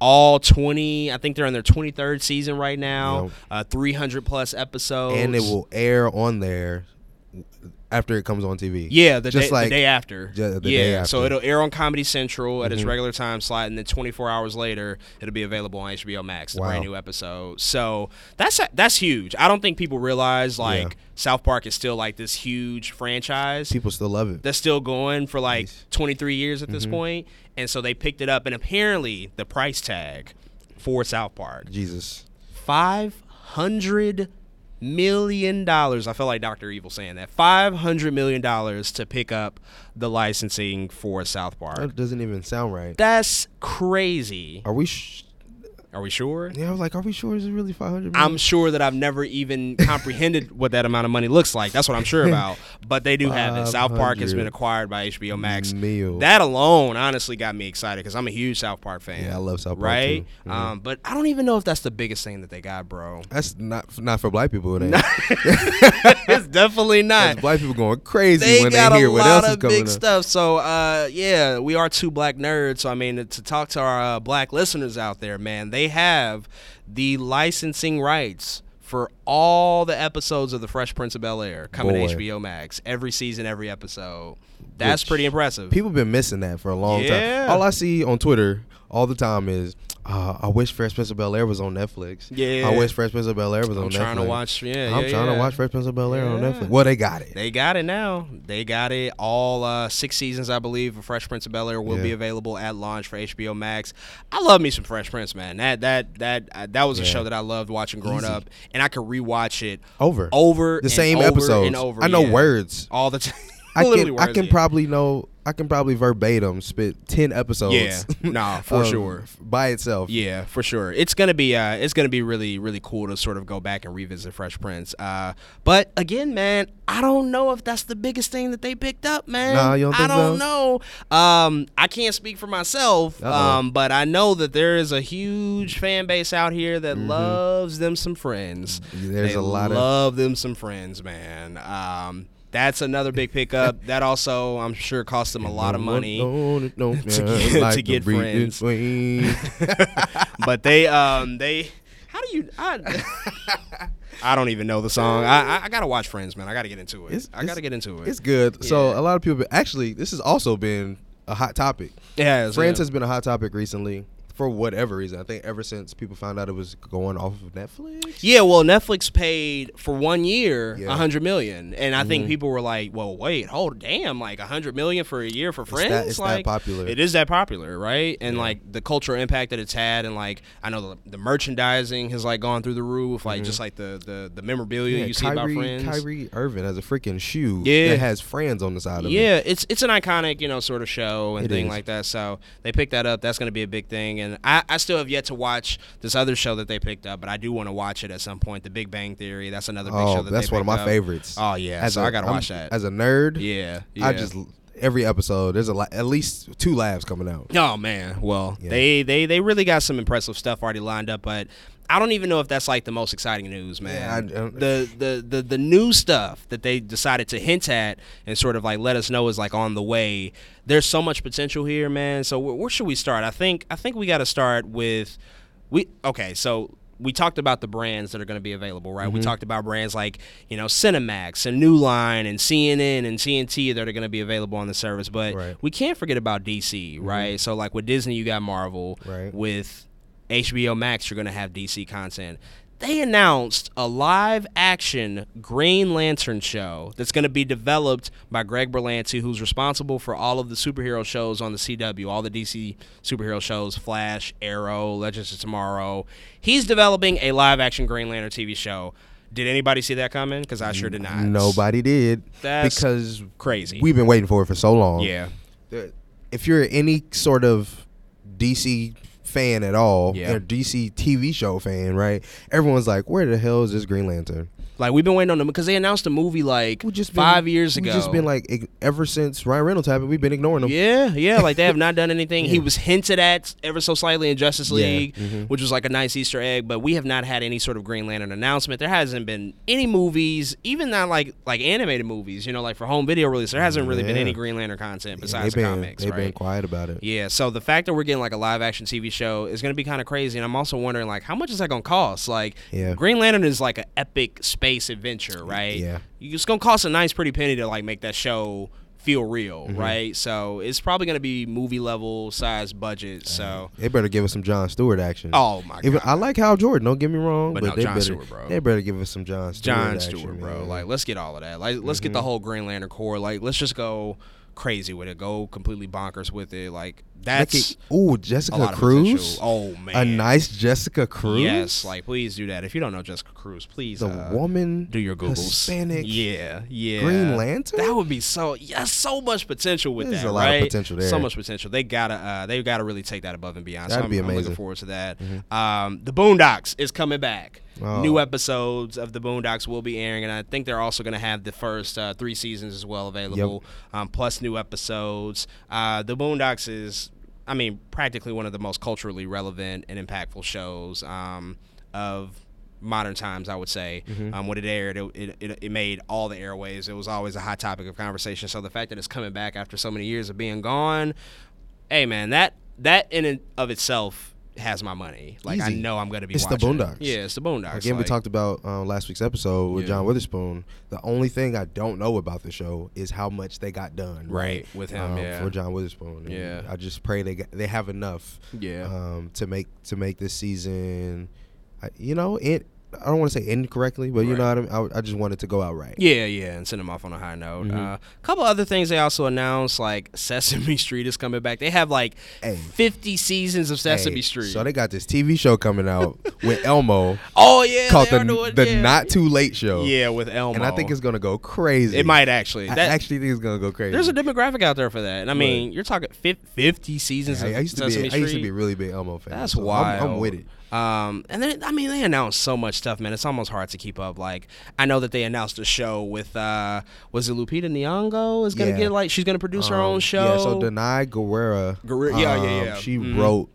[SPEAKER 2] All 20, I think they're in their 23rd season right now.
[SPEAKER 3] Yep.
[SPEAKER 2] Uh, 300 plus episodes.
[SPEAKER 3] and it will air on there after it comes on TV.
[SPEAKER 2] Yeah, the,
[SPEAKER 3] Just
[SPEAKER 2] day,
[SPEAKER 3] like-
[SPEAKER 2] the day after.
[SPEAKER 3] Ju- the
[SPEAKER 2] yeah,
[SPEAKER 3] day
[SPEAKER 2] so
[SPEAKER 3] after. Mm-hmm.
[SPEAKER 2] it'll air on Comedy Central at its regular time slot, and then 24 hours later, it'll be available on HBO Max, the
[SPEAKER 3] Wow.
[SPEAKER 2] brand new episode. So that's that's huge. I don't think people realize like South Park is still like this huge franchise
[SPEAKER 3] People still love it.
[SPEAKER 2] that's still going for like 23 years at this point, and so they picked it up, and apparently the price tag for South Park
[SPEAKER 3] Jesus.
[SPEAKER 2] five hundred million dollars. I felt like Doctor Evil saying that five hundred million dollars to pick up the licensing for South Park.
[SPEAKER 3] That doesn't even sound right.
[SPEAKER 2] That's crazy.
[SPEAKER 3] Are we? Sh-
[SPEAKER 2] Are we sure?
[SPEAKER 3] yeah, I was like, are we sure it's really five hundred?
[SPEAKER 2] I'm sure that I've never even comprehended what that amount of money looks like. That's what I'm sure about. But they do have it. South Park has been
[SPEAKER 3] 500
[SPEAKER 2] acquired by HBO Max.
[SPEAKER 3] mil.
[SPEAKER 2] That alone, honestly, got me excited because I'm a huge South Park fan.
[SPEAKER 3] Yeah, I love South Park,
[SPEAKER 2] Right?
[SPEAKER 3] too. Mm-hmm.
[SPEAKER 2] Um, but I don't even know if that's the biggest thing that they got, bro.
[SPEAKER 3] That's not not for black people. It ain't.
[SPEAKER 2] it's definitely not.
[SPEAKER 3] That's black people going crazy
[SPEAKER 2] they
[SPEAKER 3] when
[SPEAKER 2] got
[SPEAKER 3] they hear
[SPEAKER 2] a
[SPEAKER 3] what
[SPEAKER 2] lot
[SPEAKER 3] else is
[SPEAKER 2] of
[SPEAKER 3] coming
[SPEAKER 2] big
[SPEAKER 3] up.
[SPEAKER 2] stuff. So uh, yeah, we are two black nerds. So I mean, to talk to our uh, black listeners out there, man, they have the licensing rights for all the episodes of The Fresh Prince of Bel Air coming
[SPEAKER 3] Boy.
[SPEAKER 2] to HBO Max every season, every episode. That's
[SPEAKER 3] Which
[SPEAKER 2] pretty impressive.
[SPEAKER 3] People been missing that for a long
[SPEAKER 2] Yeah.
[SPEAKER 3] time. All I see on Twitter all the time is, uh, I wish Fresh Prince of Bel Air was on Netflix.
[SPEAKER 2] Yeah.
[SPEAKER 3] I wish Fresh Prince of Bel Air was
[SPEAKER 2] I'm
[SPEAKER 3] on Netflix.
[SPEAKER 2] trying to watch- yeah,
[SPEAKER 3] I'm
[SPEAKER 2] yeah,
[SPEAKER 3] trying
[SPEAKER 2] yeah.
[SPEAKER 3] to watch Fresh Prince of Bel Air on
[SPEAKER 2] Yeah.
[SPEAKER 3] Netflix. Well, they got it.
[SPEAKER 2] They got it now. They got it. All uh, six seasons, I believe, of Fresh Prince of Bel Air will be
[SPEAKER 3] Yeah.
[SPEAKER 2] available at launch for HBO Max. I love me some Fresh Prince, man. That that that uh, that was a
[SPEAKER 3] Yeah.
[SPEAKER 2] show that I loved watching growing
[SPEAKER 3] Easy.
[SPEAKER 2] up, and I could rewatch it
[SPEAKER 3] Over.
[SPEAKER 2] over
[SPEAKER 3] the
[SPEAKER 2] and
[SPEAKER 3] same
[SPEAKER 2] over
[SPEAKER 3] episodes.
[SPEAKER 2] and over.
[SPEAKER 3] I know
[SPEAKER 2] yeah.
[SPEAKER 3] words.
[SPEAKER 2] all the time.
[SPEAKER 3] I can
[SPEAKER 2] Literally
[SPEAKER 3] I
[SPEAKER 2] words,
[SPEAKER 3] can
[SPEAKER 2] yeah.
[SPEAKER 3] probably know I can probably verbatim spit ten episodes.
[SPEAKER 2] Yeah. Nah, for
[SPEAKER 3] of-
[SPEAKER 2] sure.
[SPEAKER 3] By itself.
[SPEAKER 2] Yeah, for sure. It's gonna be uh, it's gonna be really really cool to sort of go back and revisit Fresh Prince. Uh, but again, man, I don't know if that's the biggest thing that they picked up, man.
[SPEAKER 3] Nah, you don't
[SPEAKER 2] I
[SPEAKER 3] think
[SPEAKER 2] don't know. Um, I can't speak for myself.
[SPEAKER 3] Uh-oh.
[SPEAKER 2] Um, but I know that there is a huge fan base out here that loves them some friends.
[SPEAKER 3] Mm-hmm. There's
[SPEAKER 2] They
[SPEAKER 3] a lot of-
[SPEAKER 2] love them some friends, man. Um, that's another big pickup. that also, I'm sure, cost them a lot of money.
[SPEAKER 3] to
[SPEAKER 2] get- to get friends. but they um they how do you I, I don't even know the song I, I I gotta watch Friends man I gotta get into it
[SPEAKER 3] It's-
[SPEAKER 2] I gotta get into it
[SPEAKER 3] It's good. So a lot of people actually this has also been a hot topic.
[SPEAKER 2] yeah it's-
[SPEAKER 3] Friends has been a hot topic recently for whatever reason. I think ever since people found out it was going off of Netflix.
[SPEAKER 2] yeah well Netflix paid for one year a
[SPEAKER 3] Yeah. Mm-hmm.
[SPEAKER 2] hundred million and I think people were like well wait hold damn like a hundred million for a year for Friends
[SPEAKER 3] it's that
[SPEAKER 2] like
[SPEAKER 3] popular.
[SPEAKER 2] it is that popular right and like the cultural impact that it's had and like I know the, the merchandising has like gone through the roof like just like the the the memorabilia you see about
[SPEAKER 3] Mm-hmm. Kyrie,
[SPEAKER 2] Friends
[SPEAKER 3] Kyrie Irving has a freaking shoe
[SPEAKER 2] Yeah.
[SPEAKER 3] that has friends on the side of it.
[SPEAKER 2] Yeah, it's it's an iconic, you know, sort of show and
[SPEAKER 3] It
[SPEAKER 2] thing
[SPEAKER 3] is.
[SPEAKER 2] like that. So they picked that up. That's going to be a big thing. And I, I still have yet to watch this other show that they picked up, but I do want to watch it at some point. The Big Bang Theory. That's another big show.
[SPEAKER 3] Oh,
[SPEAKER 2] That
[SPEAKER 3] that's
[SPEAKER 2] they
[SPEAKER 3] one of
[SPEAKER 2] picked
[SPEAKER 3] my
[SPEAKER 2] up.
[SPEAKER 3] favorites.
[SPEAKER 2] Oh yeah,
[SPEAKER 3] As
[SPEAKER 2] so
[SPEAKER 3] I
[SPEAKER 2] I gotta watch
[SPEAKER 3] I'm-
[SPEAKER 2] that.
[SPEAKER 3] As a nerd,
[SPEAKER 2] yeah, yeah.
[SPEAKER 3] I just every episode there's a la- at least two laughs coming out.
[SPEAKER 2] Oh man, well
[SPEAKER 3] Yeah.
[SPEAKER 2] they they they really got some impressive stuff already lined up, but I don't even know if that's like the most exciting news, man.
[SPEAKER 3] Yeah, I don't-
[SPEAKER 2] the, the the the new stuff that they decided to hint at and sort of like let us know is like on the way. There's so much potential here, man. So where, where should we start? I think I think we got to start with we okay. So we talked about the brands that are going to be available, right? We talked about brands like you know Cinemax and New Line and CNN and TNT that are going to be available on the service, but
[SPEAKER 3] Right.
[SPEAKER 2] we can't forget about DC, right? So like with Disney, you got Marvel.
[SPEAKER 3] Right.
[SPEAKER 2] With HBO Max, you're gonna have DC content. They announced a live action Green Lantern show that's going to be developed by Greg Berlanti, who's responsible for all of the superhero shows on the CW, all the DC superhero shows Flash, Arrow, Legends of Tomorrow. He's developing a live action Green Lantern TV show. Did anybody see that coming? Because I sure did not.
[SPEAKER 3] Nobody did
[SPEAKER 2] That's
[SPEAKER 3] because
[SPEAKER 2] crazy.
[SPEAKER 3] We've been waiting for it for so long.
[SPEAKER 2] Yeah.
[SPEAKER 3] There- If you're any sort of DC fan at all,
[SPEAKER 2] Yeah.
[SPEAKER 3] or DC TV show fan, right? Everyone's like, "Where the hell is this Green Lantern?"
[SPEAKER 2] Like we've been waiting on them because they announced a movie like
[SPEAKER 3] We just been-
[SPEAKER 2] five years
[SPEAKER 3] we
[SPEAKER 2] ago.
[SPEAKER 3] just been like ig- ever since Ryan Reynolds happened, we've been ignoring him.
[SPEAKER 2] Yeah, yeah. Like they have not done anything. He was hinted at ever so slightly in Justice
[SPEAKER 3] Yeah, mm-hmm.
[SPEAKER 2] League, which was like a nice Easter egg. But we have not had any sort of Green Lantern announcement. There hasn't been any movies, even not like like animated movies. You know, like for home video release, there hasn't really been
[SPEAKER 3] Yeah.
[SPEAKER 2] any Green Lantern content
[SPEAKER 3] They've
[SPEAKER 2] besides
[SPEAKER 3] been
[SPEAKER 2] the comics.
[SPEAKER 3] they've
[SPEAKER 2] right?
[SPEAKER 3] been quiet about it.
[SPEAKER 2] Yeah, so the fact that we're getting like a live action TV show is going to be kind of crazy, and I'm also wondering like how much is that going to cost? Like,
[SPEAKER 3] Yeah.
[SPEAKER 2] Green Lantern is like an epic space adventure, right?
[SPEAKER 3] Yeah.
[SPEAKER 2] You- It's gonna cost a nice pretty penny to like make that show feel real,
[SPEAKER 3] Mm-hmm.
[SPEAKER 2] right? So it's probably gonna be movie level size budget. So
[SPEAKER 3] They better give us some John Stewart action.
[SPEAKER 2] Oh, my
[SPEAKER 3] Even- I like Hal Jordan. Don't get me wrong,
[SPEAKER 2] But
[SPEAKER 3] but,
[SPEAKER 2] no,
[SPEAKER 3] they
[SPEAKER 2] John
[SPEAKER 3] better
[SPEAKER 2] Stewart, bro.
[SPEAKER 3] they better give us some John Stewart.
[SPEAKER 2] John
[SPEAKER 3] action,
[SPEAKER 2] Stewart, bro.
[SPEAKER 3] man. Mm-hmm.
[SPEAKER 2] Like, let's get all of that. Like, let's get the whole Green Lantern core. Like, let's just go crazy with it. Go completely bonkers with it. Like,
[SPEAKER 3] Like
[SPEAKER 2] that's
[SPEAKER 3] it- ooh
[SPEAKER 2] a
[SPEAKER 3] Jessica
[SPEAKER 2] lot of
[SPEAKER 3] Cruz.
[SPEAKER 2] potential. Oh man,
[SPEAKER 3] A nice Jessica Cruz.
[SPEAKER 2] Yes, like please do that. If you don't know Jessica Cruz, please
[SPEAKER 3] the
[SPEAKER 2] uh,
[SPEAKER 3] woman.
[SPEAKER 2] do your googles.
[SPEAKER 3] Hispanic.
[SPEAKER 2] yeah, yeah.
[SPEAKER 3] Green Lantern?
[SPEAKER 2] That would be so. Yeah, so much potential with
[SPEAKER 3] There's
[SPEAKER 2] that.
[SPEAKER 3] a lot of
[SPEAKER 2] right?
[SPEAKER 3] potential there.
[SPEAKER 2] So much potential. They gotta. Uh, they gotta really take that above and beyond. so
[SPEAKER 3] That'd
[SPEAKER 2] I'm,
[SPEAKER 3] be
[SPEAKER 2] I'm looking
[SPEAKER 3] amazing. Mm-hmm.
[SPEAKER 2] forward to that. Um, the Boondocks is coming back.
[SPEAKER 3] Oh.
[SPEAKER 2] New episodes of the Boondocks will be airing, and I think they're also going to have the first uh, three seasons as well available, um, plus new episodes. Uh, the Boondocks is, I mean, practically one of the most culturally relevant and impactful shows um, of modern times, I would say.
[SPEAKER 3] Mm-hmm.
[SPEAKER 2] Um, when it aired, it, it, it, it made all the airwaves. It was always a hot topic of conversation. So the fact that it's coming back after so many years of being gone, hey man, that that in and of itself has my money. Like I
[SPEAKER 3] Easy.
[SPEAKER 2] know I'm gonna be.
[SPEAKER 3] It's the
[SPEAKER 2] watching it.
[SPEAKER 3] Boondocks.
[SPEAKER 2] Yeah, it's the Boondocks.
[SPEAKER 3] Again,
[SPEAKER 2] like-
[SPEAKER 3] we talked about um, last week's episode with
[SPEAKER 2] Yeah.
[SPEAKER 3] John Witherspoon. The only thing I don't know about the show is how much they got done.
[SPEAKER 2] Right, with him,
[SPEAKER 3] um,
[SPEAKER 2] yeah.
[SPEAKER 3] for John Witherspoon. And
[SPEAKER 2] Yeah.
[SPEAKER 3] I just pray they got, they have enough.
[SPEAKER 2] Yeah.
[SPEAKER 3] um, to make to make this season, I, you know, it. I don't want to say incorrectly, but you know what I mean. I, would- I just wanted to go out right.
[SPEAKER 2] Yeah, yeah, and send them off on a high note.
[SPEAKER 3] Mm-hmm.
[SPEAKER 2] A couple other things they also announced, like Sesame Street is coming back. They have like
[SPEAKER 3] Hey.
[SPEAKER 2] 50 seasons of
[SPEAKER 3] Hey,
[SPEAKER 2] Sesame Street.
[SPEAKER 3] So they got this TV show coming out with Elmo
[SPEAKER 2] oh yeah,
[SPEAKER 3] called
[SPEAKER 2] they
[SPEAKER 3] the
[SPEAKER 2] are doing,
[SPEAKER 3] the
[SPEAKER 2] yeah.
[SPEAKER 3] Not Too Late Show.
[SPEAKER 2] Yeah, with Elmo.
[SPEAKER 3] and I think it's gonna go crazy.
[SPEAKER 2] it might actually.
[SPEAKER 3] I
[SPEAKER 2] That-
[SPEAKER 3] actually think it's gonna go crazy.
[SPEAKER 2] there's a demographic out there for that, and I mean, you're talking fif- 50 seasons
[SPEAKER 3] I,
[SPEAKER 2] of
[SPEAKER 3] I used to be.
[SPEAKER 2] Sesame
[SPEAKER 3] I
[SPEAKER 2] Street.
[SPEAKER 3] used to be a really big Elmo fan.
[SPEAKER 2] That's
[SPEAKER 3] so I'm-
[SPEAKER 2] wild.
[SPEAKER 3] I'm, with it.
[SPEAKER 2] Um, and then I mean, they announced so much stuff, man. It's almost hard to keep up. Like I know that they announced a show with uh, was it Lupita Nyong'o is gonna
[SPEAKER 3] Yeah.
[SPEAKER 2] get like she's gonna produce her own
[SPEAKER 3] Um,
[SPEAKER 2] show.
[SPEAKER 3] Yeah. So Denai Guerrera.
[SPEAKER 2] Guerre- yeah, yeah,
[SPEAKER 3] um,
[SPEAKER 2] yeah.
[SPEAKER 3] She
[SPEAKER 2] Mhm.
[SPEAKER 3] wrote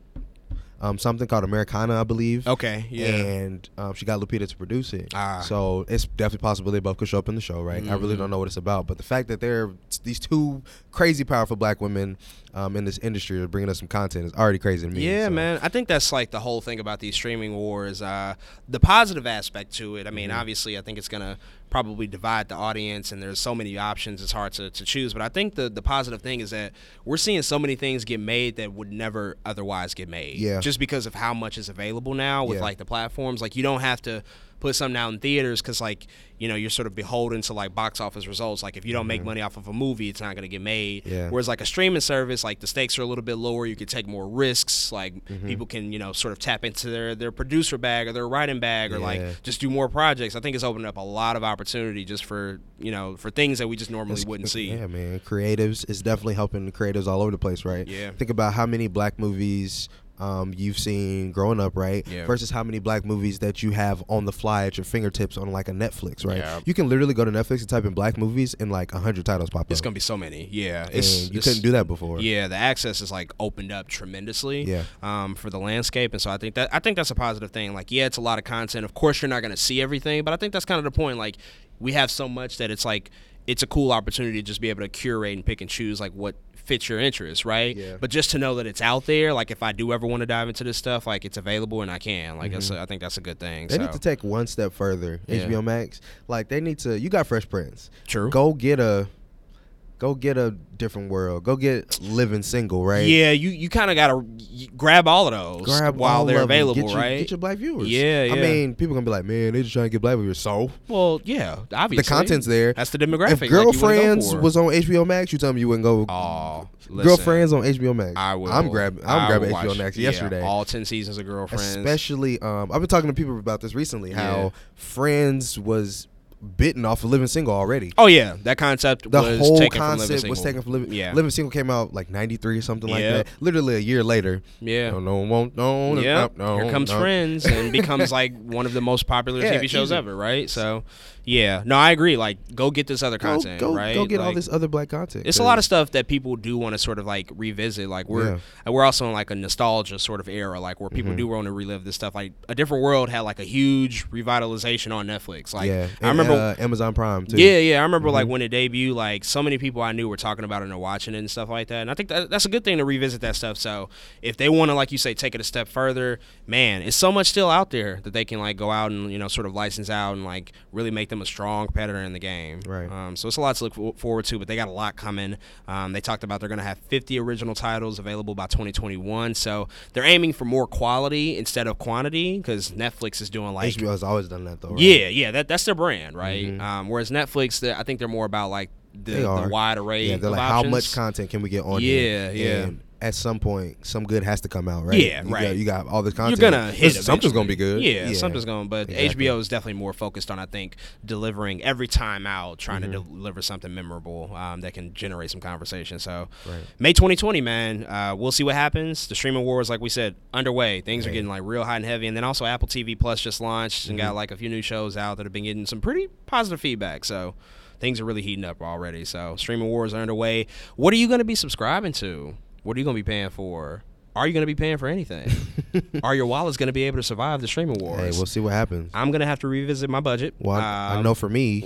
[SPEAKER 3] um, something called Americana, I believe.
[SPEAKER 2] okay, yeah.
[SPEAKER 3] And um, she got Lupita to produce it.
[SPEAKER 2] Ah. Mm-hmm.
[SPEAKER 3] So it's definitely possible they both could show up in the show, right? I really don't know what it's about, but the fact that they're these two crazy powerful black women um, in this industry are bringing us some content is already crazy to me.
[SPEAKER 2] Yeah,
[SPEAKER 3] so.
[SPEAKER 2] man. I think that's like the whole thing about these streaming wars. Uh, the positive aspect to it. I
[SPEAKER 3] Mm-hmm.
[SPEAKER 2] mean, obviously, I think it's gonna probably divide the audience, and there's so many options. It's hard to, to choose. But I think the the positive thing is that we're seeing so many things get made that would never otherwise get made.
[SPEAKER 3] Yeah.
[SPEAKER 2] Just because of how much is available now with
[SPEAKER 3] Yeah.
[SPEAKER 2] like the platforms. Like you don't have to put something out in theaters because like you know you're sort of beholden to like box office results like if you don't
[SPEAKER 3] Mm-hmm.
[SPEAKER 2] make money off of a movie it's not going to get made
[SPEAKER 3] Yeah.
[SPEAKER 2] Whereas like a streaming service, like the stakes are a little bit lower. You can take more risks. Like
[SPEAKER 3] Mm-hmm.
[SPEAKER 2] people can, you know, sort of tap into their their producer bag or their writing bag, or
[SPEAKER 3] Yeah.
[SPEAKER 2] like just do more projects. I think it's opened up a lot of opportunity just for you know for things that we just normally wouldn't see.
[SPEAKER 3] Yeah, man. Creatives is definitely helping the creatives all over the place, right?
[SPEAKER 2] Yeah.
[SPEAKER 3] Think about how many black movies um, you've seen growing up, right?
[SPEAKER 2] Yeah.
[SPEAKER 3] Versus how many black movies that you have on the fly at your fingertips on like a Netflix, right?
[SPEAKER 2] Yeah.
[SPEAKER 3] You can literally go to Netflix and type in black movies and like hundred titles pop
[SPEAKER 2] It's
[SPEAKER 3] up.
[SPEAKER 2] gonna be so many. Yeah,
[SPEAKER 3] And
[SPEAKER 2] it's,
[SPEAKER 3] you
[SPEAKER 2] it's-
[SPEAKER 3] couldn't do that before.
[SPEAKER 2] Yeah, the access is like opened up tremendously.
[SPEAKER 3] Yeah.
[SPEAKER 2] Um, for the landscape, and so I think that I think that's a positive thing. Like, yeah, it's a lot of content. Of course, you're not gonna see everything, but I think that's kind of the point. Like, we have so much that it's like it's a cool opportunity to just be able to curate and pick and choose like what fits your interests, right?
[SPEAKER 3] Yeah.
[SPEAKER 2] But just to know that it's out there, like if I do ever want to dive into this stuff, like it's available and I can. Like, that's a, I think that's a good thing.
[SPEAKER 3] Mm-hmm. They
[SPEAKER 2] so.
[SPEAKER 3] need to take one step further.
[SPEAKER 2] Yeah.
[SPEAKER 3] HBO Max, like they need to. You got Fresh Prince.
[SPEAKER 2] True.
[SPEAKER 3] Go get a, go get a different world. Go get Living Single, right?
[SPEAKER 2] yeah, you, you kind of gotta y- grab all of those
[SPEAKER 3] grab
[SPEAKER 2] while
[SPEAKER 3] all
[SPEAKER 2] they're
[SPEAKER 3] of 'em.
[SPEAKER 2] available,
[SPEAKER 3] get your,
[SPEAKER 2] right?
[SPEAKER 3] Get your black viewers.
[SPEAKER 2] Yeah, yeah.
[SPEAKER 3] I mean, people gonna be like, man, they just trying to get black viewers. So
[SPEAKER 2] well, yeah, obviously
[SPEAKER 3] the content's there.
[SPEAKER 2] That's the
[SPEAKER 3] if
[SPEAKER 2] demographic. like, you wanna go
[SPEAKER 3] girlfriends
[SPEAKER 2] for.
[SPEAKER 3] was on HBO Max, you tell me you wouldn't go.
[SPEAKER 2] Oh, listen,
[SPEAKER 3] girlfriends on HBO Max.
[SPEAKER 2] I will.
[SPEAKER 3] I'm grabbing.
[SPEAKER 2] I
[SPEAKER 3] I'm grabbing
[SPEAKER 2] will
[SPEAKER 3] HBO
[SPEAKER 2] watch-
[SPEAKER 3] Max
[SPEAKER 2] yeah,
[SPEAKER 3] yesterday.
[SPEAKER 2] all ten seasons of Girlfriends.
[SPEAKER 3] Especially, um, I've been talking to people about this recently. How
[SPEAKER 2] Yeah.
[SPEAKER 3] Friends was bitten off of Living Single already.
[SPEAKER 2] oh yeah, that concept.
[SPEAKER 3] the
[SPEAKER 2] was
[SPEAKER 3] whole
[SPEAKER 2] taken from Living
[SPEAKER 3] concept was
[SPEAKER 2] Single.
[SPEAKER 3] taken from Living.
[SPEAKER 2] Yeah.
[SPEAKER 3] Living Single came out like '93 or something
[SPEAKER 2] Yeah.
[SPEAKER 3] like that. Literally a year later.
[SPEAKER 2] Yeah.
[SPEAKER 3] No, no, won't, no, no,
[SPEAKER 2] yeah,
[SPEAKER 3] no,
[SPEAKER 2] here comes
[SPEAKER 3] no.
[SPEAKER 2] Friends and becomes like one of the most popular
[SPEAKER 3] Yeah,
[SPEAKER 2] TV shows
[SPEAKER 3] easy.
[SPEAKER 2] ever, right? So, yeah, no, I agree. Like, go get this other
[SPEAKER 3] Go,
[SPEAKER 2] content,
[SPEAKER 3] go,
[SPEAKER 2] right?
[SPEAKER 3] go get all
[SPEAKER 2] Like,
[SPEAKER 3] this other black content.
[SPEAKER 2] It's a lot of stuff that people do want to sort of like revisit. Like we're
[SPEAKER 3] Yeah. Mm-hmm.
[SPEAKER 2] and we're also in like a nostalgia sort of era, like where people do want to relive this stuff. Like a different world had like a huge revitalization on Netflix. Like I
[SPEAKER 3] Yeah, and
[SPEAKER 2] remember remember-
[SPEAKER 3] uh, Amazon Prime too. Mm-hmm.
[SPEAKER 2] Yeah, yeah. I remember like when it debuted, like so many people I knew were talking about it and watching it and stuff like that. And I think that, that's a good thing to revisit that stuff. So if they want to, like you say, take it a step further, man, it's so much still out there that they can like go out and you know sort of license out and like really make them a strong competitor in the game.
[SPEAKER 3] Right.
[SPEAKER 2] Um, so it's a lot to look for- forward to, but they got a lot coming. Um, they talked about they're going to have 50 original titles available by 2021. So they're aiming for more quality instead of quantity because Netflix is doing like
[SPEAKER 3] HBO has always done that though. Right? Mm-hmm.
[SPEAKER 2] yeah, yeah, that that's their brand, right? Um, whereas Netflix, they're- I think they're more about like the,
[SPEAKER 3] They
[SPEAKER 2] the
[SPEAKER 3] are.
[SPEAKER 2] wide array.
[SPEAKER 3] Yeah, they're
[SPEAKER 2] of
[SPEAKER 3] like, how
[SPEAKER 2] options.
[SPEAKER 3] much content can we get on?
[SPEAKER 2] Yeah,
[SPEAKER 3] here?
[SPEAKER 2] yeah.
[SPEAKER 3] And at some point, some good has to come out, right?
[SPEAKER 2] Yeah,
[SPEAKER 3] you
[SPEAKER 2] right.
[SPEAKER 3] Got, you got all this
[SPEAKER 2] You're
[SPEAKER 3] content.
[SPEAKER 2] gonna hit
[SPEAKER 3] Listen, Something's gonna be good.
[SPEAKER 2] eventually. Yeah, something's gonna. But
[SPEAKER 3] Exactly.
[SPEAKER 2] HBO is definitely more focused on, I think, delivering every time out, trying to deliver something memorable um, that can generate some conversation. So, May 2020, man, uh, we'll see what happens. The streaming wars, like we said, underway. Things are getting like real hot and heavy. And then also Apple TV Plus just launched and got like a few new shows out that have been getting some pretty positive feedback. So. Things are really heating up already. So, streaming wars are underway. What are you going to be subscribing to? What are you going to be paying for? Are you going to be paying for anything? are your wallets going to be able to survive the streaming wars?
[SPEAKER 3] Hey, we'll see what happens.
[SPEAKER 2] I'm going to have to revisit my budget.
[SPEAKER 3] Well, I, I
[SPEAKER 2] Um,
[SPEAKER 3] know for me,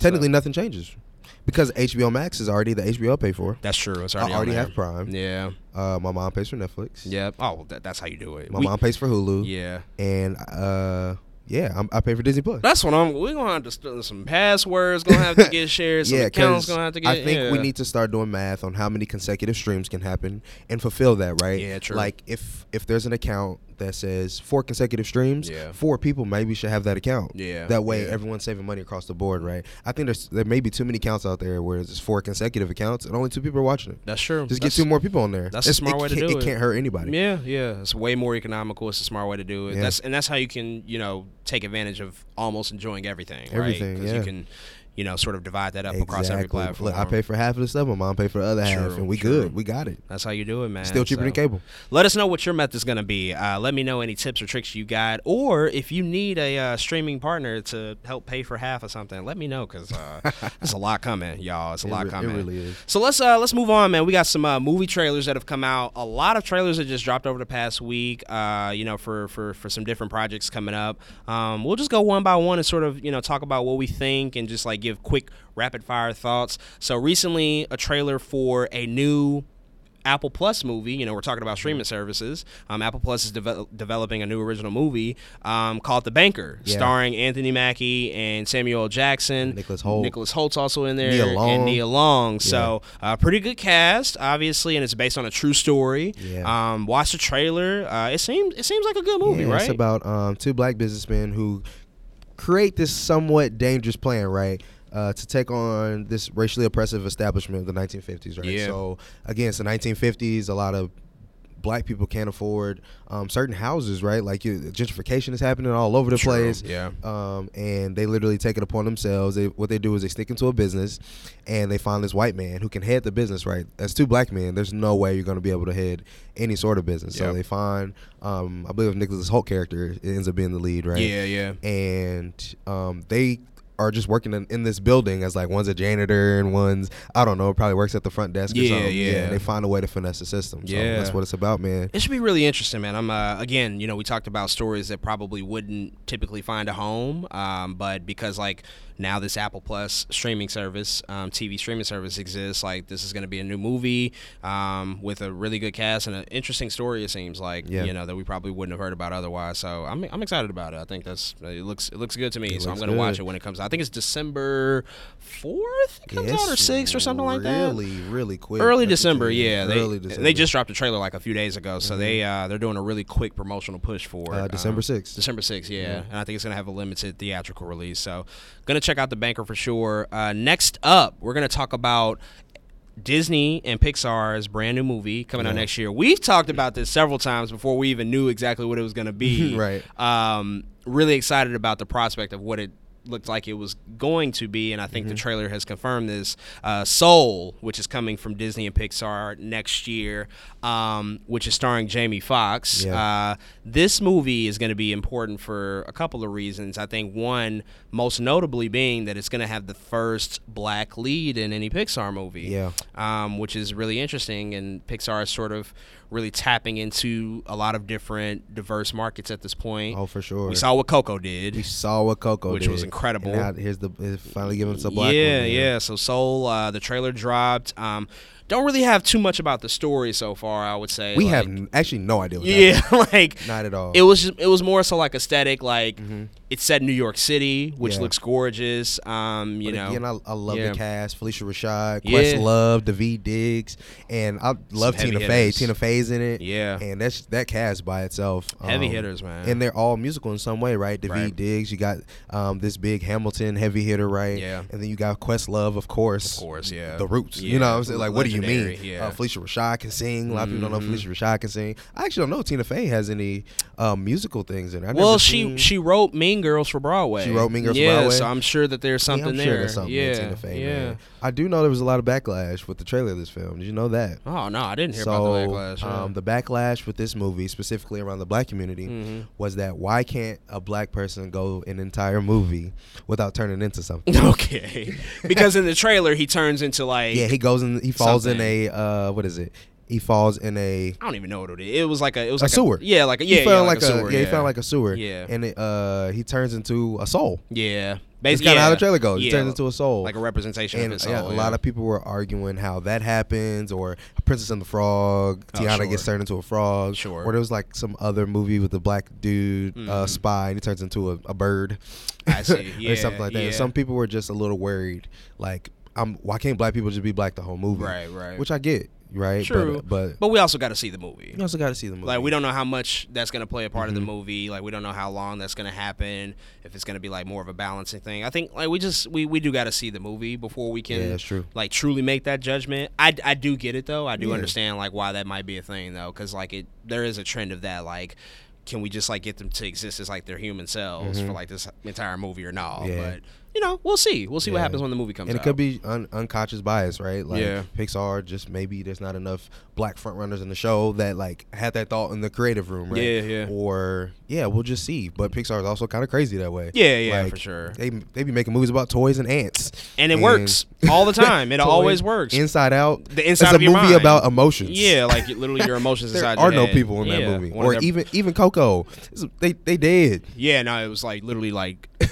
[SPEAKER 3] technically nothing changes because HBO Max is already the HBO I pay for.
[SPEAKER 2] That's true. It's already on
[SPEAKER 3] I already
[SPEAKER 2] there.
[SPEAKER 3] have Prime.
[SPEAKER 2] Yeah.
[SPEAKER 3] Uh, my mom pays for Netflix.
[SPEAKER 2] Yeah. Oh, well, that, that's how you do it.
[SPEAKER 3] My
[SPEAKER 2] We-
[SPEAKER 3] mom pays for Hulu.
[SPEAKER 2] Yeah.
[SPEAKER 3] And uh, yeah, I'm, I pay for Disney Plus.
[SPEAKER 2] That's what I'm. We're gonna have to st- some passwords. Gonna have to get shared. Some
[SPEAKER 3] yeah,
[SPEAKER 2] accounts
[SPEAKER 3] because
[SPEAKER 2] gonna have to get.
[SPEAKER 3] I think we
[SPEAKER 2] yeah.
[SPEAKER 3] need to start doing math on how many consecutive streams can happen and fulfill that, right?
[SPEAKER 2] Yeah, true.
[SPEAKER 3] Like if if there's an account that says four consecutive streams,
[SPEAKER 2] Yeah.
[SPEAKER 3] four people maybe should have that account.
[SPEAKER 2] Yeah,
[SPEAKER 3] That way
[SPEAKER 2] yeah.
[SPEAKER 3] everyone's saving money across the board, right? I think there's there may be too many accounts out there where there's four consecutive accounts and only two people are watching it.
[SPEAKER 2] That's true.
[SPEAKER 3] Just
[SPEAKER 2] That's-
[SPEAKER 3] get two more people on there.
[SPEAKER 2] that's a smart
[SPEAKER 3] it
[SPEAKER 2] way to
[SPEAKER 3] can't-
[SPEAKER 2] do it.
[SPEAKER 3] can't hurt anybody.
[SPEAKER 2] Yeah, yeah. It's way more economical. It's a smart way to do it.
[SPEAKER 3] Yeah.
[SPEAKER 2] That's and that's how you can, you know, take advantage of almost enjoying everything.
[SPEAKER 3] Everything,
[SPEAKER 2] Because you
[SPEAKER 3] yeah.
[SPEAKER 2] can, you know, sort of divide that up across every platform.
[SPEAKER 3] Look, I pay for half of the stuff. My mom pay for the other half,
[SPEAKER 2] True,
[SPEAKER 3] and we
[SPEAKER 2] true.
[SPEAKER 3] good. We got it.
[SPEAKER 2] That's how you do it, man.
[SPEAKER 3] Still cheaper than cable.
[SPEAKER 2] Let us know what your method's going to be. Uh, let me know any tips or tricks you got, or if you need a uh, streaming partner to help pay for half of something. Let me know because uh, there's a lot coming, y'all. It's a lot
[SPEAKER 3] re- it
[SPEAKER 2] coming.
[SPEAKER 3] really is.
[SPEAKER 2] So let's uh, let's move on, man. We got some uh, movie trailers that have come out. A lot of trailers that just dropped over the past week. Uh, you know, for for for some different projects coming up. Um, we'll just go one by one and sort of you know talk about what we think and just like give quick rapid fire thoughts. So recently, a trailer for a new Apple Plus movie. You know, we're talking about
[SPEAKER 3] Mm-hmm.
[SPEAKER 2] streaming services. Um, Apple Plus is devel- developing a new original movie um, called The Banker,
[SPEAKER 3] Yeah.
[SPEAKER 2] starring Anthony Mackie and Samuel L. Jackson.
[SPEAKER 3] Nicholas Hoult.
[SPEAKER 2] Nicholas Holt's also in there.
[SPEAKER 3] Nia
[SPEAKER 2] And
[SPEAKER 3] Long.
[SPEAKER 2] Nia Long. So, uh, pretty good cast, obviously, and it's based on a true story.
[SPEAKER 3] Yeah.
[SPEAKER 2] Um, watch the trailer. Uh, it seems it seems like a good movie,
[SPEAKER 3] Yeah,
[SPEAKER 2] right?
[SPEAKER 3] It's about um, two black businessmen who create this somewhat dangerous plan, right? Uh, to take on this racially oppressive establishment of the 1950s, right?
[SPEAKER 2] Yeah.
[SPEAKER 3] So again, it's the 1950s. A lot of black people can't afford um, certain houses, right? Like you, gentrification is happening all over the
[SPEAKER 2] True,
[SPEAKER 3] place.
[SPEAKER 2] yeah.
[SPEAKER 3] Um, and they literally take it upon themselves. They, what they do is they stick into a business, and they find this white man who can head the business, right? As two black men, there's no way you're going to be able to head any sort of business.
[SPEAKER 2] Yeah.
[SPEAKER 3] So they find, um, I believe Nicholas Holt character ends up being the lead, right?
[SPEAKER 2] Yeah, yeah.
[SPEAKER 3] And um, they are just working in, in this building as like one's a janitor and one's I don't know, probably works at the front desk.
[SPEAKER 2] Yeah,
[SPEAKER 3] or something.
[SPEAKER 2] yeah.
[SPEAKER 3] They find a way to finesse the system. So
[SPEAKER 2] Yeah.
[SPEAKER 3] that's what it's about, man.
[SPEAKER 2] It should be really interesting, man. I'm uh, again, you know, we talked about stories that probably wouldn't typically find a home, um, but because like now this Apple Plus streaming service, um, TV streaming service exists, like this is going to be a new movie um, with a really good cast and an interesting story. It seems like
[SPEAKER 3] Yeah.
[SPEAKER 2] you know that we probably wouldn't have heard about otherwise. So I'm, I'm excited about it. I think that's it looks it looks good to me. so I'm
[SPEAKER 3] looks
[SPEAKER 2] going to watch
[SPEAKER 3] good.
[SPEAKER 2] it when it comes out. I think it's December fourth. It comes out or
[SPEAKER 3] It's
[SPEAKER 2] sixth or something like that
[SPEAKER 3] Really, really quick.
[SPEAKER 2] early
[SPEAKER 3] That's what
[SPEAKER 2] December.
[SPEAKER 3] you mean.
[SPEAKER 2] Yeah, they,
[SPEAKER 3] early December. Mm-hmm.
[SPEAKER 2] They just dropped a trailer like a few days ago, so they uh, they're doing a really quick promotional push for it.
[SPEAKER 3] Uh, December
[SPEAKER 2] Um,
[SPEAKER 3] 6th.
[SPEAKER 2] December sixth, yeah. and I think it's gonna have a limited theatrical release. So, gonna check out the Banker for sure. Uh, next up, we're gonna talk about. Disney and Pixar's brand new movie coming out next year. We've talked about this several times before we even knew exactly what it was going to be.
[SPEAKER 3] Right.
[SPEAKER 2] Um, really excited about the prospect of what it looked like it was going to be, and I think the trailer has confirmed this. Uh, Soul, which is coming from Disney and Pixar next year, um, which is starring Jamie Foxx.
[SPEAKER 3] Yeah.
[SPEAKER 2] Uh, this movie is going to be important for a couple of reasons. I think one, most notably, being that it's going to have the first black lead in any Pixar movie
[SPEAKER 3] Yeah.
[SPEAKER 2] um, which is really interesting. And Pixar is sort of really tapping into a lot of different diverse markets at this point.
[SPEAKER 3] Oh, for sure.
[SPEAKER 2] We saw what Coco did,
[SPEAKER 3] saw what Coco
[SPEAKER 2] which
[SPEAKER 3] did.
[SPEAKER 2] was incredible.
[SPEAKER 3] And now here's the it's finally giving us a black
[SPEAKER 2] yeah,
[SPEAKER 3] one. man.
[SPEAKER 2] yeah. So Soul, uh, the trailer dropped. Um, don't really have too much about the story so far. I would say
[SPEAKER 3] We
[SPEAKER 2] like-
[SPEAKER 3] have n- actually no idea. What that
[SPEAKER 2] Yeah, like
[SPEAKER 3] Not at all. Mm-hmm.
[SPEAKER 2] It was just, it was more so like aesthetic. Like it's set in New York City, which
[SPEAKER 3] Yeah.
[SPEAKER 2] looks gorgeous. Um, you
[SPEAKER 3] But
[SPEAKER 2] know,
[SPEAKER 3] again, I, I love
[SPEAKER 2] Yeah.
[SPEAKER 3] the cast: Felicia Rashad,
[SPEAKER 2] Yeah.
[SPEAKER 3] Quest Love, David Diggs, and I love
[SPEAKER 2] heavy
[SPEAKER 3] Tina Fey.
[SPEAKER 2] hitters.
[SPEAKER 3] Tina Fey's in it,
[SPEAKER 2] Yeah.
[SPEAKER 3] and that's that cast by itself. um,
[SPEAKER 2] Heavy hitters, man.
[SPEAKER 3] and they're all musical in some way, right? David
[SPEAKER 2] Right.
[SPEAKER 3] Diggs, you got um, this big Hamilton heavy hitter, right?
[SPEAKER 2] Yeah.
[SPEAKER 3] and then you got Quest Love, of course,
[SPEAKER 2] Of course, yeah.
[SPEAKER 3] the Roots.
[SPEAKER 2] Yeah.
[SPEAKER 3] You know, what I'm saying like, what do you mean?
[SPEAKER 2] Legendary, yeah. Mm-hmm.
[SPEAKER 3] Uh, Felicia Rashad can sing. A lot of people don't know Felicia Rashad can sing. I actually don't know if Tina Fey has any um, musical things in. it. I've
[SPEAKER 2] Well,
[SPEAKER 3] never
[SPEAKER 2] she
[SPEAKER 3] seen-
[SPEAKER 2] she wrote Mean Girls for Broadway.
[SPEAKER 3] She wrote Mean Girls for
[SPEAKER 2] yeah,
[SPEAKER 3] Broadway?
[SPEAKER 2] so I'm sure that there's something
[SPEAKER 3] Yeah, I'm
[SPEAKER 2] there.
[SPEAKER 3] sure there's something
[SPEAKER 2] yeah,
[SPEAKER 3] in Tina Fey,
[SPEAKER 2] yeah.
[SPEAKER 3] man. I do know there was a lot of backlash with the trailer of this film. Did you know that?
[SPEAKER 2] Oh no, I didn't hear
[SPEAKER 3] so,
[SPEAKER 2] about the backlash. yeah.
[SPEAKER 3] um, the backlash with this movie, specifically around the black community,
[SPEAKER 2] Mm-hmm.
[SPEAKER 3] was that why can't a black person go an entire movie without turning into something?
[SPEAKER 2] Okay, because in the trailer he turns into like
[SPEAKER 3] yeah, he goes and he falls
[SPEAKER 2] Something.
[SPEAKER 3] in a uh, what is it? He falls in a
[SPEAKER 2] I don't even know what it is. It was like a it was
[SPEAKER 3] a
[SPEAKER 2] like
[SPEAKER 3] sewer.
[SPEAKER 2] yeah, like a, yeah,
[SPEAKER 3] he fell
[SPEAKER 2] yeah,
[SPEAKER 3] like, a,
[SPEAKER 2] sewer,
[SPEAKER 3] yeah,
[SPEAKER 2] yeah,
[SPEAKER 3] he found like a sewer.
[SPEAKER 2] Yeah.
[SPEAKER 3] and it, uh, he turns into a soul.
[SPEAKER 2] yeah.
[SPEAKER 3] It's
[SPEAKER 2] Basically,
[SPEAKER 3] kind of
[SPEAKER 2] yeah.
[SPEAKER 3] how the trailer goes. He
[SPEAKER 2] Yeah,
[SPEAKER 3] turns into a soul.
[SPEAKER 2] like a representation of
[SPEAKER 3] and
[SPEAKER 2] his
[SPEAKER 3] yeah,
[SPEAKER 2] soul,
[SPEAKER 3] a lot of people were arguing how that happens, or Princess and the Frog, Tiana
[SPEAKER 2] Oh, sure.
[SPEAKER 3] gets turned into a frog.
[SPEAKER 2] Sure. Mm-hmm.
[SPEAKER 3] Or there was like some other movie with the black dude uh, spy, and he turns into a, a bird,
[SPEAKER 2] I see. Yeah,
[SPEAKER 3] or something like that.
[SPEAKER 2] yeah.
[SPEAKER 3] And some people were just a little worried, like, I'm, why can't black people just be black the whole movie?
[SPEAKER 2] Right, right.
[SPEAKER 3] Which I get, right?
[SPEAKER 2] true,
[SPEAKER 3] But, but
[SPEAKER 2] but we also got to see the movie.
[SPEAKER 3] you also got to see the movie. Mm-hmm.
[SPEAKER 2] Like we don't know how much that's gonna play a part of the movie. Like we don't know how long that's gonna happen. If it's gonna be like more of a balancing thing. I think like we just we, we do gotta see the movie before we can
[SPEAKER 3] Yeah, that's true.
[SPEAKER 2] like truly make that judgment. I, I do get it though. I do
[SPEAKER 3] Yeah.
[SPEAKER 2] understand like why that might be a thing though, because like it there is a trend of that like. Can we just like get them to exist as like their human selves for like this entire movie or not?
[SPEAKER 3] Mm-hmm. Yeah.
[SPEAKER 2] But you know, we'll see. We'll see what
[SPEAKER 3] Yeah.
[SPEAKER 2] happens when the movie comes
[SPEAKER 3] and
[SPEAKER 2] out.
[SPEAKER 3] it could be un- unconscious bias, right? Like
[SPEAKER 2] Yeah.
[SPEAKER 3] Pixar, just maybe there's not enough black front runners in the show that like had that thought in the creative room, right?
[SPEAKER 2] Yeah, yeah.
[SPEAKER 3] Or yeah, we'll just see. But Pixar is also kind of crazy that way.
[SPEAKER 2] Yeah, yeah, for sure.
[SPEAKER 3] They they be making movies about toys and ants,
[SPEAKER 2] And it works all the time. It
[SPEAKER 3] Toys,
[SPEAKER 2] always works.
[SPEAKER 3] Inside Out,
[SPEAKER 2] The inside
[SPEAKER 3] it's a
[SPEAKER 2] of your
[SPEAKER 3] movie
[SPEAKER 2] mind.
[SPEAKER 3] about emotions.
[SPEAKER 2] yeah, like literally your emotions
[SPEAKER 3] There
[SPEAKER 2] inside.
[SPEAKER 3] are
[SPEAKER 2] your
[SPEAKER 3] no
[SPEAKER 2] head.
[SPEAKER 3] people in that
[SPEAKER 2] Yeah,
[SPEAKER 3] movie,
[SPEAKER 2] one
[SPEAKER 3] or
[SPEAKER 2] of their-
[SPEAKER 3] even even Coco. It's- They they dead.
[SPEAKER 2] Yeah, no, it was like literally like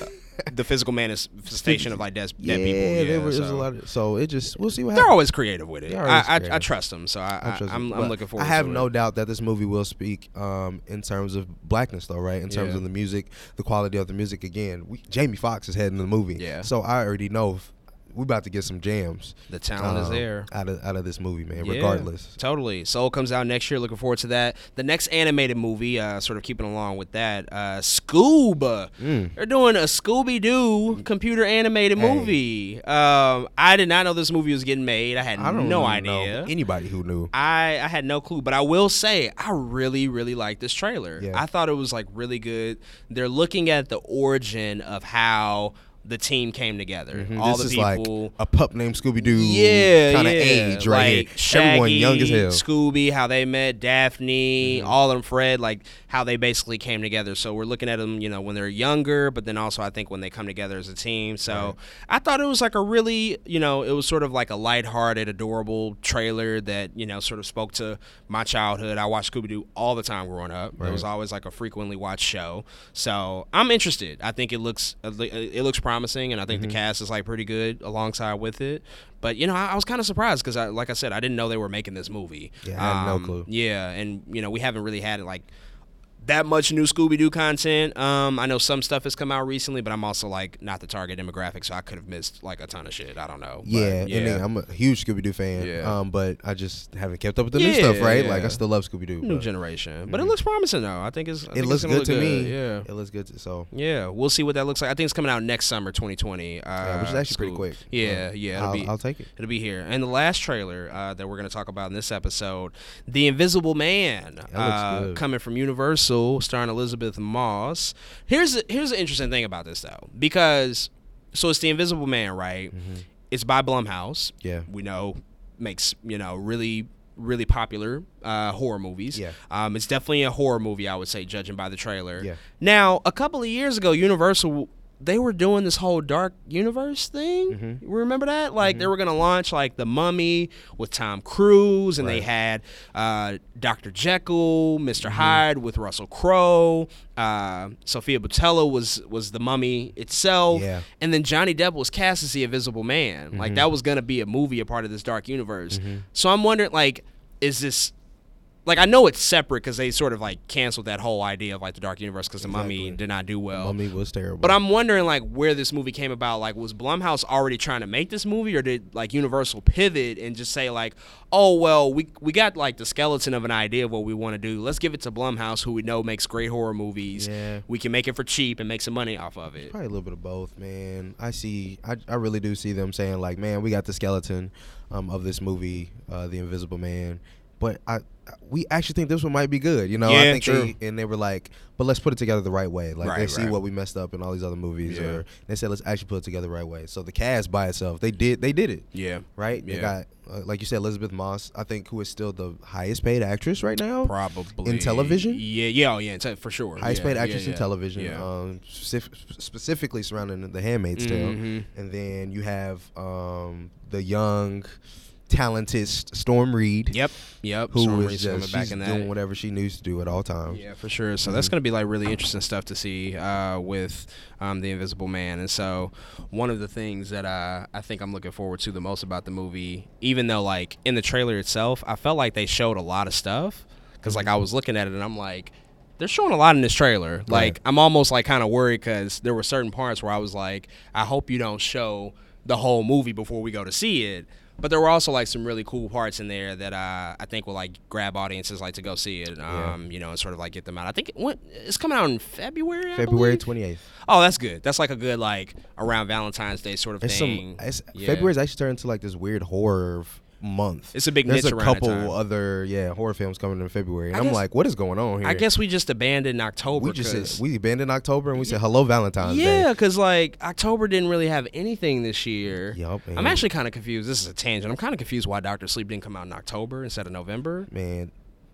[SPEAKER 2] the physical manifestation of like dead, dead
[SPEAKER 3] Yeah,
[SPEAKER 2] people. Yeah,
[SPEAKER 3] there was,
[SPEAKER 2] so.
[SPEAKER 3] a lot of. So it just we'll see what
[SPEAKER 2] They're
[SPEAKER 3] happens.
[SPEAKER 2] always creative with it.
[SPEAKER 3] They're
[SPEAKER 2] I,
[SPEAKER 3] always
[SPEAKER 2] I, I
[SPEAKER 3] creative.
[SPEAKER 2] trust them, so I, I,
[SPEAKER 3] Trust me.
[SPEAKER 2] I'm,
[SPEAKER 3] But
[SPEAKER 2] I'm looking forward.
[SPEAKER 3] I have
[SPEAKER 2] to
[SPEAKER 3] no
[SPEAKER 2] it.
[SPEAKER 3] doubt that this movie will speak um, in terms of blackness, though, right? In terms
[SPEAKER 2] Yeah.
[SPEAKER 3] of the music, the quality of the music. Again, we, Jamie Foxx is heading the movie,
[SPEAKER 2] Yeah.
[SPEAKER 3] So I already know if, we about to get some jams.
[SPEAKER 2] The talent is
[SPEAKER 3] um,
[SPEAKER 2] there.
[SPEAKER 3] out of out of this movie, man.
[SPEAKER 2] Yeah,
[SPEAKER 3] Regardless,
[SPEAKER 2] totally. Soul comes out next year. Looking forward to that. The next animated movie, uh, sort of keeping along with that, uh, Scoob. They're doing a Scooby Doo computer animated
[SPEAKER 3] Hmm. Hey.
[SPEAKER 2] movie. Um, I did not know this movie was getting made. I had
[SPEAKER 3] I don't
[SPEAKER 2] no
[SPEAKER 3] know
[SPEAKER 2] idea.
[SPEAKER 3] anybody who knew.
[SPEAKER 2] I, I had no clue, but I will say I really really like this trailer.
[SPEAKER 3] Yeah.
[SPEAKER 2] I thought it was like really good. They're looking at the origin of how the team came together. All
[SPEAKER 3] Mm-hmm. this
[SPEAKER 2] the
[SPEAKER 3] is
[SPEAKER 2] people.
[SPEAKER 3] like a pup named Scooby Doo,
[SPEAKER 2] yeah,
[SPEAKER 3] kind of
[SPEAKER 2] yeah.
[SPEAKER 3] age right
[SPEAKER 2] like
[SPEAKER 3] here.
[SPEAKER 2] Shaggy,
[SPEAKER 3] Everyone young as hell. Mm-hmm.
[SPEAKER 2] Scooby, how they met Daphne, all of them, Fred, like how they basically came together. So we're looking at them, you know, when they're younger, but then also I think when they come together as a team. So I thought it was like a really, you know, it was sort of like a lighthearted, adorable trailer that you know sort of spoke to my childhood. I watched Scooby Doo all the time growing up. It was always like a frequently watched show. So I'm interested. I think it looks uh, it looks promising, and I
[SPEAKER 3] Mm-hmm.
[SPEAKER 2] think the cast is like pretty good alongside with it. But you know, I, I was kind of surprised because, I, like I said, I didn't know they were making this movie. Um,
[SPEAKER 3] Yeah, I had no clue.
[SPEAKER 2] Yeah, and you know, we haven't really had like that much new Scooby Doo content. Um, I know some stuff has come out recently, but I'm also like not the target demographic, so I could have missed like a ton of shit. I don't know. But,
[SPEAKER 3] Yeah,
[SPEAKER 2] yeah,
[SPEAKER 3] and then I'm a huge Scooby Doo fan.
[SPEAKER 2] Yeah.
[SPEAKER 3] Um, but I just haven't kept up with the new
[SPEAKER 2] Yeah,
[SPEAKER 3] stuff, right? Like
[SPEAKER 2] yeah.
[SPEAKER 3] I still love Scooby Doo.
[SPEAKER 2] new generation. But it looks promising though. I think it's. I think
[SPEAKER 3] Mm-hmm. It
[SPEAKER 2] it's
[SPEAKER 3] looks
[SPEAKER 2] gonna look
[SPEAKER 3] good to me.
[SPEAKER 2] Yeah.
[SPEAKER 3] it looks good. To, so
[SPEAKER 2] Yeah, we'll see what that looks like. I think it's coming out next summer, 2020. Uh,
[SPEAKER 3] which is actually pretty quick.
[SPEAKER 2] Yeah,
[SPEAKER 3] Uh,
[SPEAKER 2] yeah, it'll
[SPEAKER 3] I'll-
[SPEAKER 2] be,
[SPEAKER 3] I'll take it.
[SPEAKER 2] It'll be here. And the last trailer uh, that we're going to talk about in this episode, The Invisible Man, uh,
[SPEAKER 3] good.
[SPEAKER 2] coming from Universal, starring Elizabeth Moss. Here's here's an interesting thing about this though, because so it's The Invisible Man, right? It's by Blumhouse.
[SPEAKER 3] Mm-hmm. Yeah.
[SPEAKER 2] we know makes you know really really popular uh, horror movies.
[SPEAKER 3] Yeah.
[SPEAKER 2] Um, it's definitely a horror movie, I would say, judging by the trailer.
[SPEAKER 3] Yeah.
[SPEAKER 2] Now, a couple of years ago, Universal they were doing this whole dark universe thing.
[SPEAKER 3] Mm-hmm.
[SPEAKER 2] Remember that? Like they were gonna launch like the Mummy with Tom Cruise, and they had uh, Doctor Jekyll,
[SPEAKER 3] Mm-hmm.
[SPEAKER 2] Mister Hyde with Russell Crowe. Uh, Sophia Boutella was was the Mummy itself,
[SPEAKER 3] Yeah. Mm-hmm.
[SPEAKER 2] and then Johnny Depp was cast as the Invisible Man. Like that was gonna be a movie, a part of this dark universe. So I'm wondering, like, is this like I know it's separate because they sort of like canceled that whole idea of like the dark universe because the mummy
[SPEAKER 3] Exactly.
[SPEAKER 2] did not do well.
[SPEAKER 3] Mummy was terrible.
[SPEAKER 2] Oh. But I'm wondering like where this movie came about. Like, was Blumhouse already trying to make this movie, or did like Universal pivot and just say like, oh well, we we got like the skeleton of an idea of what we want to do. Let's give it to Blumhouse, who we know makes great horror movies.
[SPEAKER 3] Yeah.
[SPEAKER 2] We can make it for cheap and make some money off of it.
[SPEAKER 3] Probably a little bit of both, man. I see. I, I really do see them saying like, man, we got the skeleton um, of this movie, uh, The Invisible Man, but I we actually think this one might be good. You know, I
[SPEAKER 2] Yeah,
[SPEAKER 3] think
[SPEAKER 2] true.
[SPEAKER 3] They, and they were like, but let's put it together the right way. Like they
[SPEAKER 2] Right,
[SPEAKER 3] see
[SPEAKER 2] right.
[SPEAKER 3] what we messed up in all these other movies,
[SPEAKER 2] Yeah.
[SPEAKER 3] or they said let's actually put it together the right way. So the cast by itself, they did they did it.
[SPEAKER 2] Yeah.
[SPEAKER 3] Right,
[SPEAKER 2] Yeah.
[SPEAKER 3] they got uh, like you said, Elizabeth Moss. I think who is still the highest paid actress right now,
[SPEAKER 2] Probably
[SPEAKER 3] in television.
[SPEAKER 2] Yeah, yeah, oh, yeah, in te- for sure.
[SPEAKER 3] highest
[SPEAKER 2] Yeah,
[SPEAKER 3] paid
[SPEAKER 2] yeah,
[SPEAKER 3] actress
[SPEAKER 2] yeah.
[SPEAKER 3] in television,
[SPEAKER 2] Yeah.
[SPEAKER 3] um, specif- specifically surrounding The Handmaid's
[SPEAKER 2] Mhm.
[SPEAKER 3] Tale, and then you have um, the young, talented S- Storm Reed,
[SPEAKER 2] Yep, yep.
[SPEAKER 3] who
[SPEAKER 2] Storm
[SPEAKER 3] was
[SPEAKER 2] Reese
[SPEAKER 3] just
[SPEAKER 2] coming back
[SPEAKER 3] she's
[SPEAKER 2] in that.
[SPEAKER 3] doing whatever she needs to do at all times.
[SPEAKER 2] Yeah, for sure. So that's going to be like really interesting stuff to see uh, with um, the Invisible Man. And so one of the things that uh, I think I'm looking forward to the most about the movie, even though like in the trailer itself, I felt like they showed a lot of stuff because like I was looking at it and I'm like. They're showing a lot in this trailer. Like I'm almost like kind of worried because there were certain parts where I was like, I hope you don't show the whole movie before we go to see it. But there were also like some really cool parts in there that uh, I think will like grab audiences like to go see it. Um, You know, and sort of like get them out. I think it went, it's coming out in February. I
[SPEAKER 3] February
[SPEAKER 2] believe?
[SPEAKER 3] twenty eighth.
[SPEAKER 2] Oh, that's good. That's like a good like around Valentine's Day sort of
[SPEAKER 3] It's
[SPEAKER 2] thing.
[SPEAKER 3] some. It's,
[SPEAKER 2] Yeah.
[SPEAKER 3] February's actually turned into like this weird horror f- month.
[SPEAKER 2] It's a big
[SPEAKER 3] There's
[SPEAKER 2] niche
[SPEAKER 3] a
[SPEAKER 2] around that
[SPEAKER 3] couple
[SPEAKER 2] time.
[SPEAKER 3] other yeah horror films coming in February, and
[SPEAKER 2] I
[SPEAKER 3] I'm
[SPEAKER 2] guess-
[SPEAKER 3] like, what is going on here?
[SPEAKER 2] I guess we just abandoned October.
[SPEAKER 3] we just
[SPEAKER 2] 'cause-
[SPEAKER 3] said, we abandoned October and we said hello Valentine's Day.
[SPEAKER 2] Yeah, because like October didn't really have anything this year.
[SPEAKER 3] Yup,
[SPEAKER 2] I'm
[SPEAKER 3] and-
[SPEAKER 2] actually kind of confused. This is a tangent. I'm kind of confused why Doctor Sleep didn't come out in October instead of November
[SPEAKER 3] man.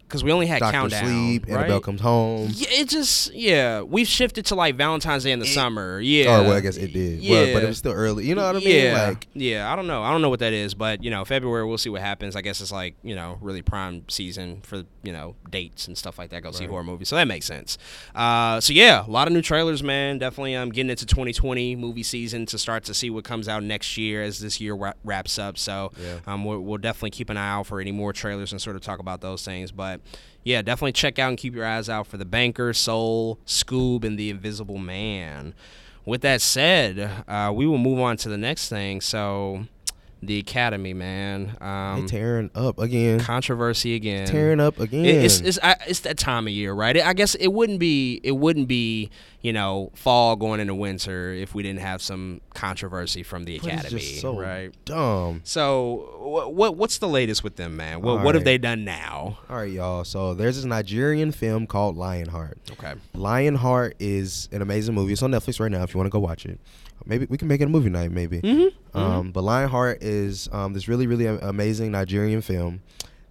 [SPEAKER 2] because we only had
[SPEAKER 3] Doctor
[SPEAKER 2] Countdown.
[SPEAKER 3] Sleep,
[SPEAKER 2] right?
[SPEAKER 3] Annabelle comes home.
[SPEAKER 2] Yeah, it just yeah. We've shifted to like Valentine's Day in the summer. Yeah.
[SPEAKER 3] Oh well, I guess it did.
[SPEAKER 2] Yeah.
[SPEAKER 3] Well, but it was still early. You know what I mean?
[SPEAKER 2] Yeah.
[SPEAKER 3] Like
[SPEAKER 2] yeah. I don't know. I don't know what that is, but you know, February we'll see what happens. I guess it's like you know, really prime season for you know dates and stuff like that. Go see horror movies, so that makes sense. Uh, so yeah, a lot of new trailers, man. Definitely, I'm um, getting into 2020 movie season to start to see what comes out next year as this year wa- wraps up. So
[SPEAKER 3] Yeah.
[SPEAKER 2] um, we'll, we'll definitely keep an eye out for any more trailers and sort of talk about those things, but. Yeah, definitely check out and keep your eyes out for The Banker, Soul, Scoob, and The Invisible Man. With that said, uh, we will move on to the next thing. So, the Academy, man.
[SPEAKER 3] they
[SPEAKER 2] Um,
[SPEAKER 3] tearing up again,
[SPEAKER 2] controversy again.
[SPEAKER 3] tearing up
[SPEAKER 2] It-
[SPEAKER 3] again.
[SPEAKER 2] It's it's I, it's that time of year, right? I guess it wouldn't be it wouldn't be you know fall going into winter if we didn't have some controversy from the
[SPEAKER 3] But it's
[SPEAKER 2] academy,
[SPEAKER 3] just so
[SPEAKER 2] right?
[SPEAKER 3] dumb.
[SPEAKER 2] So what, what what's the latest with them, man? What
[SPEAKER 3] All
[SPEAKER 2] what have
[SPEAKER 3] right.
[SPEAKER 2] they done now?
[SPEAKER 3] All right, y'all. So there's this Nigerian film called Lionheart.
[SPEAKER 2] Okay.
[SPEAKER 3] Lionheart is an amazing movie. It's on Netflix right now. If you want to go watch it, maybe we can make it a movie night. Maybe.
[SPEAKER 2] Mm-hmm.
[SPEAKER 3] Um, but Lionheart is um, this really, really a- amazing Nigerian film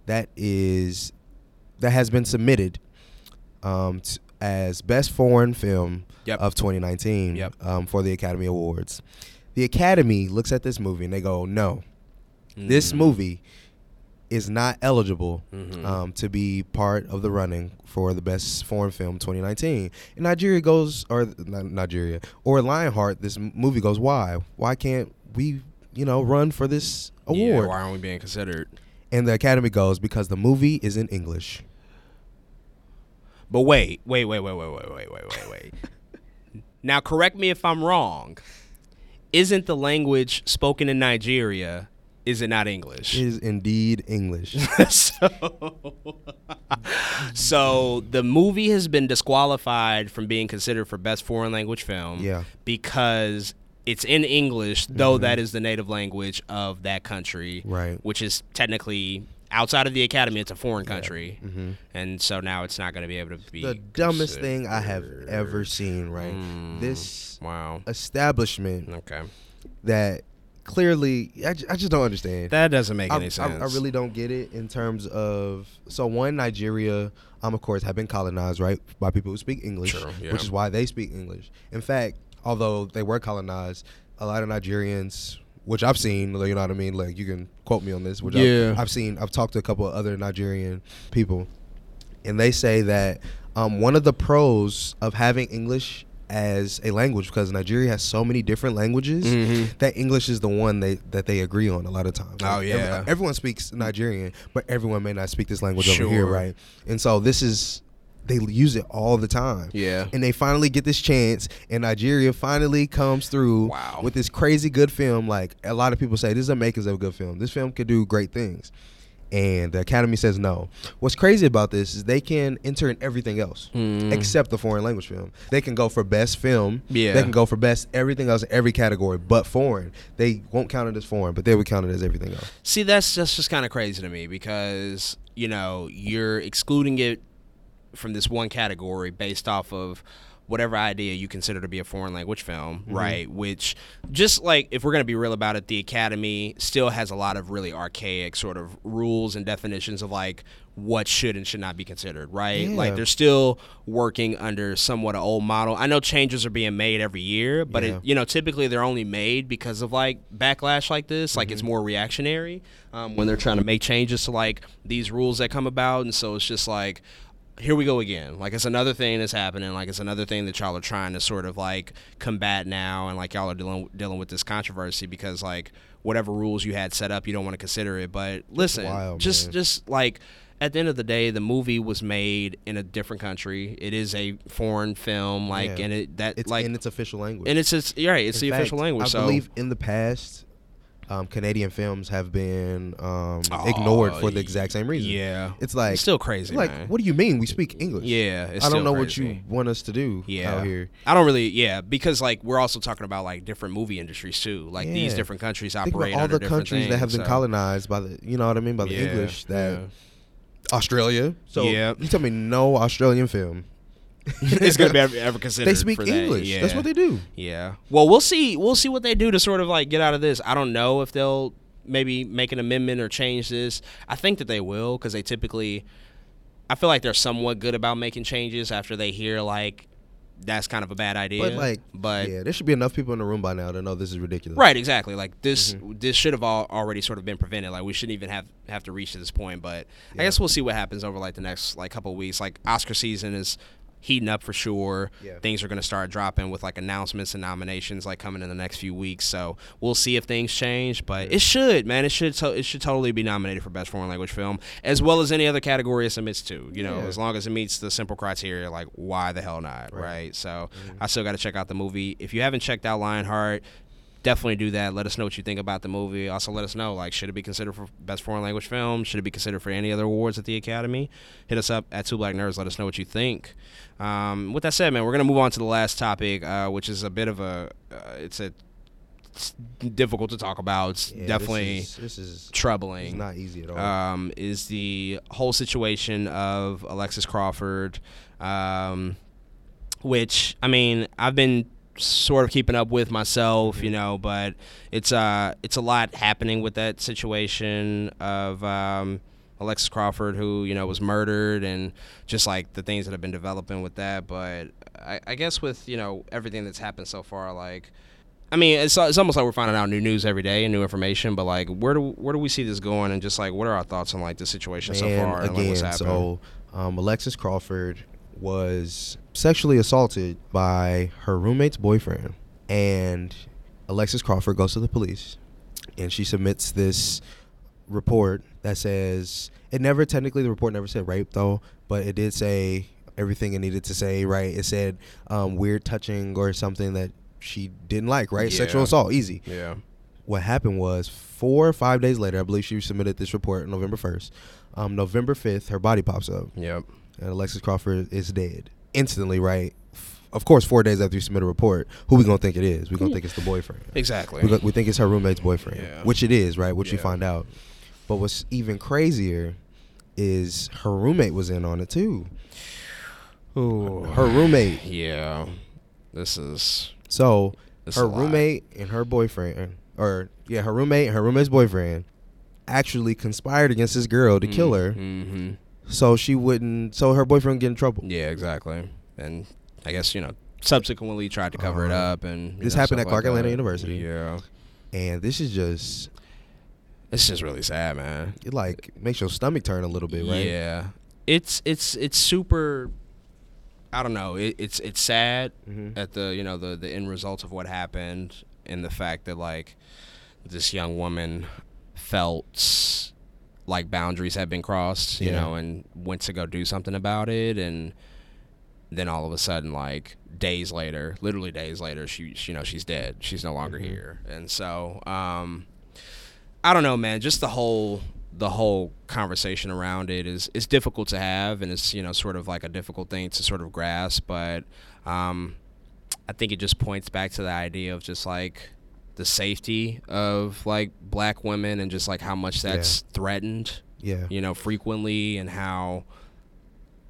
[SPEAKER 3] that is that has been submitted um, t- as best foreign film
[SPEAKER 2] Yep.
[SPEAKER 3] of 2019
[SPEAKER 2] Yep.
[SPEAKER 3] um, for the Academy Awards. The Academy looks at this movie and they go, "No, this
[SPEAKER 2] Mm-hmm.
[SPEAKER 3] movie." Is not eligible um, to be part of the running for the best foreign film 2019. And Nigeria goes, or not Nigeria, or Lionheart, this m- movie goes, why? Why can't we, you know, run for this
[SPEAKER 2] Yeah,
[SPEAKER 3] award?
[SPEAKER 2] why aren't we being considered?
[SPEAKER 3] and the Academy goes, because the movie is in English.
[SPEAKER 2] But wait, wait, wait, wait, wait, wait, wait, wait, wait, wait. now correct me if I'm wrong. Isn't the language spoken in Nigeria? Is it not English?
[SPEAKER 3] It is indeed English.
[SPEAKER 2] so, so the movie has been disqualified from being considered for best foreign language film
[SPEAKER 3] Yeah. Mm-hmm.
[SPEAKER 2] because it's in English, though that is the native language of that country,
[SPEAKER 3] Right.
[SPEAKER 2] Which is technically outside of the academy, it's a foreign country, and so now it's not going to be able to be
[SPEAKER 3] Mm-hmm. the dumbest
[SPEAKER 2] considered.
[SPEAKER 3] thing I have ever seen, right?
[SPEAKER 2] Mm.
[SPEAKER 3] This
[SPEAKER 2] Wow.
[SPEAKER 3] establishment
[SPEAKER 2] Okay.
[SPEAKER 3] that clearly, I, ju- I just don't understand.
[SPEAKER 2] That doesn't make
[SPEAKER 3] I,
[SPEAKER 2] any
[SPEAKER 3] I-
[SPEAKER 2] sense.
[SPEAKER 3] I really don't get it in terms of so one Nigeria, um, of course, have been colonized right by people who speak English,
[SPEAKER 2] True, yeah.
[SPEAKER 3] which is why they speak English. In fact, although they were colonized, a lot of Nigerians, which I've seen, like, you know what I mean? Like, you can quote me on this, which
[SPEAKER 4] Yeah.
[SPEAKER 3] I've, I've seen, I've talked to a couple of other Nigerian people, and they say that um, one of the pros of having English as a language, because Nigeria has so many different languages, that English is the one they, that they agree on a lot of times.
[SPEAKER 2] Mm-hmm. Oh,
[SPEAKER 3] ev-
[SPEAKER 2] yeah.
[SPEAKER 3] everyone speaks Nigerian, but everyone may not speak this language over here,
[SPEAKER 2] Sure.
[SPEAKER 3] right? And so this is they use it all the time.
[SPEAKER 4] Yeah.
[SPEAKER 3] And they finally get this chance and Nigeria finally comes through
[SPEAKER 2] Wow.
[SPEAKER 3] with this crazy good film. Like a lot of people say this is the makers of a good film. This film could do great things. And the Academy says no. What's crazy about this is they can enter in everything else except the foreign language film. They can go for best film.
[SPEAKER 4] Yeah.
[SPEAKER 3] They can go for best everything else in every category but foreign. They won't count it as foreign, but they would count it as everything else.
[SPEAKER 2] See, that's that's just kind of crazy to me because you know you're excluding it from this one category based off of whatever idea you consider to be a foreign language film, right? Which just like if we're going to be real about it, the academy still has a lot of really archaic sort of rules and definitions of like what should and should not be considered, right? Like
[SPEAKER 3] Yeah.
[SPEAKER 2] they're still working under somewhat an old model. I know changes are being made every year, but
[SPEAKER 3] Yeah.
[SPEAKER 2] it, you know, typically they're only made because of like backlash like this. Like it's
[SPEAKER 3] Mm-hmm.
[SPEAKER 2] more reactionary um, when they're trying to make changes to like these rules that come about, and so it's just like. Here we go again. Like it's another thing that's happening. Like it's another thing that y'all are trying to sort of like combat now, and like y'all are dealing dealing with this controversy because like whatever rules you had set up, you don't want to consider it. But listen,
[SPEAKER 3] wild,
[SPEAKER 2] just
[SPEAKER 3] man.
[SPEAKER 2] just like at the end of the day, the movie was made in a different country. It is a foreign film, like
[SPEAKER 3] Yeah.
[SPEAKER 2] and it that
[SPEAKER 3] It's
[SPEAKER 2] like
[SPEAKER 3] in its official language.
[SPEAKER 2] and it's it's you're right. It's
[SPEAKER 3] In
[SPEAKER 2] the
[SPEAKER 3] fact,
[SPEAKER 2] official language.
[SPEAKER 3] I
[SPEAKER 2] so
[SPEAKER 3] believe in the past, um, Canadian films have been um,
[SPEAKER 2] Aw,
[SPEAKER 3] ignored for the exact same reason.
[SPEAKER 2] Oh, yeah.
[SPEAKER 3] it's like
[SPEAKER 2] It's still crazy,
[SPEAKER 3] Like,
[SPEAKER 2] man.
[SPEAKER 3] what do you mean we speak English?
[SPEAKER 2] Yeah, it's
[SPEAKER 3] I
[SPEAKER 2] still
[SPEAKER 3] don't know
[SPEAKER 2] crazy.
[SPEAKER 3] what you want us to do
[SPEAKER 2] yeah.
[SPEAKER 3] out here.
[SPEAKER 2] I don't really yeah because like we're also talking about like different movie industries too. Like these
[SPEAKER 3] Yeah.
[SPEAKER 2] different countries
[SPEAKER 3] Think about
[SPEAKER 2] operate
[SPEAKER 3] all
[SPEAKER 2] under
[SPEAKER 3] the
[SPEAKER 2] different
[SPEAKER 3] countries that have been
[SPEAKER 2] things, so-
[SPEAKER 3] colonized by the, you know what I mean, by the
[SPEAKER 2] Yeah,
[SPEAKER 3] English. That
[SPEAKER 2] yeah.
[SPEAKER 3] Australia. So
[SPEAKER 2] Yeah.
[SPEAKER 3] you tell me no Australian film.
[SPEAKER 2] it's gonna be ever, ever considered.
[SPEAKER 3] They speak
[SPEAKER 2] for that,
[SPEAKER 3] English.
[SPEAKER 2] Yeah.
[SPEAKER 3] That's what they do.
[SPEAKER 2] Yeah. Well, we'll see. We'll see what they do to sort of like get out of this. I don't know if they'll maybe make an amendment or change this. I think that they will because they typically. I feel like they're somewhat good about making changes after they hear like that's kind of a bad idea.
[SPEAKER 3] But like,
[SPEAKER 2] but
[SPEAKER 3] yeah, there should be enough people in the room by now to know this is ridiculous.
[SPEAKER 2] Right, exactly. Like this, this should have all already sort of been prevented. Like we shouldn't even have have to reach to this point. But I guess we'll see what happens over like the next like couple of weeks. Like Oscar season is heating up for sure.
[SPEAKER 3] Yeah.
[SPEAKER 2] Things are going to start dropping with like announcements and nominations like coming in the next few weeks. So we'll see if things change. But it should, man. It should. To- it should totally be nominated for best foreign language film as well as any other category it submits to. You know,
[SPEAKER 3] Yeah.
[SPEAKER 2] as long as it meets the simple criteria, like why the hell not, right? So
[SPEAKER 3] Mm-hmm.
[SPEAKER 2] I still got to check out the movie. If you haven't checked out Lionheart definitely do that. Let us know what you think about the movie. Also, let us know like should it be considered for best foreign language film? Should it be considered for any other awards at the Academy? Hit us up at Two Black Nerds. Let us know what you think. Um, with that said, man, we're gonna move on to the last topic, uh, which is a bit of a uh, it's a it's difficult to talk about. It's
[SPEAKER 3] Yeah, this
[SPEAKER 2] definitely
[SPEAKER 3] is- This is,
[SPEAKER 2] troubling.
[SPEAKER 3] it's not easy at all.
[SPEAKER 2] Um, is the whole situation of Alexis Crawford, um, which I mean, I've been sort of keeping up with myself,
[SPEAKER 3] Mm-hmm.
[SPEAKER 2] you know, but it's uh, it's a lot happening with that situation of. Um, Alexis Crawford, who you know was murdered, and just like the things that have been developing with that, but I, I guess with you know everything that's happened so far, like I mean, it's, it's almost like we're finding out new news every day and new information, but like, where do where do we see this going? And just like, what are our thoughts on like the situation so
[SPEAKER 3] And
[SPEAKER 2] far and like
[SPEAKER 3] again,
[SPEAKER 2] what's happening?
[SPEAKER 3] so um, Alexis Crawford was sexually assaulted by her roommate's boyfriend, and Alexis Crawford goes to the police, and she submits this report that says it never technically the report never said rape though, but it did say everything it needed to say. Right, it said um, weird touching or something that she didn't like. Right, sexual
[SPEAKER 2] Yeah.
[SPEAKER 3] assault, easy
[SPEAKER 2] yeah,
[SPEAKER 3] what happened was four or five days later, I believe she submitted this report November 1st. Um, November 5th, her body pops up,
[SPEAKER 2] yep,
[SPEAKER 3] and Alexis Crawford is dead instantly, right? F- Of course, four days after you submit a report, who we gonna think it is? We gonna think it's the boyfriend.
[SPEAKER 2] exactly.
[SPEAKER 3] We, go- we think it's her roommate's boyfriend,
[SPEAKER 2] Yeah.
[SPEAKER 3] which it is, right? Which you
[SPEAKER 2] Yeah.
[SPEAKER 3] find out. But what's even crazier is her roommate was in on it too. Her roommate.
[SPEAKER 2] yeah, this is
[SPEAKER 3] So
[SPEAKER 2] That's a
[SPEAKER 3] her
[SPEAKER 2] lot.
[SPEAKER 3] roommate and her boyfriend, or yeah, her roommate and her roommate's boyfriend, actually conspired against this girl to kill her,
[SPEAKER 2] hmm
[SPEAKER 3] so she wouldn't, so her boyfriend would get in trouble.
[SPEAKER 2] Yeah, exactly. And I guess you know subsequently tried to cover it up, and you
[SPEAKER 3] Uh-huh. This
[SPEAKER 2] know,
[SPEAKER 3] happened
[SPEAKER 2] stuff
[SPEAKER 3] at Clark
[SPEAKER 2] like
[SPEAKER 3] Atlanta
[SPEAKER 2] that.
[SPEAKER 3] University.
[SPEAKER 2] Yeah,
[SPEAKER 3] and this is just
[SPEAKER 2] it's just really sad, man.
[SPEAKER 3] it like makes your stomach turn a little bit, right?
[SPEAKER 2] Yeah, it's it's it's super. I don't know. It, it's it's sad
[SPEAKER 3] Mm-hmm.
[SPEAKER 2] at the you know the the end result of what happened and the fact that like this young woman felt like boundaries had been crossed, you
[SPEAKER 3] Yeah.
[SPEAKER 2] know, and went to go do something about it, and then all of a sudden, like days later, literally days later, she, she you know she's dead. She's no longer here, and so um, I don't know, man. Just the whole the whole conversation around it is is difficult to have, and it's you know sort of like a difficult thing to sort of grasp. But um, I think it just points back to the idea of just like the safety of like black women and just like how much that's threatened,
[SPEAKER 3] Yeah.
[SPEAKER 2] you know, frequently, and how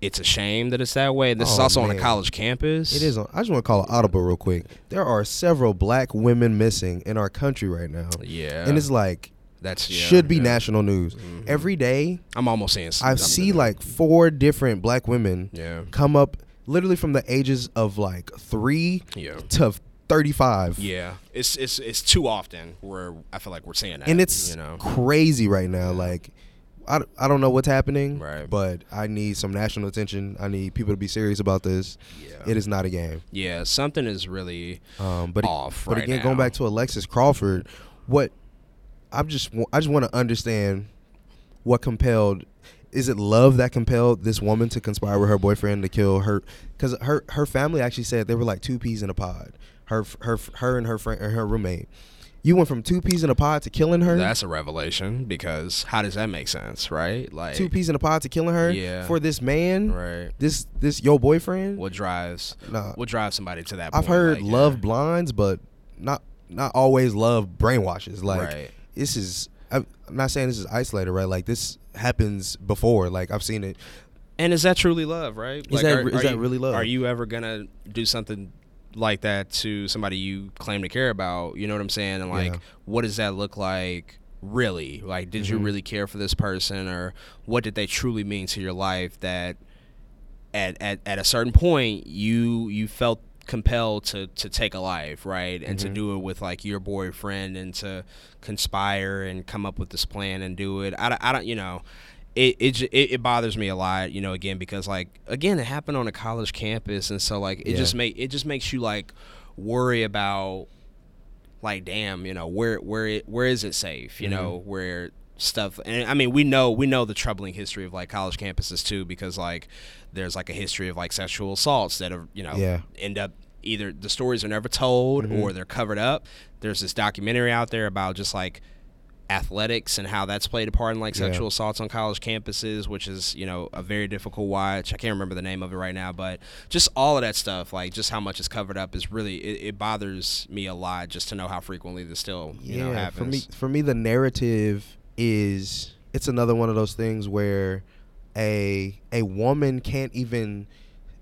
[SPEAKER 2] it's a shame that it's that way. This is
[SPEAKER 3] Oh,
[SPEAKER 2] also on a
[SPEAKER 3] man.
[SPEAKER 2] college campus.
[SPEAKER 3] It is. On, I just want to call it audible real quick. There are several black women missing in our country right now,
[SPEAKER 2] Yeah,
[SPEAKER 3] and it's like
[SPEAKER 2] that's yeah,
[SPEAKER 3] should be
[SPEAKER 2] yeah. Mm-hmm.
[SPEAKER 3] national news. Every day,
[SPEAKER 2] I'm almost saying.
[SPEAKER 3] I see like four different black women
[SPEAKER 2] Yeah.
[SPEAKER 3] come up, literally from the ages of like three
[SPEAKER 2] Yeah.
[SPEAKER 3] to thirty-five.
[SPEAKER 2] Yeah, it's it's it's too often where I feel like we're saying that,
[SPEAKER 3] and it's
[SPEAKER 2] you know,
[SPEAKER 3] crazy right now. Like, I, I don't know what's happening,
[SPEAKER 2] Right.
[SPEAKER 3] but I need some national attention. I need people to be serious about this.
[SPEAKER 2] Yeah.
[SPEAKER 3] It is not a game.
[SPEAKER 2] yeah, something is really
[SPEAKER 3] Um, but
[SPEAKER 2] off.
[SPEAKER 3] but
[SPEAKER 2] right
[SPEAKER 3] again,
[SPEAKER 2] now.
[SPEAKER 3] going back to Alexis Crawford, what I'm just wa- I just want to understand what compelled. Is it love that compelled this woman to conspire with her boyfriend to kill her? Because her her family actually said they were like two peas in a pod. Her f- her f- her and her friend and her roommate. You went from two peas in a pod to killing her.
[SPEAKER 2] that's a revelation because how does that make sense, right? Like,
[SPEAKER 3] two peas in a pod to killing her
[SPEAKER 2] Yeah.
[SPEAKER 3] for this man,
[SPEAKER 2] right?
[SPEAKER 3] this this your boyfriend.
[SPEAKER 2] What drives?
[SPEAKER 3] Nah.
[SPEAKER 2] What drives somebody to that?
[SPEAKER 3] I've
[SPEAKER 2] point?
[SPEAKER 3] heard
[SPEAKER 2] like,
[SPEAKER 3] love
[SPEAKER 2] yeah.
[SPEAKER 3] blinds, but not not always love brainwashes. Like
[SPEAKER 2] Right.
[SPEAKER 3] this is I'm I'm not saying this is isolated, right? Like this happens before. Like I've seen it.
[SPEAKER 2] And is that truly love, right? Is
[SPEAKER 3] that re- is that really love?
[SPEAKER 2] Are you ever gonna do something like that to somebody you claim to care about? You know what I'm saying? And like,
[SPEAKER 3] Yeah.
[SPEAKER 2] what does that look like? Really? Like, did
[SPEAKER 3] Mm-hmm.
[SPEAKER 2] you really care for this person, or what did they truly mean to your life that at, at, at a certain point you you felt compelled to to take a life right and to do it with like your boyfriend and to conspire and come up with this plan and do it i, don't- I don't you know it, it ju- it it bothers me a lot you know again because like again it happened on a college campus and so like it
[SPEAKER 3] Yeah.
[SPEAKER 2] just make it just makes you like worry about like damn you know where where it, where is it safe you know where stuff and i mean we know we know the troubling history of like college campuses too because like there's like a history of like sexual assaults that are you know
[SPEAKER 3] Yeah.
[SPEAKER 2] end up either the stories are never told or they're covered up there's this documentary out there about just like athletics and how that's played a part in like
[SPEAKER 3] Yeah.
[SPEAKER 2] sexual assaults on college campuses which is you know a very difficult watch i can't remember the name of it right now but just all of that stuff like just how much is covered up is really it, it bothers me a lot just to know how frequently this still you know happens
[SPEAKER 3] for me, for me, the narrative is it's another one of those things where a a woman can't even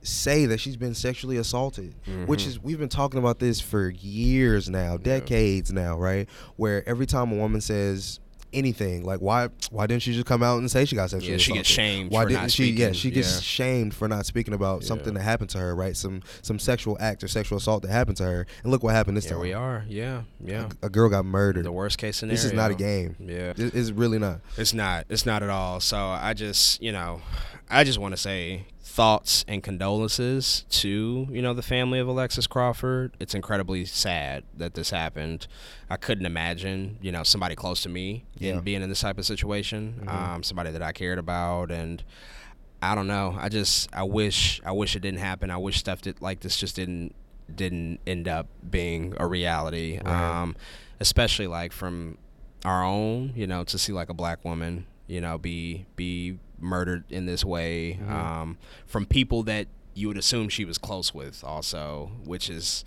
[SPEAKER 3] say that she's been sexually assaulted,
[SPEAKER 2] Mm-hmm.
[SPEAKER 3] which is we've been talking about this for years now, decades now, right? Where every time a woman says anything, like why why didn't she just come out and say she got sexually
[SPEAKER 2] Yeah, she
[SPEAKER 3] assaulted?
[SPEAKER 2] gets shamed
[SPEAKER 3] Why
[SPEAKER 2] for
[SPEAKER 3] didn't
[SPEAKER 2] not
[SPEAKER 3] she? Yeah,
[SPEAKER 2] speaking.
[SPEAKER 3] she gets
[SPEAKER 2] Yeah.
[SPEAKER 3] shamed for not speaking about something that happened to her, right? Some some sexual act or sexual assault that happened to her, and look what happened this
[SPEAKER 2] there
[SPEAKER 3] time.
[SPEAKER 2] we are yeah yeah
[SPEAKER 3] A girl got murdered.
[SPEAKER 2] the worst case scenario
[SPEAKER 3] This is not a game.
[SPEAKER 2] yeah
[SPEAKER 3] It- It's really not.
[SPEAKER 2] It's not. It's not at all. So I just, you know, I just want to say thoughts and condolences to, you know, the family of Alexis Crawford. It's incredibly sad that this happened. I couldn't imagine, you know, somebody close to me
[SPEAKER 3] Yeah.
[SPEAKER 2] and being in this type of situation, um, somebody that I cared about and I don't know. I just I wish I wish it didn't happen. I wish stuff that like this just didn't didn't end up being a reality. Um, especially like from our own, you know, to see like a black woman, you know, be be murdered in this way
[SPEAKER 3] Mm-hmm.
[SPEAKER 2] um, from people that you would assume she was close with, also, which is.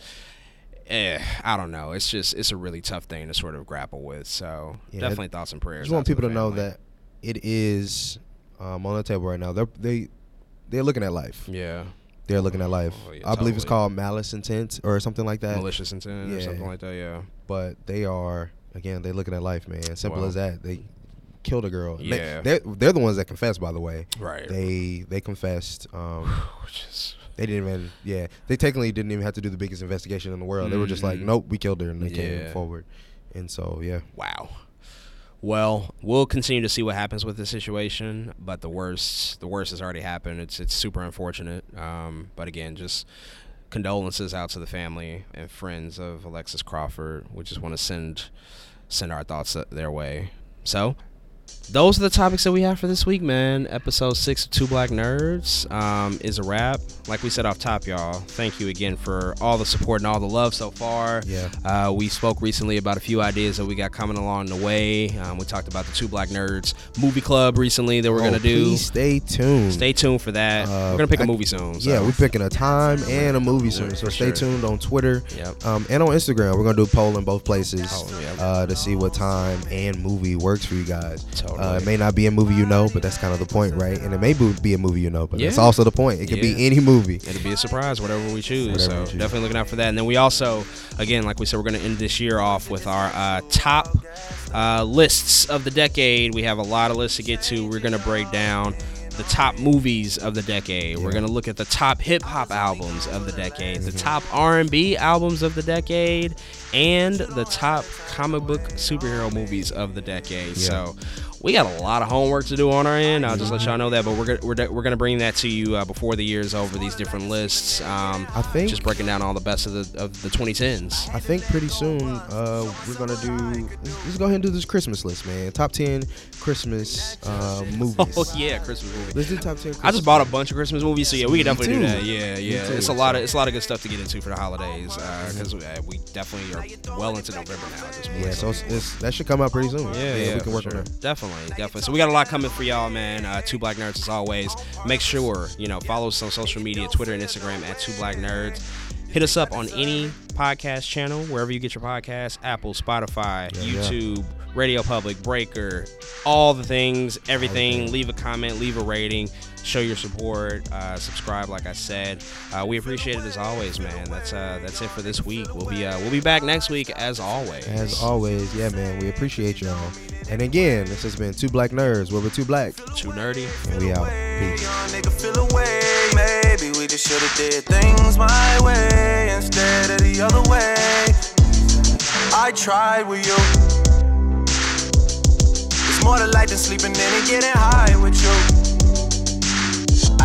[SPEAKER 2] Eh, I don't know. It's just it's a really tough thing to sort of grapple with. So
[SPEAKER 3] Yeah,
[SPEAKER 2] definitely thoughts and prayers.
[SPEAKER 3] I just want
[SPEAKER 2] out the
[SPEAKER 3] people to know
[SPEAKER 2] family.
[SPEAKER 3] that it is um, on the table right now. They're, they they're looking at life.
[SPEAKER 2] Yeah,
[SPEAKER 3] They're looking at life.
[SPEAKER 2] Oh, yeah,
[SPEAKER 3] I believe it's
[SPEAKER 2] totally.
[SPEAKER 3] called malice intent or something like that.
[SPEAKER 2] malicious intent or
[SPEAKER 3] yeah.
[SPEAKER 2] something like that. Yeah.
[SPEAKER 3] But they are again. They're looking at life, man. Simple
[SPEAKER 2] Wow.
[SPEAKER 3] as that. They killed a girl. And they-
[SPEAKER 2] Yeah.
[SPEAKER 3] They're, they're the ones that confessed, by the way.
[SPEAKER 2] Right.
[SPEAKER 3] They they confessed. Um,
[SPEAKER 2] Which is
[SPEAKER 3] They didn't even, yeah. They technically didn't even have to do the biggest investigation in the world. They were just like, nope, we killed her, and they
[SPEAKER 2] Mm-hmm. Yeah.
[SPEAKER 3] came forward. And so, yeah.
[SPEAKER 2] Wow. Well, we'll continue to see what happens with this situation, but the worst, the worst has already happened. It's it's super unfortunate. Um, but again, just condolences out to the family and friends of Alexis Crawford. We just want to send send our thoughts their way. So, those are the topics that we have for this week, man. Episode six of Two Black Nerds um, is a wrap. Like we said off top, y'all, thank you again for all the support and all the love so far.
[SPEAKER 3] Yeah.
[SPEAKER 2] Uh, we spoke recently about a few ideas that we got coming along the way. Um, we talked about the Two Black Nerds movie club recently that we're
[SPEAKER 3] Oh,
[SPEAKER 2] going to do.
[SPEAKER 3] Please stay tuned.
[SPEAKER 2] Stay tuned for that.
[SPEAKER 3] Uh,
[SPEAKER 2] we're going to pick a
[SPEAKER 3] I-
[SPEAKER 2] movie soon. So.
[SPEAKER 3] Yeah, we're picking a time and a movie soon,
[SPEAKER 2] Yeah,
[SPEAKER 3] so
[SPEAKER 2] for
[SPEAKER 3] stay
[SPEAKER 2] sure.
[SPEAKER 3] tuned on Twitter
[SPEAKER 2] Yep. Oh,
[SPEAKER 3] um, and on Instagram. We're gonna do a poll in both places
[SPEAKER 2] Poll, yep.
[SPEAKER 3] uh, to see what time and movie works for you guys. Uh,
[SPEAKER 2] Totally.
[SPEAKER 3] it may not be a movie you know, but that's kind of the point, right? And it may bo- be a movie you know, but that's
[SPEAKER 2] Yeah.
[SPEAKER 3] also the point. It could
[SPEAKER 2] Yeah.
[SPEAKER 3] be any movie.
[SPEAKER 2] It'll be a surprise, whatever we choose.
[SPEAKER 3] Whatever
[SPEAKER 2] so
[SPEAKER 3] we choose.
[SPEAKER 2] definitely looking out for that. And then we also, again, like we said, we're going to end this year off with our uh, top uh, lists of the decade. We have a lot of lists to get to. We're going to break down the top movies of the decade. We're going to look at the top hip hop albums of the decade,
[SPEAKER 3] Mm-hmm.
[SPEAKER 2] the top R&B albums of the decade, and the top comic book superhero movies of the decade. So we got a lot of homework to do on our end. I'll just let y'all know that, but we're gonna, we're, de- we're going to bring that to you uh, before the year's over. These different lists. Um,
[SPEAKER 3] I think-
[SPEAKER 2] just breaking down all the best of the of the 2010s.
[SPEAKER 3] I think pretty soon uh, we're gonna do. Let's let's go ahead and do this Christmas list, man. Top ten Christmas uh, movies.
[SPEAKER 2] Oh yeah, Christmas movie.
[SPEAKER 3] Let's do top ten. Christmas
[SPEAKER 2] I just bought a bunch of Christmas movies, so yeah, we can
[SPEAKER 3] Me
[SPEAKER 2] definitely do
[SPEAKER 3] too.
[SPEAKER 2] that. Yeah, yeah,
[SPEAKER 3] too.
[SPEAKER 2] it's a lot of it's a lot of good stuff to get into for the holidays because uh, we definitely are well into November now. At this point,
[SPEAKER 3] Yeah, so it's, it's, that should come out pretty soon.
[SPEAKER 2] yeah,
[SPEAKER 3] we
[SPEAKER 2] for
[SPEAKER 3] can work on
[SPEAKER 2] sure.
[SPEAKER 3] that.
[SPEAKER 2] Definitely, definitely. So we got a lot coming for y'all, man. Uh, Two Black Nerds, as always. Make sure you know follow us on social media, Twitter and Instagram at Two Black Nerds. Hit us up on any podcast channel, wherever you get your podcasts: Apple, Spotify,
[SPEAKER 3] yeah.
[SPEAKER 2] YouTube, Radio Public, Breaker, all the things, everything. Leave a comment, leave a rating, show your support, uh, subscribe. Like I said, uh, we appreciate it as always, man. That's uh, that's it for this week. We'll be uh, we'll be back next week as always.
[SPEAKER 3] As always, yeah, man, we appreciate y'all. And again, this has been Two Black Nerds, where we're two black,
[SPEAKER 2] Too nerdy.
[SPEAKER 3] and we out.
[SPEAKER 1] Young
[SPEAKER 3] Peace.
[SPEAKER 1] nigga feel away. Maybe we just shoulda did things my way instead of the other way. I tried with you. It's more to life than sleeping in and getting high with you.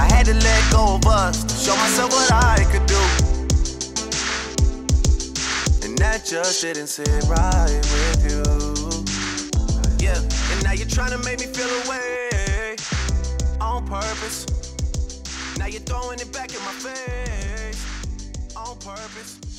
[SPEAKER 1] I had to let go of us to show myself what I could do. And that just didn't sit right with you. Yeah, and now you're trying to make me feel away on purpose. Now you're throwing it back in my face on purpose.